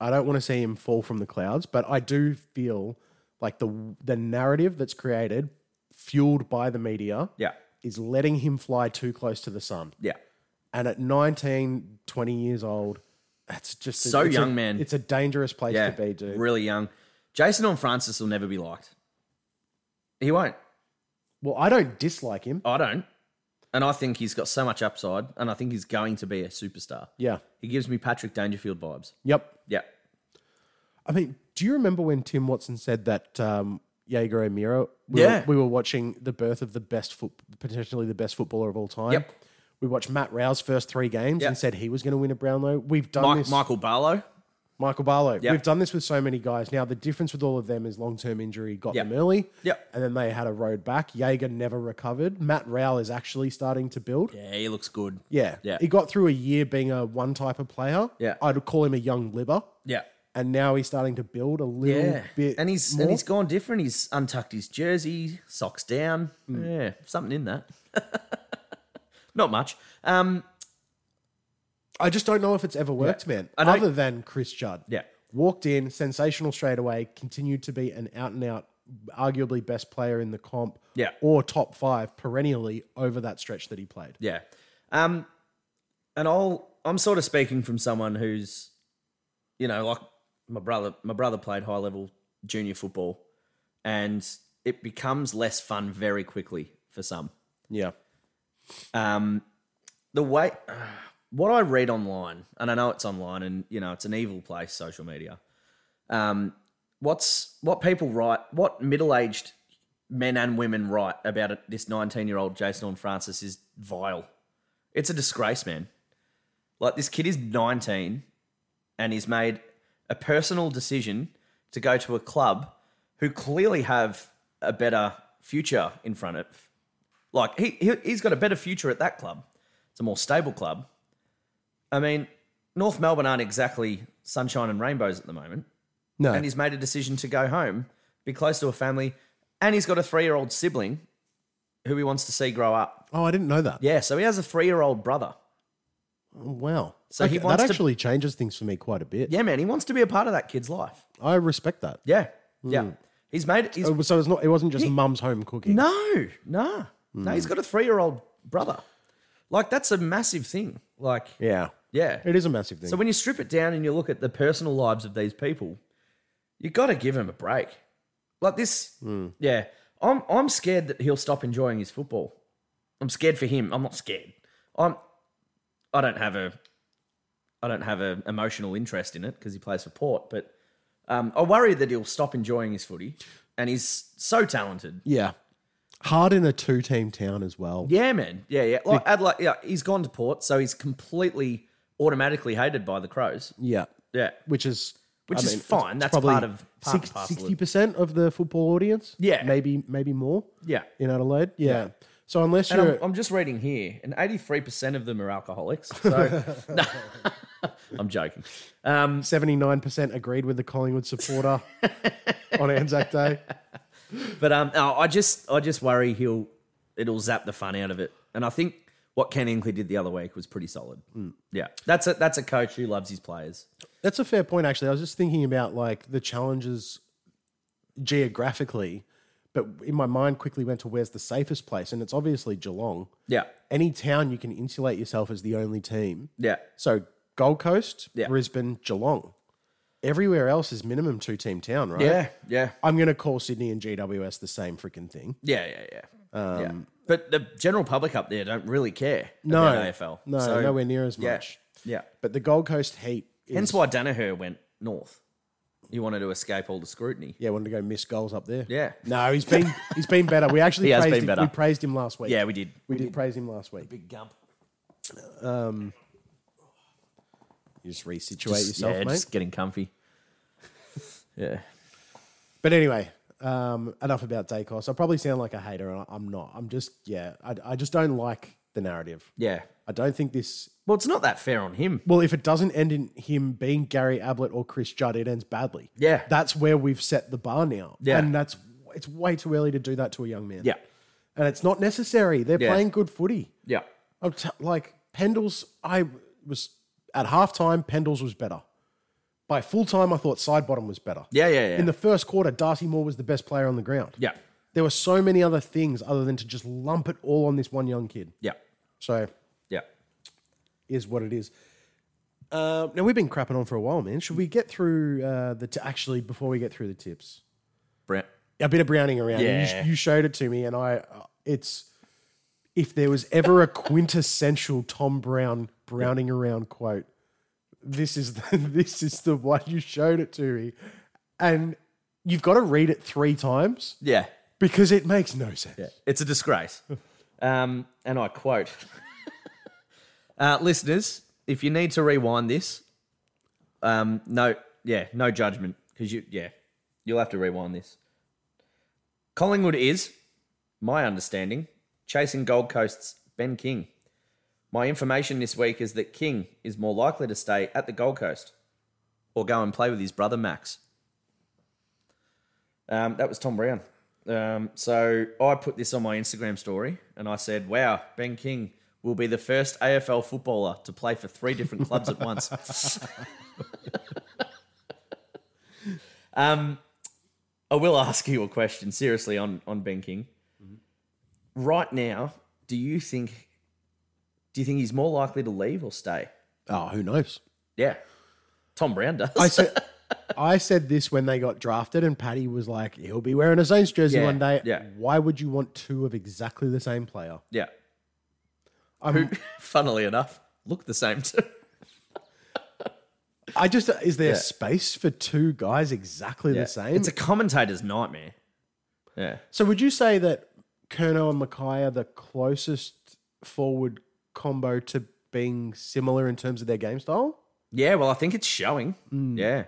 Speaker 1: I don't want to see him fall from the clouds, but I do feel like the the narrative that's created, fueled by the media,
Speaker 2: Yeah.
Speaker 1: is letting him fly too close to the sun.
Speaker 2: Yeah.
Speaker 1: And at 19, 20 years old, that's just a-
Speaker 2: So
Speaker 1: it's a-
Speaker 2: young, man.
Speaker 1: It's a dangerous place
Speaker 2: Yeah.
Speaker 1: to be, dude.
Speaker 2: Really young. Jason on Francis will never be liked. He won't.
Speaker 1: Well, I don't dislike him.
Speaker 2: I don't. And I think he's got so much upside, and I think he's going to be a superstar.
Speaker 1: Yeah.
Speaker 2: He gives me Patrick Dangerfield vibes.
Speaker 1: Yep.
Speaker 2: Yeah.
Speaker 1: I mean, do you remember when Tim Watson said that um, Jaeger O'Meara? We
Speaker 2: Yeah.
Speaker 1: were, we were watching the birth of the best foot, potentially the best footballer of all time.
Speaker 2: Yep.
Speaker 1: We watched Matt Rowe's first three games
Speaker 2: Yep.
Speaker 1: and said he was going to win a Brownlow. We've done
Speaker 2: Mike,
Speaker 1: this,
Speaker 2: Michael Barlow.
Speaker 1: Michael Barlow.
Speaker 2: Yep.
Speaker 1: We've done this with so many guys. Now the difference with all of them is long-term injury got
Speaker 2: Yep.
Speaker 1: them early.
Speaker 2: Yep.
Speaker 1: And then they had a road back. Jaeger never recovered. Matt Rowe is actually starting to build.
Speaker 2: Yeah, he looks good.
Speaker 1: Yeah.
Speaker 2: Yeah.
Speaker 1: He got through a year being a one type of player.
Speaker 2: Yeah.
Speaker 1: I'd call him a young libber.
Speaker 2: Yeah.
Speaker 1: And now he's starting to build a little
Speaker 2: Yeah,
Speaker 1: bit.
Speaker 2: and he's
Speaker 1: more.
Speaker 2: and he's gone different. He's untucked his jersey, socks down.
Speaker 1: Mm.
Speaker 2: Yeah, something in that. Not much. Um,
Speaker 1: I just don't know if it's ever worked, man.
Speaker 2: I don't-
Speaker 1: Other than Chris Judd.
Speaker 2: yeah,
Speaker 1: Walked in, sensational straight away, continued to be an out and out, arguably best player in the comp
Speaker 2: Yeah.
Speaker 1: or top five perennially over that stretch that he played.
Speaker 2: yeah. Um, and I'll I'm sort of speaking from someone who's, you know, like my brother. My brother played high level junior football, and it becomes less fun very quickly for some.
Speaker 1: Yeah.
Speaker 2: Um, the way what I read online, and I know it's online, and you know it's an evil place, social media. Um, what's what people write, what middle-aged men and women write about it, this nineteen-year-old Jason on Francis is vile. It's a disgrace, man. Like this kid is nineteen, and he's made a personal decision to go to a club who clearly have a better future in front of. Like he, he he's got a better future at that club. It's a more stable club. I mean, North Melbourne aren't exactly sunshine and rainbows at the moment.
Speaker 4: No.
Speaker 2: And he's made a decision to go home, be close to a family, and he's got a three-year-old sibling who he wants to see grow up.
Speaker 1: Oh, I didn't know that.
Speaker 2: Yeah, so he has a three-year-old brother.
Speaker 1: Oh, wow.
Speaker 2: So he
Speaker 1: Okay, that
Speaker 2: wants to-
Speaker 1: actually changes things for me quite a bit.
Speaker 2: Yeah, man, he wants to be a part of that kid's life.
Speaker 1: I respect that.
Speaker 2: Yeah, yeah. He's made. He's
Speaker 1: It was- So it's not. It wasn't just mum's home cooking.
Speaker 2: No, no, no. He's got a three-year-old brother. Like that's a massive thing. Like
Speaker 1: Yeah,
Speaker 2: yeah.
Speaker 1: it is a massive thing.
Speaker 2: So when you strip it down and you look at the personal lives of these people, you got to give him a break. Like this, yeah. I'm I'm scared that he'll stop enjoying his football. I'm scared for him. I'm not scared. I'm I don't have a I don't have an emotional interest in it because he plays for Port, but um, I worry that he'll stop enjoying his footy. And he's so talented.
Speaker 1: yeah, hard in a two-team town as well.
Speaker 2: Yeah, man. Yeah, yeah. Like Adelaide, yeah, he's gone to Port, so he's completely automatically hated by the Crows.
Speaker 1: Yeah,
Speaker 2: Yeah,
Speaker 1: which is
Speaker 2: Which is
Speaker 1: it's-
Speaker 2: fine.
Speaker 1: it's
Speaker 2: That's
Speaker 1: probably
Speaker 2: part of- part and parcel of-
Speaker 1: sixty percent of the football audience.
Speaker 2: Yeah.
Speaker 1: maybe maybe more
Speaker 2: yeah.
Speaker 1: in Adelaide. Yeah. So unless
Speaker 2: And I'm,
Speaker 1: you're
Speaker 2: I'm just reading here, and 83% of them are alcoholics. So, no, I'm joking. Um,
Speaker 1: seventy-nine percent agreed with the Collingwood supporter on Anzac Day.
Speaker 2: but um, no, I just, I just worry he'll, it'll zap the fun out of it. And I think what Ken Inkley did the other week was pretty solid.
Speaker 1: Mm.
Speaker 2: Yeah, that's a that's a coach who loves his players.
Speaker 1: That's a fair point, actually. I was just thinking about like the challenges geographically, but in my mind quickly went to where's the safest place, and it's obviously Geelong.
Speaker 2: Yeah,
Speaker 1: Any town you can insulate yourself as the only team.
Speaker 2: yeah,
Speaker 1: So Gold Coast,
Speaker 2: Yeah.
Speaker 1: Brisbane, Geelong. Everywhere else is minimum two team town, right?
Speaker 2: yeah, yeah.
Speaker 1: I'm going to call Sydney and GWS the same freaking thing.
Speaker 2: Yeah, yeah, yeah. yeah. But the general public up there don't really care
Speaker 1: Um, No,
Speaker 2: about AFL.
Speaker 1: no,
Speaker 2: So,
Speaker 1: nowhere near as much.
Speaker 2: Yeah.
Speaker 1: But the Gold Coast Heat is,
Speaker 2: Hence why Danaher went north. He wanted to escape all the scrutiny.
Speaker 1: yeah, wanted to go miss goals up there.
Speaker 2: Yeah.
Speaker 1: no, he's been he's been better. We actually
Speaker 2: He has
Speaker 1: praised
Speaker 2: been
Speaker 1: him,
Speaker 2: better.
Speaker 1: We praised him last week.
Speaker 2: Yeah, we did.
Speaker 1: We did praise him last week.
Speaker 2: Big gump.
Speaker 1: You just resituate yourself,
Speaker 2: yeah,
Speaker 1: mate.
Speaker 2: just getting comfy. yeah.
Speaker 1: But anyway, um, enough about Dacos. I probably sound like a hater, and I- I'm not. I'm just, yeah, I, I just don't like the narrative.
Speaker 2: Yeah.
Speaker 1: I don't think this.
Speaker 2: Well, it's not that fair on him.
Speaker 1: Well, if it doesn't end in him being Gary Ablett or Chris Judd, it ends badly.
Speaker 2: Yeah.
Speaker 1: that's where we've set the bar now.
Speaker 2: Yeah.
Speaker 1: and that's it's way too early to do that to a young man.
Speaker 2: Yeah.
Speaker 1: and it's not necessary. They're
Speaker 2: Yeah.
Speaker 1: playing good footy.
Speaker 2: Yeah.
Speaker 1: I'm t- like Pendles, I was at halftime. Pendles was better. By full time, I thought side bottom was better.
Speaker 2: Yeah, yeah, yeah.
Speaker 1: In the first quarter, Darcy Moore was the best player on the ground.
Speaker 2: yeah.
Speaker 1: There were so many other things other than to just lump it all on this one young kid.
Speaker 2: Yeah.
Speaker 1: So
Speaker 2: Yeah.
Speaker 1: is what it is. Uh, now we've been crapping on for a while, man. Should we get through uh, the t- actually before we get through the tips?
Speaker 2: Brent.
Speaker 1: a bit of browning around. You-
Speaker 2: Yeah.
Speaker 1: You, showed it to me, and I uh, it's if there was ever a quintessential Tom Brown browning around quote, this is the, this is the one you showed it to me, and you've got to read it three times
Speaker 2: Yeah.
Speaker 1: because it makes no sense.
Speaker 2: It's a disgrace. Um, and I quote uh, Listeners, if you need to rewind this, um, no, yeah, no judgment. Because you, yeah, you'll have to rewind this. Collingwood is, my understanding, chasing Gold Coast's Ben King. My information this week is that King is more likely to stay at the Gold Coast or go and play with his brother Max. Um, that was Tom Brown. Um, so I put this on my Instagram story and I said, wow, Ben King will be the first AFL footballer to play for three different clubs at once. um, I will ask you a question seriously on, on Ben King.
Speaker 1: Mm-hmm.
Speaker 2: Right now, do you think do you think he's more likely to leave or stay?
Speaker 1: Oh, who knows?
Speaker 2: Yeah. Tom Brown does.
Speaker 1: I said I said this when they got drafted, and Paddy was like, "He'll be wearing a Saints jersey
Speaker 2: Yeah,
Speaker 1: one day."
Speaker 2: yeah.
Speaker 1: Why would you want two of exactly the same player? Um,
Speaker 2: yeah.
Speaker 1: I'm,
Speaker 2: Who, funnily enough, look the same too.
Speaker 1: I just is there
Speaker 2: Yeah.
Speaker 1: space for two guys exactly the same?
Speaker 2: It's a commentator's nightmare. Yeah.
Speaker 1: so would you say that Kerno and Mackay are the closest forward combo to being similar in terms of their game style? Mm.
Speaker 2: Yeah, well, I think it's showing. Yeah.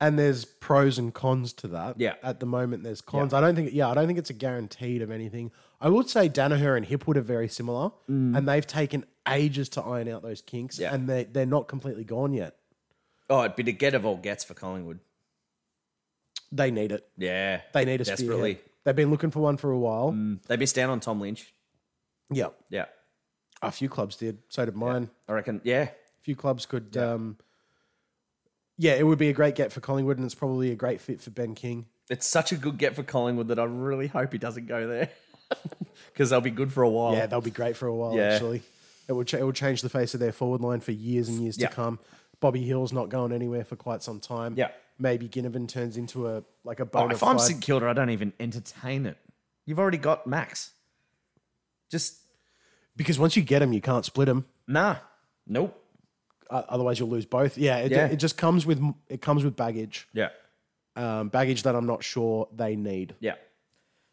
Speaker 1: and there's pros and cons to that.
Speaker 2: Yeah.
Speaker 1: At the moment, there's cons. I don't think. Yeah, I don't think it's a guaranteed of anything. I would say Danaher and Hipwood are very similar, and they've taken ages to iron out those kinks,
Speaker 2: Mm. Yeah.
Speaker 1: and they they're not completely gone yet.
Speaker 2: Oh, it'd be the get of all gets for Collingwood.
Speaker 1: They need it.
Speaker 2: Yeah.
Speaker 1: They need a
Speaker 2: Desperately.
Speaker 1: spearhead. They've been looking for one for a while.
Speaker 2: Mm, They missed out on Tom Lynch.
Speaker 1: Yeah,
Speaker 2: Yeah.
Speaker 1: a few clubs did. So did mine.
Speaker 2: I reckon. Yeah.
Speaker 1: A few clubs could. Yeah. Um, yeah, it would be a great get for Collingwood, and it's probably a great fit for Ben King.
Speaker 2: It's such a good get for Collingwood that I really hope he doesn't go there because they'll be good for a while.
Speaker 1: Yeah, they'll be great for a while.
Speaker 2: Yeah.
Speaker 1: Actually, it will ch- it will change the face of their forward line for years and years
Speaker 2: Yeah.
Speaker 1: to come. Bobby Hill's not going anywhere for quite some time.
Speaker 2: Yeah.
Speaker 1: maybe Ginnivan turns into a like a
Speaker 2: Oh,
Speaker 1: bona
Speaker 2: if I'm
Speaker 1: fide-
Speaker 2: St Kilda, I don't even entertain it. You've already got Max. Just
Speaker 1: because once you get him, you can't split him.
Speaker 2: nah. Nope.
Speaker 1: Uh, otherwise, you'll lose both. Yeah, it,
Speaker 2: Yeah.
Speaker 1: it just comes with m- it comes with baggage,
Speaker 2: Yeah.
Speaker 1: um, baggage that I'm not sure they need.
Speaker 2: Yeah.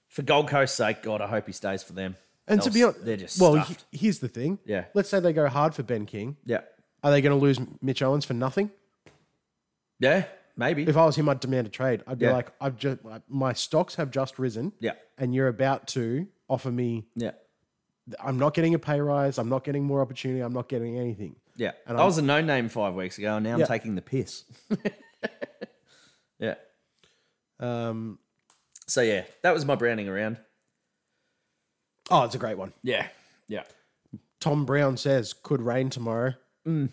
Speaker 2: For Gold Coast's sake, God, I hope he stays for them.
Speaker 1: And to
Speaker 2: They'll-
Speaker 1: be honest,
Speaker 2: they're just
Speaker 1: well.
Speaker 2: stuffed.
Speaker 1: he- here's the thing.
Speaker 2: Yeah.
Speaker 1: let's say they go hard for Ben King.
Speaker 2: yeah.
Speaker 1: Are they going to lose Mitch Owens for nothing?
Speaker 2: Yeah. Maybe.
Speaker 1: If I was him, I'd demand a trade. I'd be
Speaker 2: Yeah.
Speaker 1: like, I've just my stocks have just risen.
Speaker 2: yeah.
Speaker 1: and you're about to offer me
Speaker 2: Yeah.
Speaker 1: I'm not getting a pay rise, I'm not getting more opportunity, I'm not getting anything.
Speaker 2: Yeah. I was a no name five weeks ago, and now
Speaker 1: Yeah.
Speaker 2: I'm taking the piss. yeah.
Speaker 1: Um,
Speaker 2: So, yeah, that was my browning around.
Speaker 1: oh, it's a great one.
Speaker 2: Yeah. Yeah.
Speaker 1: Tom Brown says could rain tomorrow. Mm.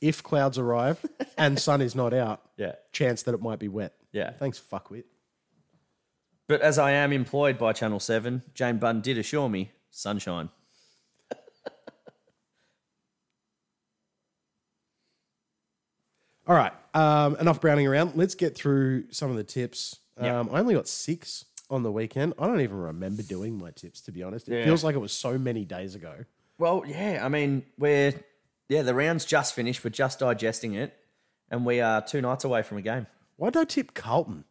Speaker 1: If clouds arrive and sun is not out,
Speaker 2: Yeah.
Speaker 1: chance that it might be wet.
Speaker 2: Yeah.
Speaker 1: Thanks, fuckwit.
Speaker 2: But as I am employed by Channel 7, Jane Bunn did assure me sunshine.
Speaker 1: All right. Um, enough browning around. Let's get through some of the tips.
Speaker 2: Yeah.
Speaker 1: Um, I only got six on the weekend. I don't even remember doing my tips, to be honest. It
Speaker 2: Yeah.
Speaker 1: feels like it was so many days ago.
Speaker 2: Well, yeah, I mean, we're, yeah, the round's just finished. We're just digesting it. And we are two nights away from a game.
Speaker 1: Why'd I tip Carlton?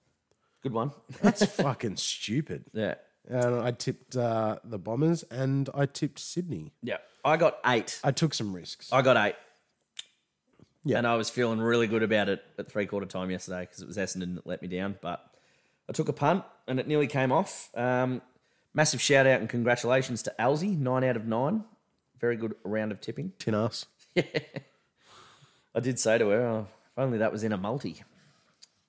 Speaker 2: Good one.
Speaker 1: That's fucking stupid.
Speaker 2: yeah.
Speaker 1: and I tipped uh, the Bombers and I tipped Sydney.
Speaker 2: Yeah. I got eight.
Speaker 1: I took some risks.
Speaker 2: I got eight.
Speaker 1: Yeah.
Speaker 2: And I was feeling really good about it at three quarter time yesterday because it was Essendon that let me down. But I took a punt and it nearly came off. Um, massive shout out and congratulations to Alzi, nine out of nine. Very good round of tipping.
Speaker 1: Tin ass.
Speaker 2: I did say to her, oh, if only that was in a multi.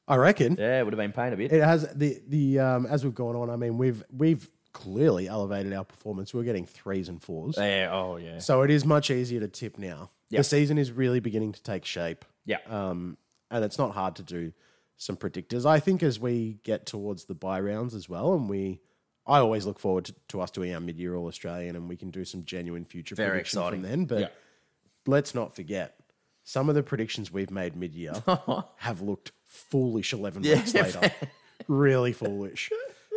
Speaker 1: I reckon
Speaker 2: Yeah, it would have been paying a bit.
Speaker 1: it has the the um, as we've gone on. I mean, we've we've clearly elevated our performance. We're getting threes and fours,
Speaker 2: Yeah, oh, yeah.
Speaker 1: so it is much easier to tip now. The season is really beginning to take shape,
Speaker 2: Yeah.
Speaker 1: um, and it's not hard to do some predictors. I think as we get towards the buy rounds as well, and we. I always look forward to, to us doing our mid-year All Australian, and we can do some genuine future
Speaker 2: Very
Speaker 1: prediction
Speaker 2: exciting.
Speaker 1: from then. But
Speaker 2: yeah.
Speaker 1: let's not forget some of the predictions we've made mid-year have looked foolish 11 weeks later really foolish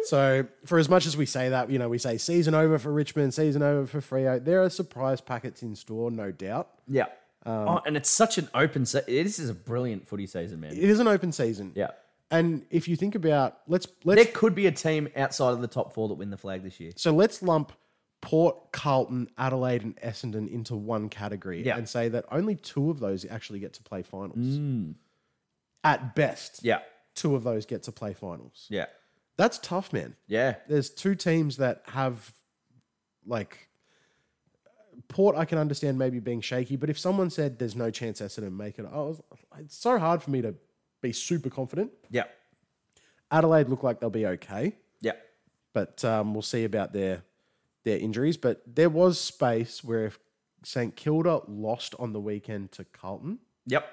Speaker 1: so for as much as we say that you know we say season over for richmond season over for frio there are surprise packets in store no doubt
Speaker 2: Yeah. oh, and it's such an open se- This is a brilliant footy season, man.
Speaker 1: it is an open season
Speaker 2: yeah.
Speaker 1: and if you think about let's let's
Speaker 2: There could be a team outside of the top four that win the flag this year.
Speaker 1: so let's lump port carlton adelaide and essendon into one category
Speaker 2: Yeah.
Speaker 1: and say that only two of those actually get to play finals at best
Speaker 2: Mm. Yeah.
Speaker 1: two of those get to play finals
Speaker 2: Yeah.
Speaker 1: That's tough, man.
Speaker 2: Yeah.
Speaker 1: There's two teams that have like Port. I can understand maybe being shaky, but if someone said there's no chance Essendon make it, I was. It's so hard for me to be super confident.
Speaker 2: Yeah.
Speaker 1: Adelaide look like they'll be okay,
Speaker 2: Yeah.
Speaker 1: but um, we'll see about their their injuries. But there was space where if St Kilda lost on the weekend to Carlton,
Speaker 2: Yep.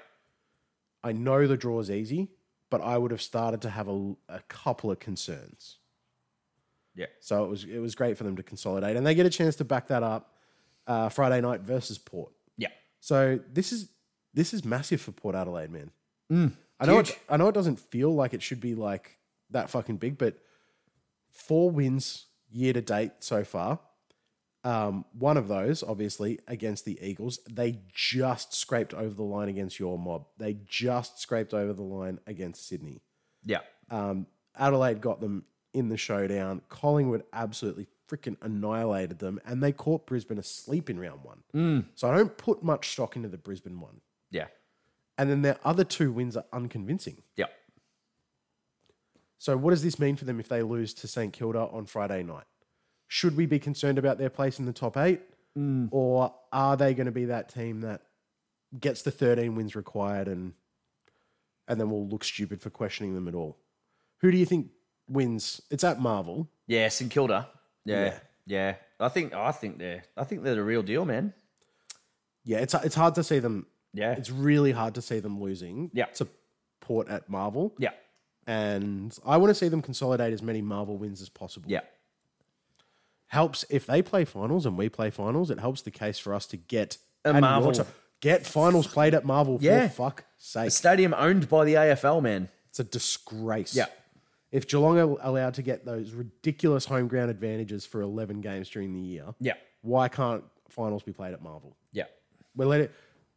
Speaker 1: I know the draw is easy, but I would have started to have a, a couple of concerns.
Speaker 2: Yeah.
Speaker 1: So it was it was great for them to consolidate, and they get a chance to back that up uh, Friday night versus Port.
Speaker 2: Yeah.
Speaker 1: So this is this is massive for Port Adelaide, man. I know it,
Speaker 2: Mm. huge.
Speaker 1: I know it doesn't feel like it should be like that fucking big, but four wins year to date so far. Um, one of those, obviously, against the Eagles, they just scraped over the line against your mob. They just scraped over the line against Sydney.
Speaker 2: Yeah.
Speaker 1: Um, Adelaide got them in the showdown. Collingwood absolutely freaking annihilated them, and they caught Brisbane asleep in round one. So I don't put much stock into the Brisbane one.
Speaker 2: Yeah.
Speaker 1: And then their other two wins are unconvincing.
Speaker 2: Yeah.
Speaker 1: So, what does this mean for them if they lose to St Kilda on Friday night? Should we be concerned about their place in the top eight, or are they going to be that team that gets the 13 wins required and and then we'll look stupid for questioning them at all? Who do you think wins? It's at Marvel.
Speaker 2: Yeah, St Kilda. Yeah, yeah. I think I think they're I think they're the real deal, man.
Speaker 1: Yeah, it's it's hard to see them.
Speaker 2: Yeah.
Speaker 1: It's really hard to see them losing
Speaker 2: Yeah.
Speaker 1: to Port at Marvel.
Speaker 2: yeah.
Speaker 1: and I want to see them consolidate as many Marvel wins as possible.
Speaker 2: Yeah.
Speaker 1: Helps if they play finals and we play finals, it helps the case for us to get
Speaker 2: A
Speaker 1: and
Speaker 2: Marvel.
Speaker 1: Water- get finals played at Marvel
Speaker 2: Yeah.
Speaker 1: for fuck
Speaker 2: A
Speaker 1: sake.
Speaker 2: stadium owned by the AFL, man.
Speaker 1: It's a disgrace.
Speaker 2: Yeah.
Speaker 1: If Geelong are allowed to get those ridiculous home ground advantages for 11 games during the year,
Speaker 2: Yeah.
Speaker 1: why can't finals be played at Marvel?
Speaker 2: Yeah.
Speaker 1: We're let it,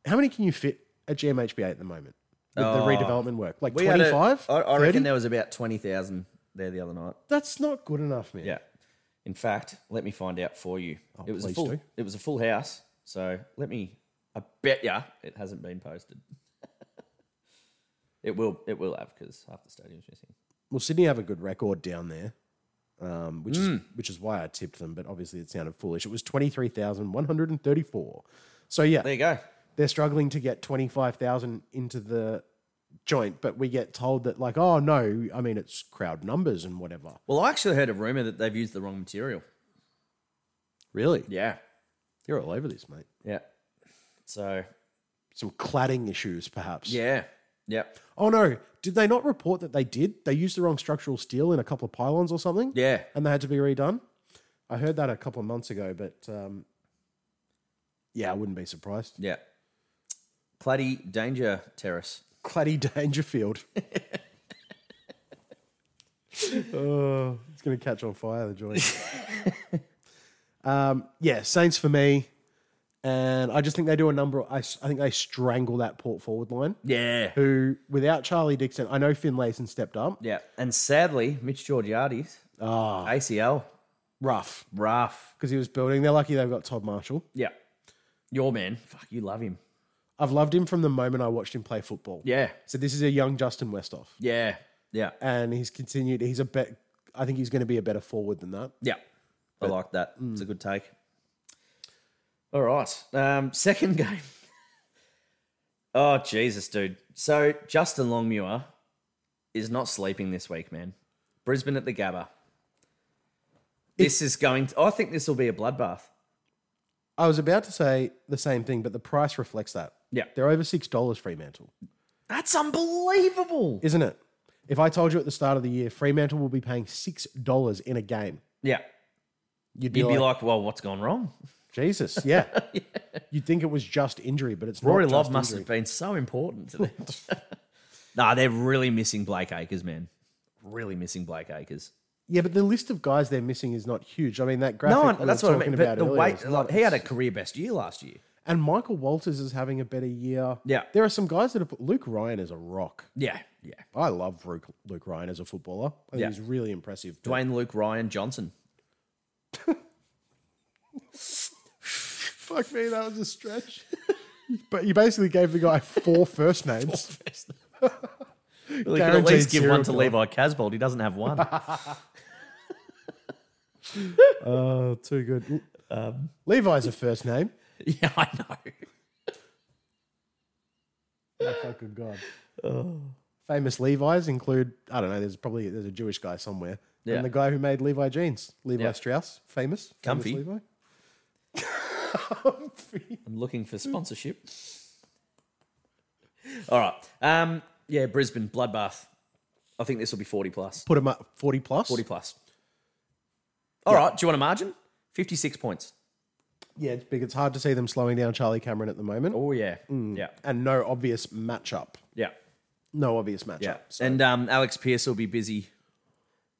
Speaker 1: how many can you fit at GMHBA at the moment with the redevelopment work? Like
Speaker 2: Oh, We had a-
Speaker 1: 25?
Speaker 2: I I reckon
Speaker 1: 30?
Speaker 2: there was about twenty thousand there the other night.
Speaker 1: That's not good enough, man.
Speaker 2: Yeah. Oh, In fact, let me find out for you. it was a
Speaker 1: please
Speaker 2: full.
Speaker 1: do.
Speaker 2: It was a full house. So let me. I bet ya it hasn't been posted. it will. It will have because half the stadium's missing.
Speaker 1: well, Sydney have a good record down there, um, which is
Speaker 2: Mm.
Speaker 1: which is why I tipped them. But obviously, it sounded foolish. It was twenty three thousand one hundred and thirty four. So yeah,
Speaker 2: There you go.
Speaker 1: they're struggling to get twenty five thousand into the joint, but we get told that like, oh no, I mean it's crowd numbers and whatever.
Speaker 2: Well, I actually heard a rumor that they've used the wrong material.
Speaker 1: Really,
Speaker 2: Yeah.
Speaker 1: you're all over this, mate.
Speaker 2: Yeah. So
Speaker 1: Some cladding issues, perhaps.
Speaker 2: yeah. Yep.
Speaker 1: Oh no, did they not report that they did? They used the wrong structural steel in a couple of pylons or something.
Speaker 2: Yeah.
Speaker 1: and they had to be redone. I heard that a couple of months ago, but um, yeah, I wouldn't be surprised.
Speaker 2: Yeah. Claddy Danger Terrace.
Speaker 1: Claddy Dangerfield. oh, it's going to catch on fire, the joint. um, yeah, Saints for me. And I just think they do a number. I, s- I think they strangle that port forward line.
Speaker 2: Yeah.
Speaker 1: Who, without Charlie Dixon, I know Finlayson stepped up.
Speaker 2: Yeah. And sadly, Mitch Georgiades,
Speaker 1: Ah,
Speaker 2: ACL,
Speaker 1: rough
Speaker 2: rough.
Speaker 1: because he was building. They're lucky they've got Todd Marshall.
Speaker 2: Yeah. Your man. Fuck, you love him.
Speaker 1: I've loved him from the moment I watched him play football.
Speaker 2: Yeah.
Speaker 1: So this is a young Justin Westhoff,
Speaker 2: Yeah. Yeah.
Speaker 1: and he's continued. He's a bet. I think he's going to be a better forward than that.
Speaker 2: Yeah. I like that. It's
Speaker 1: mm.
Speaker 2: a good take. All right. Um, second game. oh, Jesus, dude. So Justin Longmuir is not sleeping this week, man. Brisbane at the Gabba. This is going to, I think this will be a bloodbath.
Speaker 1: I was about to say the same thing, but the price reflects that.
Speaker 2: Yeah.
Speaker 1: They're over six dollars Fremantle,
Speaker 2: That's unbelievable.
Speaker 1: isn't it? If I told you at the start of the year Fremantle will be paying six dollars in a game,
Speaker 2: Yeah.
Speaker 1: you'd be,
Speaker 2: You'd
Speaker 1: like,
Speaker 2: be like, well, what's gone wrong?
Speaker 1: Jesus, yeah. You'd think it was just injury, but it's
Speaker 2: Rory
Speaker 1: not.
Speaker 2: Love
Speaker 1: just
Speaker 2: must
Speaker 1: injury.
Speaker 2: have been so important to them. nah, they're really missing Blake Acres, man. Really missing Blake Acres.
Speaker 1: Yeah, but the list of guys they're missing is not huge. I mean, that graphic.
Speaker 2: No,
Speaker 1: we
Speaker 2: one,
Speaker 1: were
Speaker 2: that's what I
Speaker 1: talking
Speaker 2: mean.
Speaker 1: about
Speaker 2: But the
Speaker 1: earlier
Speaker 2: weight,
Speaker 1: is
Speaker 2: like,
Speaker 1: not-
Speaker 2: he had a career best year last year.
Speaker 1: and Michael Walters is having a better year.
Speaker 2: Yeah.
Speaker 1: There are some guys that have. Luke Ryan is a rock.
Speaker 2: Yeah, yeah.
Speaker 1: I love Luke, Luke Ryan as a footballer. I think
Speaker 2: Yeah.
Speaker 1: he's really impressive. but
Speaker 2: Dwayne Luke Ryan Johnson.
Speaker 1: Fuck me, that was a stretch. but you basically gave the guy four first names.
Speaker 2: Well, he could at
Speaker 1: Guaranteed
Speaker 2: least give
Speaker 1: serial
Speaker 2: one to
Speaker 1: killer.
Speaker 2: Levi Casbold. He doesn't have one.
Speaker 1: Oh, too good. Um, Levi's a first name.
Speaker 2: yeah, I know.
Speaker 1: Oh, fucking god. Oh. Famous Levi's include I don't know. There's probably there's a Jewish guy somewhere,
Speaker 2: Yeah.
Speaker 1: and the guy who made Levi jeans, Levi Strauss, famous, famous
Speaker 2: Comfy.
Speaker 1: Levi.
Speaker 2: I'm looking for sponsorship. All right. Um, yeah, Brisbane bloodbath. I think this will be forty plus.
Speaker 1: Put him up forty plus.
Speaker 2: Forty plus. All right. Do you want a margin? Fifty-six points.
Speaker 1: Yeah, it's big. It's hard to see them slowing down Charlie Cameron at the moment,
Speaker 2: Oh yeah. Yeah.
Speaker 1: and no obvious matchup.
Speaker 2: Yeah.
Speaker 1: No obvious matchup.
Speaker 2: Yeah.
Speaker 1: So
Speaker 2: And um, Alex Pierce will be busy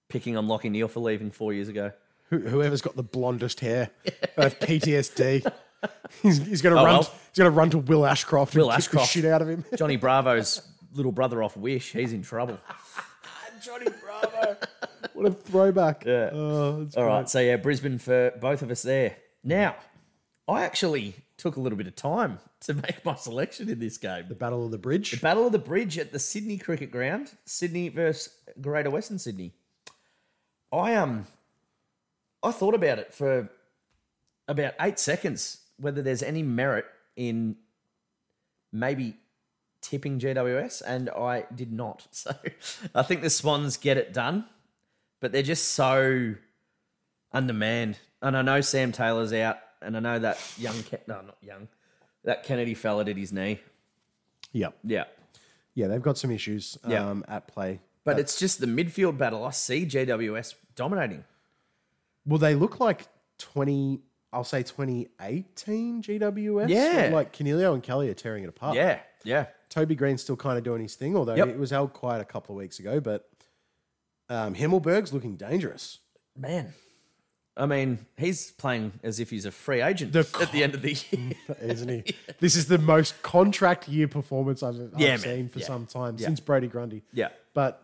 Speaker 2: picking on Lockie Neal for leaving four years ago.
Speaker 1: who, whoever's got the blondest hair, they have PTSD. He's, he's gonna run.
Speaker 2: Oh, well.
Speaker 1: He's gonna run to Will Ashcroft
Speaker 2: Will
Speaker 1: and kick
Speaker 2: Ashcroft.
Speaker 1: the shit out of him.
Speaker 2: Johnny Bravo's little brother off Wish, he's in trouble.
Speaker 1: Johnny Bravo. what a throwback. Oh, Yeah.
Speaker 2: All right. So, yeah, Brisbane for both of us there. Now, I actually took a little bit of time to make my selection in this game.
Speaker 1: The Battle of the Bridge.
Speaker 2: Battle of the Bridge at the Sydney Cricket Ground, Sydney versus Greater Western Sydney. I um, I thought about it for about eight seconds whether there's any merit in maybe tipping GWS, and I did not. So I think the Swans get it done, but they're just so undermanned. And I know Sam Taylor's out, and I know that young Ke- no, not young, that Kennedy fella did his knee.
Speaker 1: Yep.
Speaker 2: Yeah.
Speaker 1: Yeah, they've got some issues um,
Speaker 2: Yeah.
Speaker 1: at play.
Speaker 2: But it's just the midfield battle. I see GWS dominating.
Speaker 1: Well, they look like 20, I'll say 2018 GWS.
Speaker 2: Yeah.
Speaker 1: Like Canelio and Kelly are tearing it apart.
Speaker 2: Yeah, yeah.
Speaker 1: Toby Green's still kind of doing his thing, although
Speaker 2: Yep.
Speaker 1: it was held quiet a couple of weeks ago. But um, Himmelberg's looking dangerous.
Speaker 2: Man. I mean, he's playing as if he's a free agent
Speaker 1: The
Speaker 2: at the end of the year.
Speaker 1: isn't he? This is the most contract year performance I've, I've
Speaker 2: Yeah, man.
Speaker 1: seen for
Speaker 2: Yeah.
Speaker 1: some time since Brody Grundy.
Speaker 2: Yeah.
Speaker 1: But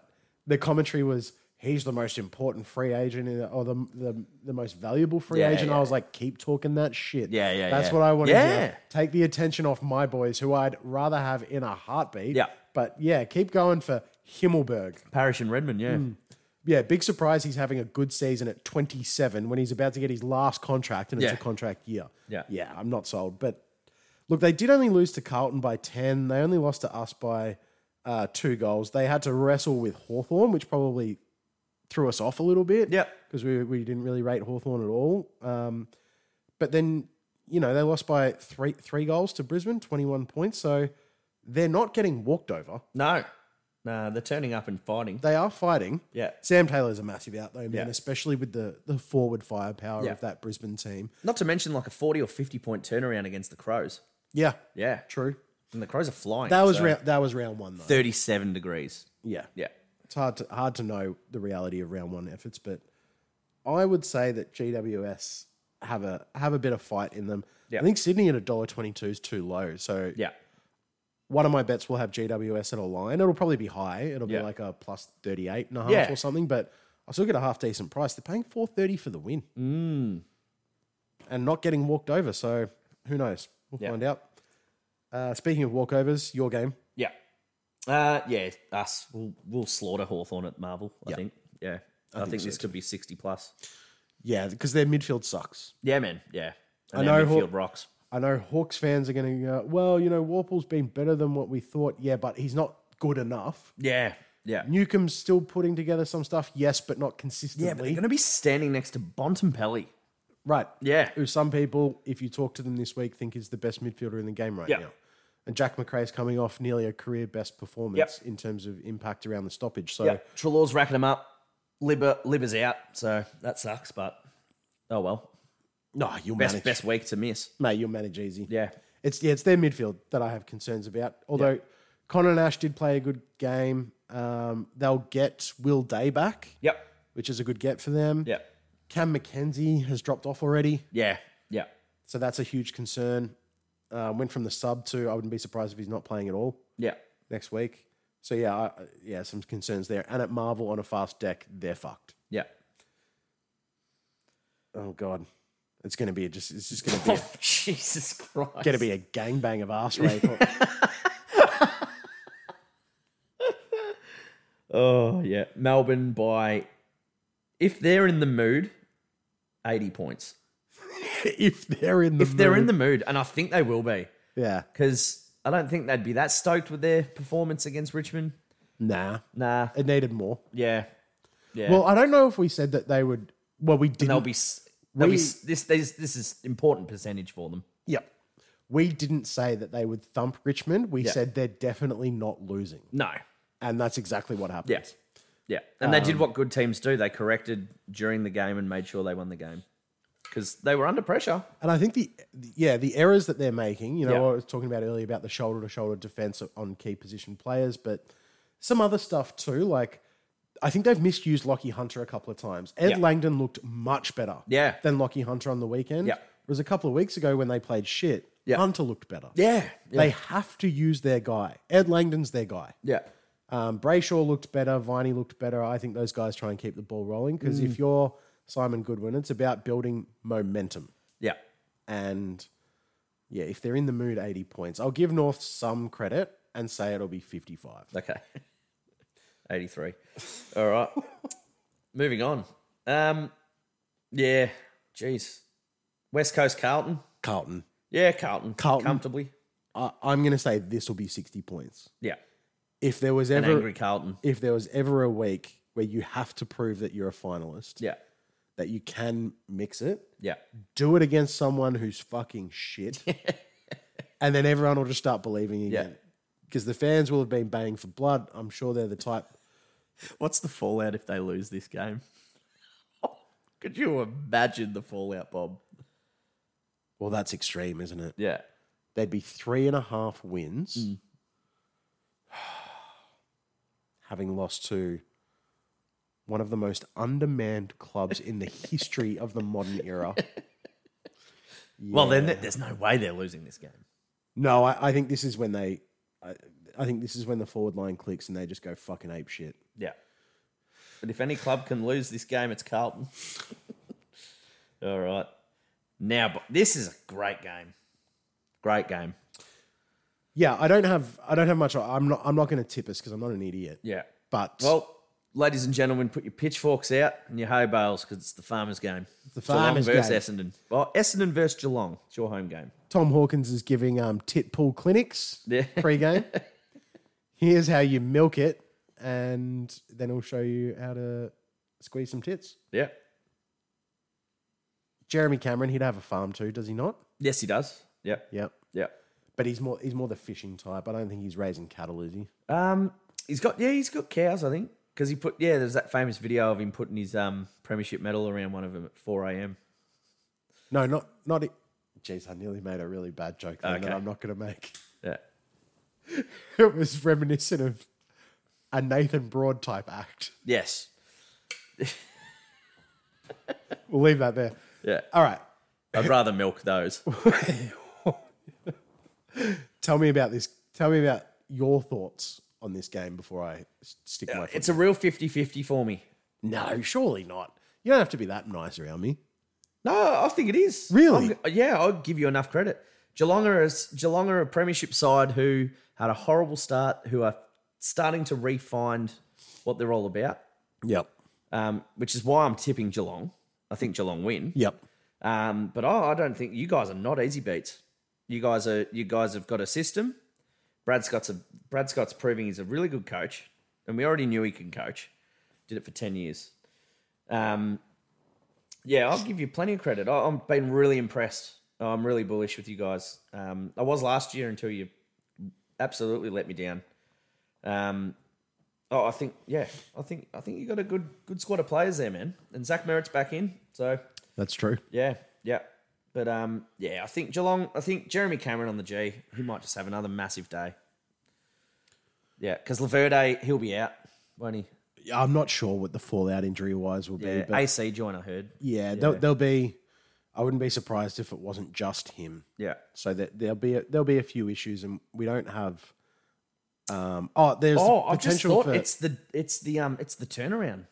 Speaker 1: the commentary was he's the most important free agent in- or the the, the most valuable free
Speaker 2: Yeah,
Speaker 1: agent.
Speaker 2: yeah.
Speaker 1: I was like, keep talking that shit.
Speaker 2: Yeah, yeah,
Speaker 1: That's
Speaker 2: yeah.
Speaker 1: what I want to
Speaker 2: Yeah.
Speaker 1: hear. Take the attention off my boys, who I'd rather have in a heartbeat.
Speaker 2: Yeah.
Speaker 1: But yeah, keep going for Himmelberg.
Speaker 2: Parish and Redmond, yeah.
Speaker 1: Hmm. Yeah, big surprise he's having a good season at 27 when he's about to get his last contract and
Speaker 2: Yeah.
Speaker 1: it's a contract year.
Speaker 2: Yeah.
Speaker 1: Yeah, I'm not sold. But look, they did only lose to Carlton by 10. They only lost to us by uh, two goals. They had to wrestle with Hawthorn, which probably threw us off a little bit.
Speaker 2: Yep.
Speaker 1: Because we, we didn't really rate Hawthorn at all. Um, but then, you know, they lost by three three goals to Brisbane, 21 points. So they're not getting walked over.
Speaker 2: No. No, they're turning up and fighting.
Speaker 1: They are fighting.
Speaker 2: Yeah.
Speaker 1: Sam Taylor's a massive out though, man,
Speaker 2: Yeah.
Speaker 1: especially with the the forward firepower
Speaker 2: Yeah.
Speaker 1: of that Brisbane team.
Speaker 2: Not to mention like a 40 or 50 point turnaround against the Crows.
Speaker 1: Yeah,
Speaker 2: Yeah.
Speaker 1: true.
Speaker 2: And the Crows are flying.
Speaker 1: That was
Speaker 2: so-
Speaker 1: round, that was round one though.
Speaker 2: 37 degrees.
Speaker 1: yeah,
Speaker 2: Yeah.
Speaker 1: it's hard to hard to know the reality of round one efforts, but I would say that GWS have a have a bit of fight in them.
Speaker 2: Yeah.
Speaker 1: I think Sydney at a dollar twenty two is too low, so
Speaker 2: Yeah.
Speaker 1: one of my bets will have GWS at a line. It'll probably be high. It'll
Speaker 2: Yeah.
Speaker 1: be like a plus 38 and a half
Speaker 2: Yeah.
Speaker 1: or something, but I still get a half decent price. They're paying 430 for the win.
Speaker 2: Mm.
Speaker 1: And not getting walked over, so who knows? We'll
Speaker 2: Yeah.
Speaker 1: find out. Uh, speaking of walkovers, your game.
Speaker 2: Yeah. Uh, yeah, us. We'll, we'll slaughter Hawthorn at Marvel, I think. Yeah. I, think, this could be 60 plus.
Speaker 1: Yeah, because their midfield sucks.
Speaker 2: Yeah, man. Yeah. And
Speaker 1: I
Speaker 2: our
Speaker 1: know Haw-
Speaker 2: midfield rocks.
Speaker 1: I know Hawks fans are going to go, well, you know, Warple's been better than what we thought. Yeah, but he's not good enough.
Speaker 2: Yeah. Yeah.
Speaker 1: Newcomb's still putting together some stuff, yes, but not
Speaker 2: Yeah, but
Speaker 1: consistently.
Speaker 2: they're going to be standing next to Bontempelli.
Speaker 1: Right.
Speaker 2: Yeah.
Speaker 1: Who some people, if you talk to them this week, think is the best midfielder in the game right
Speaker 2: Yeah.
Speaker 1: now. And Jack McRae's coming off nearly a career best performance in terms of impact around the stoppage. So
Speaker 2: Yeah. Trelaw's racking them up. Libber, Libber's out, so that sucks, but oh well.
Speaker 1: no, you'll
Speaker 2: Best
Speaker 1: manage,
Speaker 2: best week to miss.
Speaker 1: mate. You'll manage easy.
Speaker 2: Yeah.
Speaker 1: It's yeah, it's their midfield that I have concerns about. Although Connor and Ash did play a good game. Um, they'll get Will Day back,
Speaker 2: Yep.
Speaker 1: which is a good get for them.
Speaker 2: Yep.
Speaker 1: Cam McKenzie has dropped off already.
Speaker 2: Yeah. Yeah.
Speaker 1: So that's a huge concern. Uh, went from the sub to I wouldn't be surprised if he's not playing at all.
Speaker 2: Yeah.
Speaker 1: next week. So yeah, I, yeah, some concerns there. And at Marvel on a fast deck, they're fucked.
Speaker 2: Yeah.
Speaker 1: Oh god, it's gonna be a just it's just gonna be a,
Speaker 2: Oh, Jesus Christ.
Speaker 1: gonna be a gangbang of ass rape.
Speaker 2: Oh yeah. Melbourne by if they're in the mood, 80 points.
Speaker 1: if they're in the
Speaker 2: If they're in the mood, and I think they will be,
Speaker 1: yeah
Speaker 2: because I don't think they'd be that stoked with their performance against Richmond.
Speaker 1: nah,
Speaker 2: Nah.
Speaker 1: it needed more.
Speaker 2: Yeah. Yeah.
Speaker 1: Well, I don't know if we said that they would. Well, we
Speaker 2: and they'll
Speaker 1: didn't.
Speaker 2: be s- they'll be
Speaker 1: We-
Speaker 2: s- this this this is important percentage for them.
Speaker 1: yep, we didn't say that they would thump Richmond. We said they're definitely not losing,
Speaker 2: No,
Speaker 1: and that's exactly what happened.
Speaker 2: yeah, Um, yeah, and they did what good teams do. They corrected during the game and made sure they won the game because they were under pressure.
Speaker 1: And I think the yeah the errors that they're making, you know,
Speaker 2: Yeah.
Speaker 1: what I was talking about earlier about the shoulder to shoulder defense on key position players, but some other stuff too. Like I think they've misused Lockie Hunter a couple of times. Ed
Speaker 2: Yeah.
Speaker 1: Langdon looked much better,
Speaker 2: Yeah.
Speaker 1: than Lockie Hunter on the weekend.
Speaker 2: Yeah.
Speaker 1: Whereas a couple of weeks ago when they played shit,
Speaker 2: Yeah.
Speaker 1: Hunter looked better.
Speaker 2: Yeah, yeah,
Speaker 1: They have to use their guy. Ed Langdon's their guy.
Speaker 2: yeah,
Speaker 1: Um, Brayshaw looked better. Viney looked better. I think those guys try and keep the ball rolling because
Speaker 2: Mm.
Speaker 1: if you're Simon Goodwin, it's about building momentum
Speaker 2: yeah,
Speaker 1: and Yeah, if they're in the mood, 80 points. I'll give North some credit and say it'll be 55.
Speaker 2: Okay. 83. All right. Moving on. Um, yeah. Jeez. West Coast Carlton.
Speaker 1: Carlton.
Speaker 2: Yeah, Carlton.
Speaker 1: Carlton.
Speaker 2: Comfortably.
Speaker 1: I, I'm going to say this will be 60 points.
Speaker 2: Yeah.
Speaker 1: If there was
Speaker 2: An
Speaker 1: ever
Speaker 2: angry Carlton.
Speaker 1: if there was ever a week where you have to prove that you're a finalist,
Speaker 2: Yeah.
Speaker 1: that you can mix it,
Speaker 2: Yeah.
Speaker 1: do it against someone who's fucking shit. and then everyone will just start believing
Speaker 2: Yeah.
Speaker 1: again. Because the fans will have been baying for blood. I'm sure they're the type.
Speaker 2: What's the fallout if they lose this game? Could you imagine the fallout, Bob?
Speaker 1: Well, that's extreme, isn't it?
Speaker 2: Yeah.
Speaker 1: They'd be three and a half wins,
Speaker 2: Mm.
Speaker 1: having lost to one of the most undermanned clubs in the history of the modern era.
Speaker 2: Well, then th- there's no way they're losing this game.
Speaker 1: No, I, I think this is when they. I, I think this is when the forward line clicks and they just go fucking ape shit.
Speaker 2: Yeah. But if any club can lose this game, it's Carlton. All right. Now, Bo- this is a great game. Great game.
Speaker 1: Yeah, I don't have. I don't have much. I'm not. I'm not going to tip us because I'm not an idiot.
Speaker 2: Yeah.
Speaker 1: But
Speaker 2: Well, ladies and gentlemen, put your pitchforks out and your hay bales because it's the Farmers game.
Speaker 1: the farmers
Speaker 2: Geelong versus
Speaker 1: game.
Speaker 2: Essendon. Well, Essendon versus Geelong. It's your home game.
Speaker 1: Tom Hawkins is giving um, tit pool clinics
Speaker 2: Yeah.
Speaker 1: pre-game. Here's how you milk it, and then he'll show you how to squeeze some tits.
Speaker 2: Yeah.
Speaker 1: Jeremy Cameron, he'd have a farm too, does he not?
Speaker 2: Yes, he does. Yeah.
Speaker 1: Yep.
Speaker 2: Yeah.
Speaker 1: But he's more he's more the fishing type. I don't think he's raising cattle, is he?
Speaker 2: Um, he's got yeah, he's got cows, I think, because he put yeah. There's that famous video of him putting his um premiership medal around one of them at 4 a.m.
Speaker 1: No, not not. It. Jeez, I nearly made a really bad joke there that
Speaker 2: Okay.
Speaker 1: I'm not going to make.
Speaker 2: Yeah.
Speaker 1: It was reminiscent of a Nathan Broad type act.
Speaker 2: Yes.
Speaker 1: We'll leave that there.
Speaker 2: Yeah.
Speaker 1: All right.
Speaker 2: I'd rather milk those.
Speaker 1: Tell me about this. Tell me about your thoughts on this game before I s- stick my foot.
Speaker 2: It's a real 50-50 for me.
Speaker 1: No, surely not. You don't have to be that nice around me.
Speaker 2: No, I think it is.
Speaker 1: Really?
Speaker 2: I'm- yeah, I'll give you enough credit. Geelong are, a, Geelong are a premiership side who had a horrible start, who are starting to refine what they're all about,
Speaker 1: Yep.
Speaker 2: um, which is why I'm tipping Geelong. I think Geelong win.
Speaker 1: Yep.
Speaker 2: Um, but I, I don't think you guys are not easy beats. You guys are. You guys have got a system. Brad Scott's a Brad Scott's proving he's a really good coach, and we already knew he can coach. Did it for ten years. Um, yeah, I'll give you plenty of credit. I, I've been really impressed. I'm really bullish with you guys. Um, I was last year until you absolutely let me down. Um, oh, I think yeah, I think I think you got a good good squad of players there, man. And Zach Merritt's back in, so
Speaker 1: That's true.
Speaker 2: yeah, yeah. But um, yeah, I think Geelong. I think Jeremy Cameron on the G. He might just have another massive day. Yeah, because Laverde he'll be out, won't he?
Speaker 1: Yeah, I'm not sure what the fallout injury wise will be,
Speaker 2: Yeah,
Speaker 1: but
Speaker 2: AC join. I heard.
Speaker 1: yeah, There'll, there'll be. I wouldn't be surprised if it wasn't just him.
Speaker 2: Yeah,
Speaker 1: So that there'll be a, there'll be a few issues, and we don't have. Um. Oh, there's
Speaker 2: Oh, I've just
Speaker 1: potential
Speaker 2: thought
Speaker 1: for
Speaker 2: it's the it's the um it's the turnaround.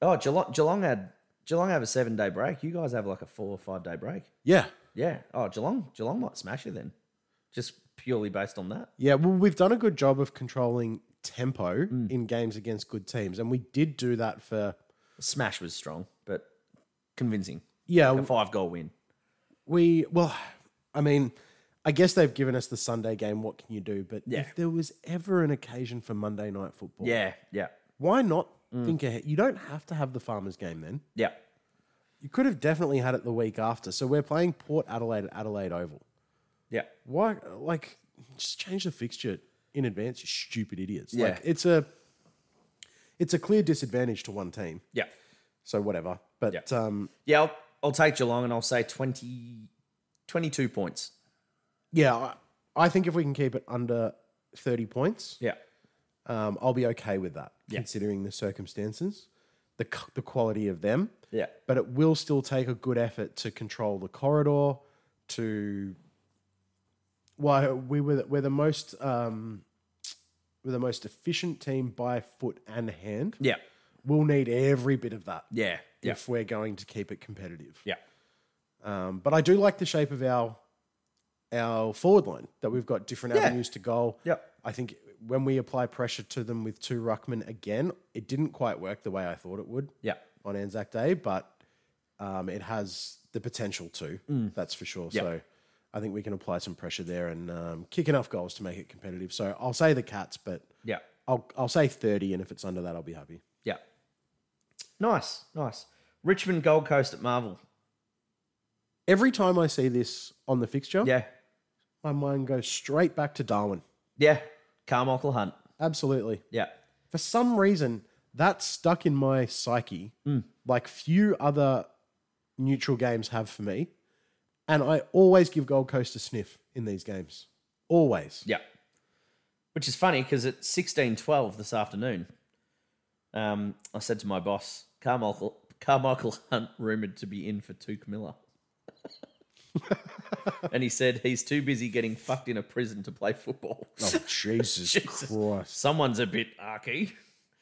Speaker 2: Oh, Geelong, Geelong had Geelong have a seven day break. You guys have like a four or five day break.
Speaker 1: yeah,
Speaker 2: Yeah. Oh, Geelong Geelong might smash it then, just purely based on that.
Speaker 1: yeah. Well, we've done a good job of controlling tempo
Speaker 2: Mm.
Speaker 1: in games against good teams, and we did do that for
Speaker 2: Smash was strong, but convincing.
Speaker 1: yeah.
Speaker 2: A five goal win.
Speaker 1: We well, I mean, I guess they've given us the Sunday game. What can you do? But
Speaker 2: Yeah.
Speaker 1: if there was ever an occasion for Monday night football,
Speaker 2: Yeah. Mm. Yeah.
Speaker 1: why not think ahead? You don't have to have the Farmers game then.
Speaker 2: Yeah.
Speaker 1: You could have definitely had it the week after. So we're playing Port Adelaide at Adelaide Oval.
Speaker 2: Yeah.
Speaker 1: Why, like, just change the fixture in advance, you stupid idiots.
Speaker 2: Yeah.
Speaker 1: Like, it's a, it's a clear disadvantage to one team.
Speaker 2: Yeah.
Speaker 1: So whatever. But
Speaker 2: Yeah.
Speaker 1: um,
Speaker 2: Yeah. I'll, I'll take Geelong and I'll say 20, 22 points.
Speaker 1: yeah, I, I think if we can keep it under thirty points,
Speaker 2: Yeah.
Speaker 1: um, I'll be okay with that, considering the circumstances, the, c- the quality of them.
Speaker 2: Yeah.
Speaker 1: But it will still take a good effort to control the corridor, to. Well, we were the, we're the most um, we're the most efficient team by foot and hand.
Speaker 2: Yeah.
Speaker 1: We'll need every bit of that
Speaker 2: Yeah. Yeah.
Speaker 1: if we're going to keep it competitive.
Speaker 2: Yeah.
Speaker 1: Um, but I do like the shape of our our forward line that we've got different
Speaker 2: Yeah.
Speaker 1: avenues to goal.
Speaker 2: Yep.
Speaker 1: I think when we apply pressure to them with two ruckmen again, it didn't quite work the way I thought it would
Speaker 2: Yeah.
Speaker 1: on Anzac Day, but um, it has the potential to. That's for sure. So I think we can apply some pressure there and um, kick enough goals to make it competitive. So I'll say the Cats, but
Speaker 2: Yeah.
Speaker 1: I'll I'll say thirty, and if it's under that, I'll be happy.
Speaker 2: Yeah. Nice. Nice. Richmond Gold Coast at Marvel.
Speaker 1: Every time I see this on the fixture,
Speaker 2: Yeah.
Speaker 1: my mind goes straight back to Darwin.
Speaker 2: Yeah. Carmichael Hunt.
Speaker 1: Absolutely.
Speaker 2: Yeah.
Speaker 1: For some reason, that's stuck in my psyche
Speaker 2: Hmm.
Speaker 1: like few other neutral games have for me. And I always give Gold Coast a sniff in these games. Always.
Speaker 2: Yeah. Which is funny because at 16.12 this afternoon, um, I said to my boss, Carmichael, Carmichael Hunt rumoured to be in for Tuke Miller. and he said he's too busy getting fucked in a prison to play football.
Speaker 1: Oh, Jesus,
Speaker 2: Jesus.
Speaker 1: Christ.
Speaker 2: Someone's a bit arky.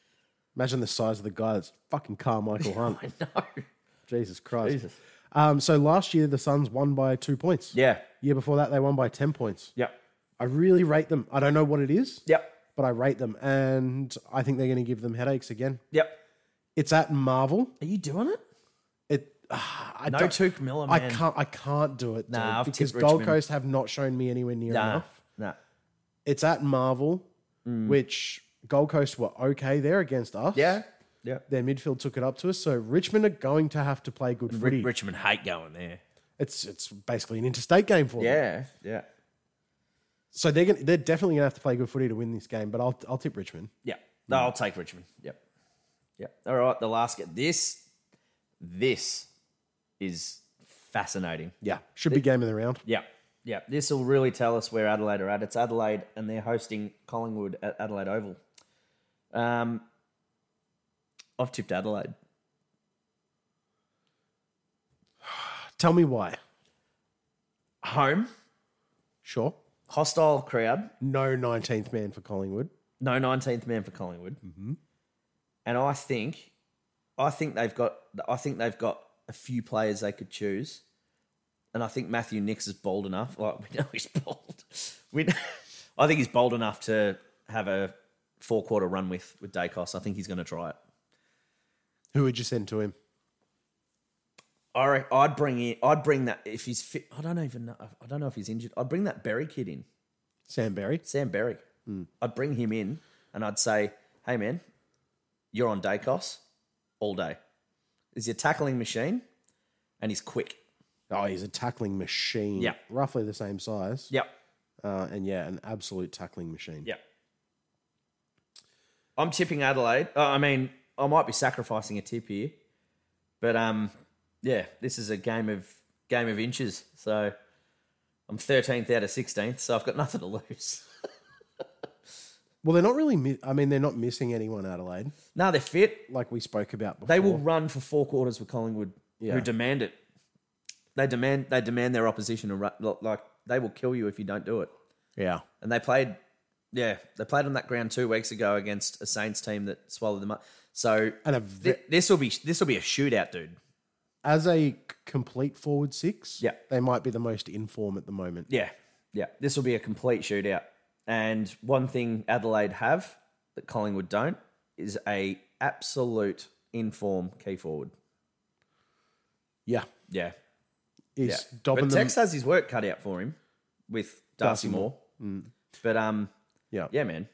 Speaker 1: Imagine the size of the guy that's fucking Carmichael Hunt.
Speaker 2: I know.
Speaker 1: Jesus Christ.
Speaker 2: Jesus.
Speaker 1: Um, so last year, the Suns won by two points.
Speaker 2: Yeah.
Speaker 1: Year before that, they won by 10 points.
Speaker 2: Yep.
Speaker 1: I really rate them. I don't know what it is,
Speaker 2: Yep.
Speaker 1: but I rate them. And I think they're going to give them headaches again.
Speaker 2: Yep.
Speaker 1: It's at Marvel.
Speaker 2: Are you doing it?
Speaker 1: It. ah, I
Speaker 2: No
Speaker 1: don't,
Speaker 2: Tuke Miller,
Speaker 1: I
Speaker 2: Oh, man.
Speaker 1: can't. I can't do it.
Speaker 2: Nah,
Speaker 1: dude,
Speaker 2: I've
Speaker 1: because
Speaker 2: tipped
Speaker 1: Gold
Speaker 2: Richmond.
Speaker 1: Coast have not shown me anywhere near
Speaker 2: Nah.
Speaker 1: enough.
Speaker 2: Nah.
Speaker 1: It's at Marvel, which Gold Coast were okay there against us.
Speaker 2: Yeah. Yeah.
Speaker 1: their midfield took it up to us. So Richmond are going to have to play good footy.
Speaker 2: Richmond hate going there.
Speaker 1: it's it's basically an interstate game for them.
Speaker 2: Yeah. Yeah.
Speaker 1: So they're gonna, they're definitely going to have to play good footy to win this game. But I'll I'll tip Richmond.
Speaker 2: Yeah. No, I'll take Richmond. Yep. Yep. All right. The last game. This, this is fascinating.
Speaker 1: Yeah, should be game of the round.
Speaker 2: Yeah. Yeah. This will really tell us where Adelaide are at. It's Adelaide, and they're hosting Collingwood at Adelaide Oval. Um, I've tipped Adelaide.
Speaker 1: Tell me why.
Speaker 2: Home,
Speaker 1: Sure.
Speaker 2: hostile crowd,
Speaker 1: No nineteenth man for Collingwood.
Speaker 2: no 19th man for Collingwood. And I think, I think they've got, I think they've got a few players they could choose. And I think Matthew Nix is bold enough. Like we know he's bold. We, I think he's bold enough to have a four quarter run with with Dacos. I think he's going to try it.
Speaker 1: Who would you send to him?
Speaker 2: I re- I'd bring in, I'd bring that if he's fit. I don't even know. I don't know if he's injured. I'd bring that Berry kid in,
Speaker 1: Sam Berry.
Speaker 2: Sam Berry. I'd bring him in, and I'd say, "Hey man, you're on Dacos all day. He's your tackling machine, and he's quick.
Speaker 1: Oh, he's a tackling machine.
Speaker 2: Yeah.
Speaker 1: Roughly the same size.
Speaker 2: Yep,
Speaker 1: Uh, and yeah, an absolute tackling machine.
Speaker 2: yep. I'm tipping Adelaide. Uh, I mean, I might be sacrificing a tip here, but um, yeah, this is a game of game of inches. So I'm 13th out of 16th, so I've got nothing to lose."
Speaker 1: Well, they're not really. Mi- I mean, they're not missing anyone, Adelaide,
Speaker 2: No, they're fit.
Speaker 1: like we spoke about before.
Speaker 2: They will run for four quarters with Collingwood,
Speaker 1: Yeah.
Speaker 2: who demand it. They demand they demand their opposition to run, lo- like they will kill you if you don't do it.
Speaker 1: Yeah.
Speaker 2: And they played, yeah, they played on that ground two weeks ago against a Saints team that swallowed them up. So
Speaker 1: And a ve-
Speaker 2: th- this will be this will be a shootout, dude.
Speaker 1: as a c- complete forward six,
Speaker 2: Yeah.
Speaker 1: they might be the most in form at the moment.
Speaker 2: Yeah, yeah, this will be a complete shootout. And one thing Adelaide have that Collingwood don't is a absolute inform key forward.
Speaker 1: Yeah.
Speaker 2: Yeah,
Speaker 1: He's
Speaker 2: Yeah.
Speaker 1: dobbing
Speaker 2: but
Speaker 1: them.
Speaker 2: Tex has his work cut out for him with
Speaker 1: Darcy
Speaker 2: Darcy,
Speaker 1: Mm.
Speaker 2: Moore. But um,
Speaker 1: Yeah.
Speaker 2: yeah, man,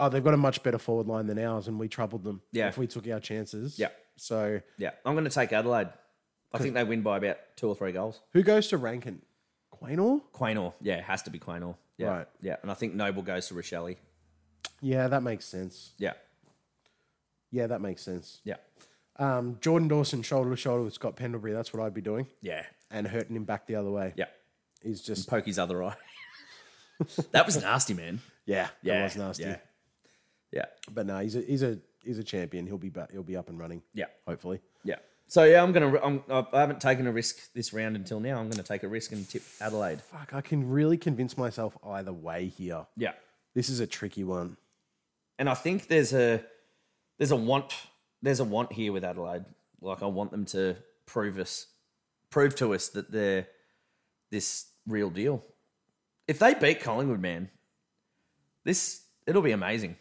Speaker 1: Oh, they've got a much better forward line than ours, and we troubled them.
Speaker 2: Yeah.
Speaker 1: If we took our chances.
Speaker 2: Yeah.
Speaker 1: So
Speaker 2: yeah, I'm going to take Adelaide. I think they win by about two or three goals.
Speaker 1: who goes to Rankin? Quaynor?
Speaker 2: Quaynor, yeah, it has to be Quaynor. Yeah,
Speaker 1: Right.
Speaker 2: yeah, and I think Noble goes to Rochelle.
Speaker 1: Yeah, that makes sense.
Speaker 2: Yeah,
Speaker 1: Yeah, that makes sense.
Speaker 2: yeah,
Speaker 1: Um, Jordan Dawson shoulder to shoulder with Scott Pendlebury. That's what I'd be doing,
Speaker 2: yeah,
Speaker 1: and hurting him back the other way.
Speaker 2: yeah.
Speaker 1: He's just
Speaker 2: Poke his other eye. that was nasty, man.
Speaker 1: yeah,
Speaker 2: Yeah,
Speaker 1: that was nasty.
Speaker 2: Yeah, yeah,
Speaker 1: But no, he's a he's a he's a champion. He'll be back. He'll be up and running.
Speaker 2: yeah.
Speaker 1: Hopefully.
Speaker 2: yeah. So yeah, I'm gonna. I'm, I haven't taken a risk this round until now. I'm gonna take a risk and tip Adelaide.
Speaker 1: Fuck, I can really convince myself either way here.
Speaker 2: Yeah,
Speaker 1: This is a tricky one.
Speaker 2: and I think there's a there's a want there's a want here with Adelaide. Like I want them to prove us prove to us that they're this real deal. If they beat Collingwood, man, this it'll be amazing.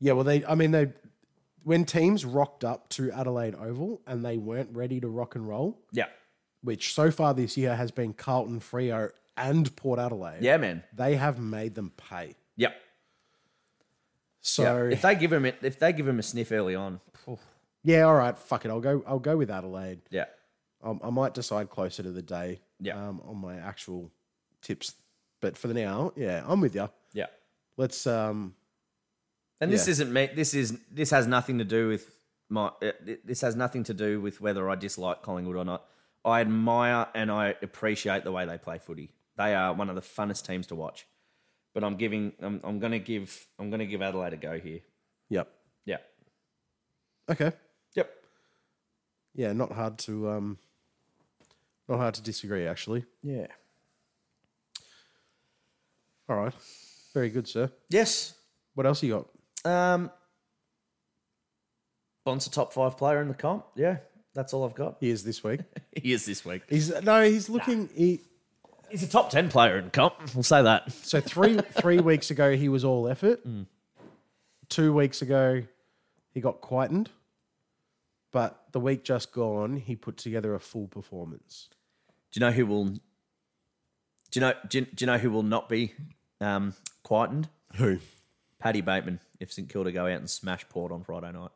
Speaker 1: Yeah, well, they. I mean, they. When teams rocked up to Adelaide Oval and they weren't ready to rock and roll,
Speaker 2: Yeah,
Speaker 1: which so far this year has been Carlton, Frio, and Port Adelaide,
Speaker 2: yeah, man,
Speaker 1: they have made them pay.
Speaker 2: yeah. yeah.
Speaker 1: So
Speaker 2: If they give him it, if they give him a sniff early on, phew,
Speaker 1: yeah, all right, fuck it, I'll go. I'll go with Adelaide.
Speaker 2: yeah,
Speaker 1: Um, I might decide closer to the day.
Speaker 2: Yeah.
Speaker 1: Um, on my actual tips, but for the now, yeah, I'm with you.
Speaker 2: yeah.
Speaker 1: Let's um,
Speaker 2: And this
Speaker 1: Yeah.
Speaker 2: isn't me. This is this has nothing to do with my. uh, This has nothing to do with whether I dislike Collingwood or not. I admire and I appreciate the way they play footy. They are one of the funnest teams to watch. But I'm giving. I'm, I'm going to give. I'm going to give Adelaide a go here.
Speaker 1: Yep.
Speaker 2: Yeah.
Speaker 1: Okay.
Speaker 2: Yep.
Speaker 1: Yeah, not hard to um, not hard to disagree actually.
Speaker 2: Yeah.
Speaker 1: All right. Very good, sir.
Speaker 2: Yes.
Speaker 1: What else you got?
Speaker 2: Um. Bond's a top five player in the comp. Yeah, that's all I've got.
Speaker 1: He is this week.
Speaker 2: He is this week.
Speaker 1: He's no, he's looking. He,
Speaker 2: He's a top ten player in comp. We'll say that.
Speaker 1: so three three weeks ago he was all effort. Two weeks ago, he got quietened. But the week just gone, he put together a full performance.
Speaker 2: Do you know who will? Do you know? Do you, do you know who will not be um, quietened?
Speaker 3: Who?
Speaker 2: Paddy Bateman. If St Kilda go out and smash Port on Friday night,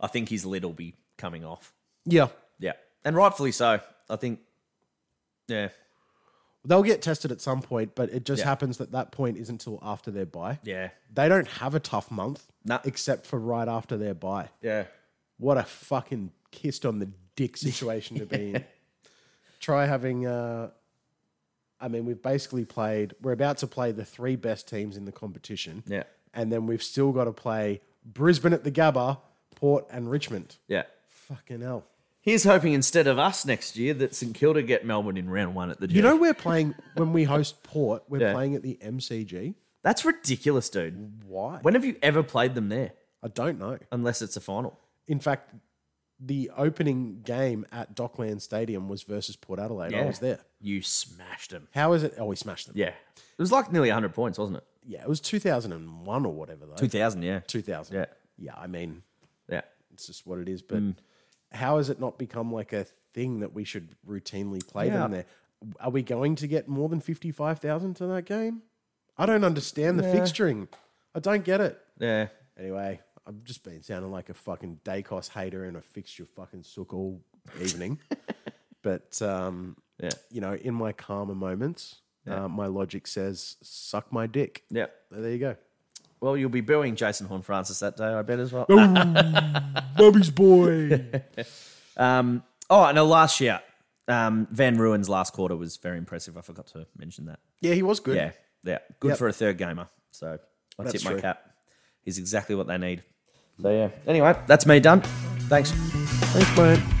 Speaker 2: I think his lid will be coming off.
Speaker 1: Yeah,
Speaker 2: Yeah, and rightfully so. I think. Yeah,
Speaker 1: they'll get tested at some point, but it just
Speaker 2: Yeah.
Speaker 1: happens that that point isn't till after their bye.
Speaker 2: yeah,
Speaker 1: They don't have a tough month,
Speaker 2: Nah.
Speaker 1: except for right after their bye.
Speaker 2: yeah.
Speaker 1: What a fucking kissed on the dick situation to be in. Try having, uh, I mean, we've basically played, we're about to play the three best teams in the competition.
Speaker 2: Yeah.
Speaker 1: And then we've still got to play Brisbane at the Gabba, Port, and Richmond.
Speaker 2: Yeah.
Speaker 1: Fucking hell.
Speaker 2: Here's hoping instead of us next year that St Kilda get Melbourne in round one at the.
Speaker 1: You know, we're playing, when we host Port, we're
Speaker 2: Yeah.
Speaker 1: playing at the MCG.
Speaker 2: that's ridiculous, dude.
Speaker 1: Why?
Speaker 2: When have you ever played them there?
Speaker 1: I don't know.
Speaker 2: Unless it's a final.
Speaker 1: In fact, the opening game at Dockland Stadium was versus Port Adelaide. I
Speaker 2: Yeah.
Speaker 1: was there.
Speaker 2: You smashed them.
Speaker 1: How is it? Oh, we smashed them.
Speaker 2: Yeah, it was like nearly 100 points, wasn't it?
Speaker 1: Yeah, it was 2001 or whatever, though.
Speaker 2: 2000. Yeah.
Speaker 1: 2000.
Speaker 2: Yeah. Hmm.
Speaker 1: Yeah, I mean,
Speaker 2: Yeah.
Speaker 1: it's just what it is. But how has it not become like a thing that we should routinely play
Speaker 2: Yeah.
Speaker 1: them there? Are we going to get more than 55,000 to that game? I don't understand the fixturing. I don't get it.
Speaker 2: Yeah.
Speaker 1: Anyway, I've just been sounding like a fucking Dacos hater and I fixed your fucking sook all evening. but, um,
Speaker 2: Yeah.
Speaker 1: you know, in my calmer moments, uh, my logic says, suck my dick.
Speaker 2: Yeah.
Speaker 1: So there you go.
Speaker 2: Well, you'll be booing Jason Horn Francis that day, I bet as well.
Speaker 1: Bobby's boy.
Speaker 2: Um, oh, and a last shout. Um, Van Ruin's last quarter was very impressive. I forgot to mention that.
Speaker 1: yeah, he was good.
Speaker 2: Yeah. Yeah. Good for a third gamer. So I
Speaker 1: That's
Speaker 2: tip my
Speaker 1: true.
Speaker 2: cap. He's exactly what they need. So, yeah. Anyway, that's me done. Thanks.
Speaker 1: Thanks, mate.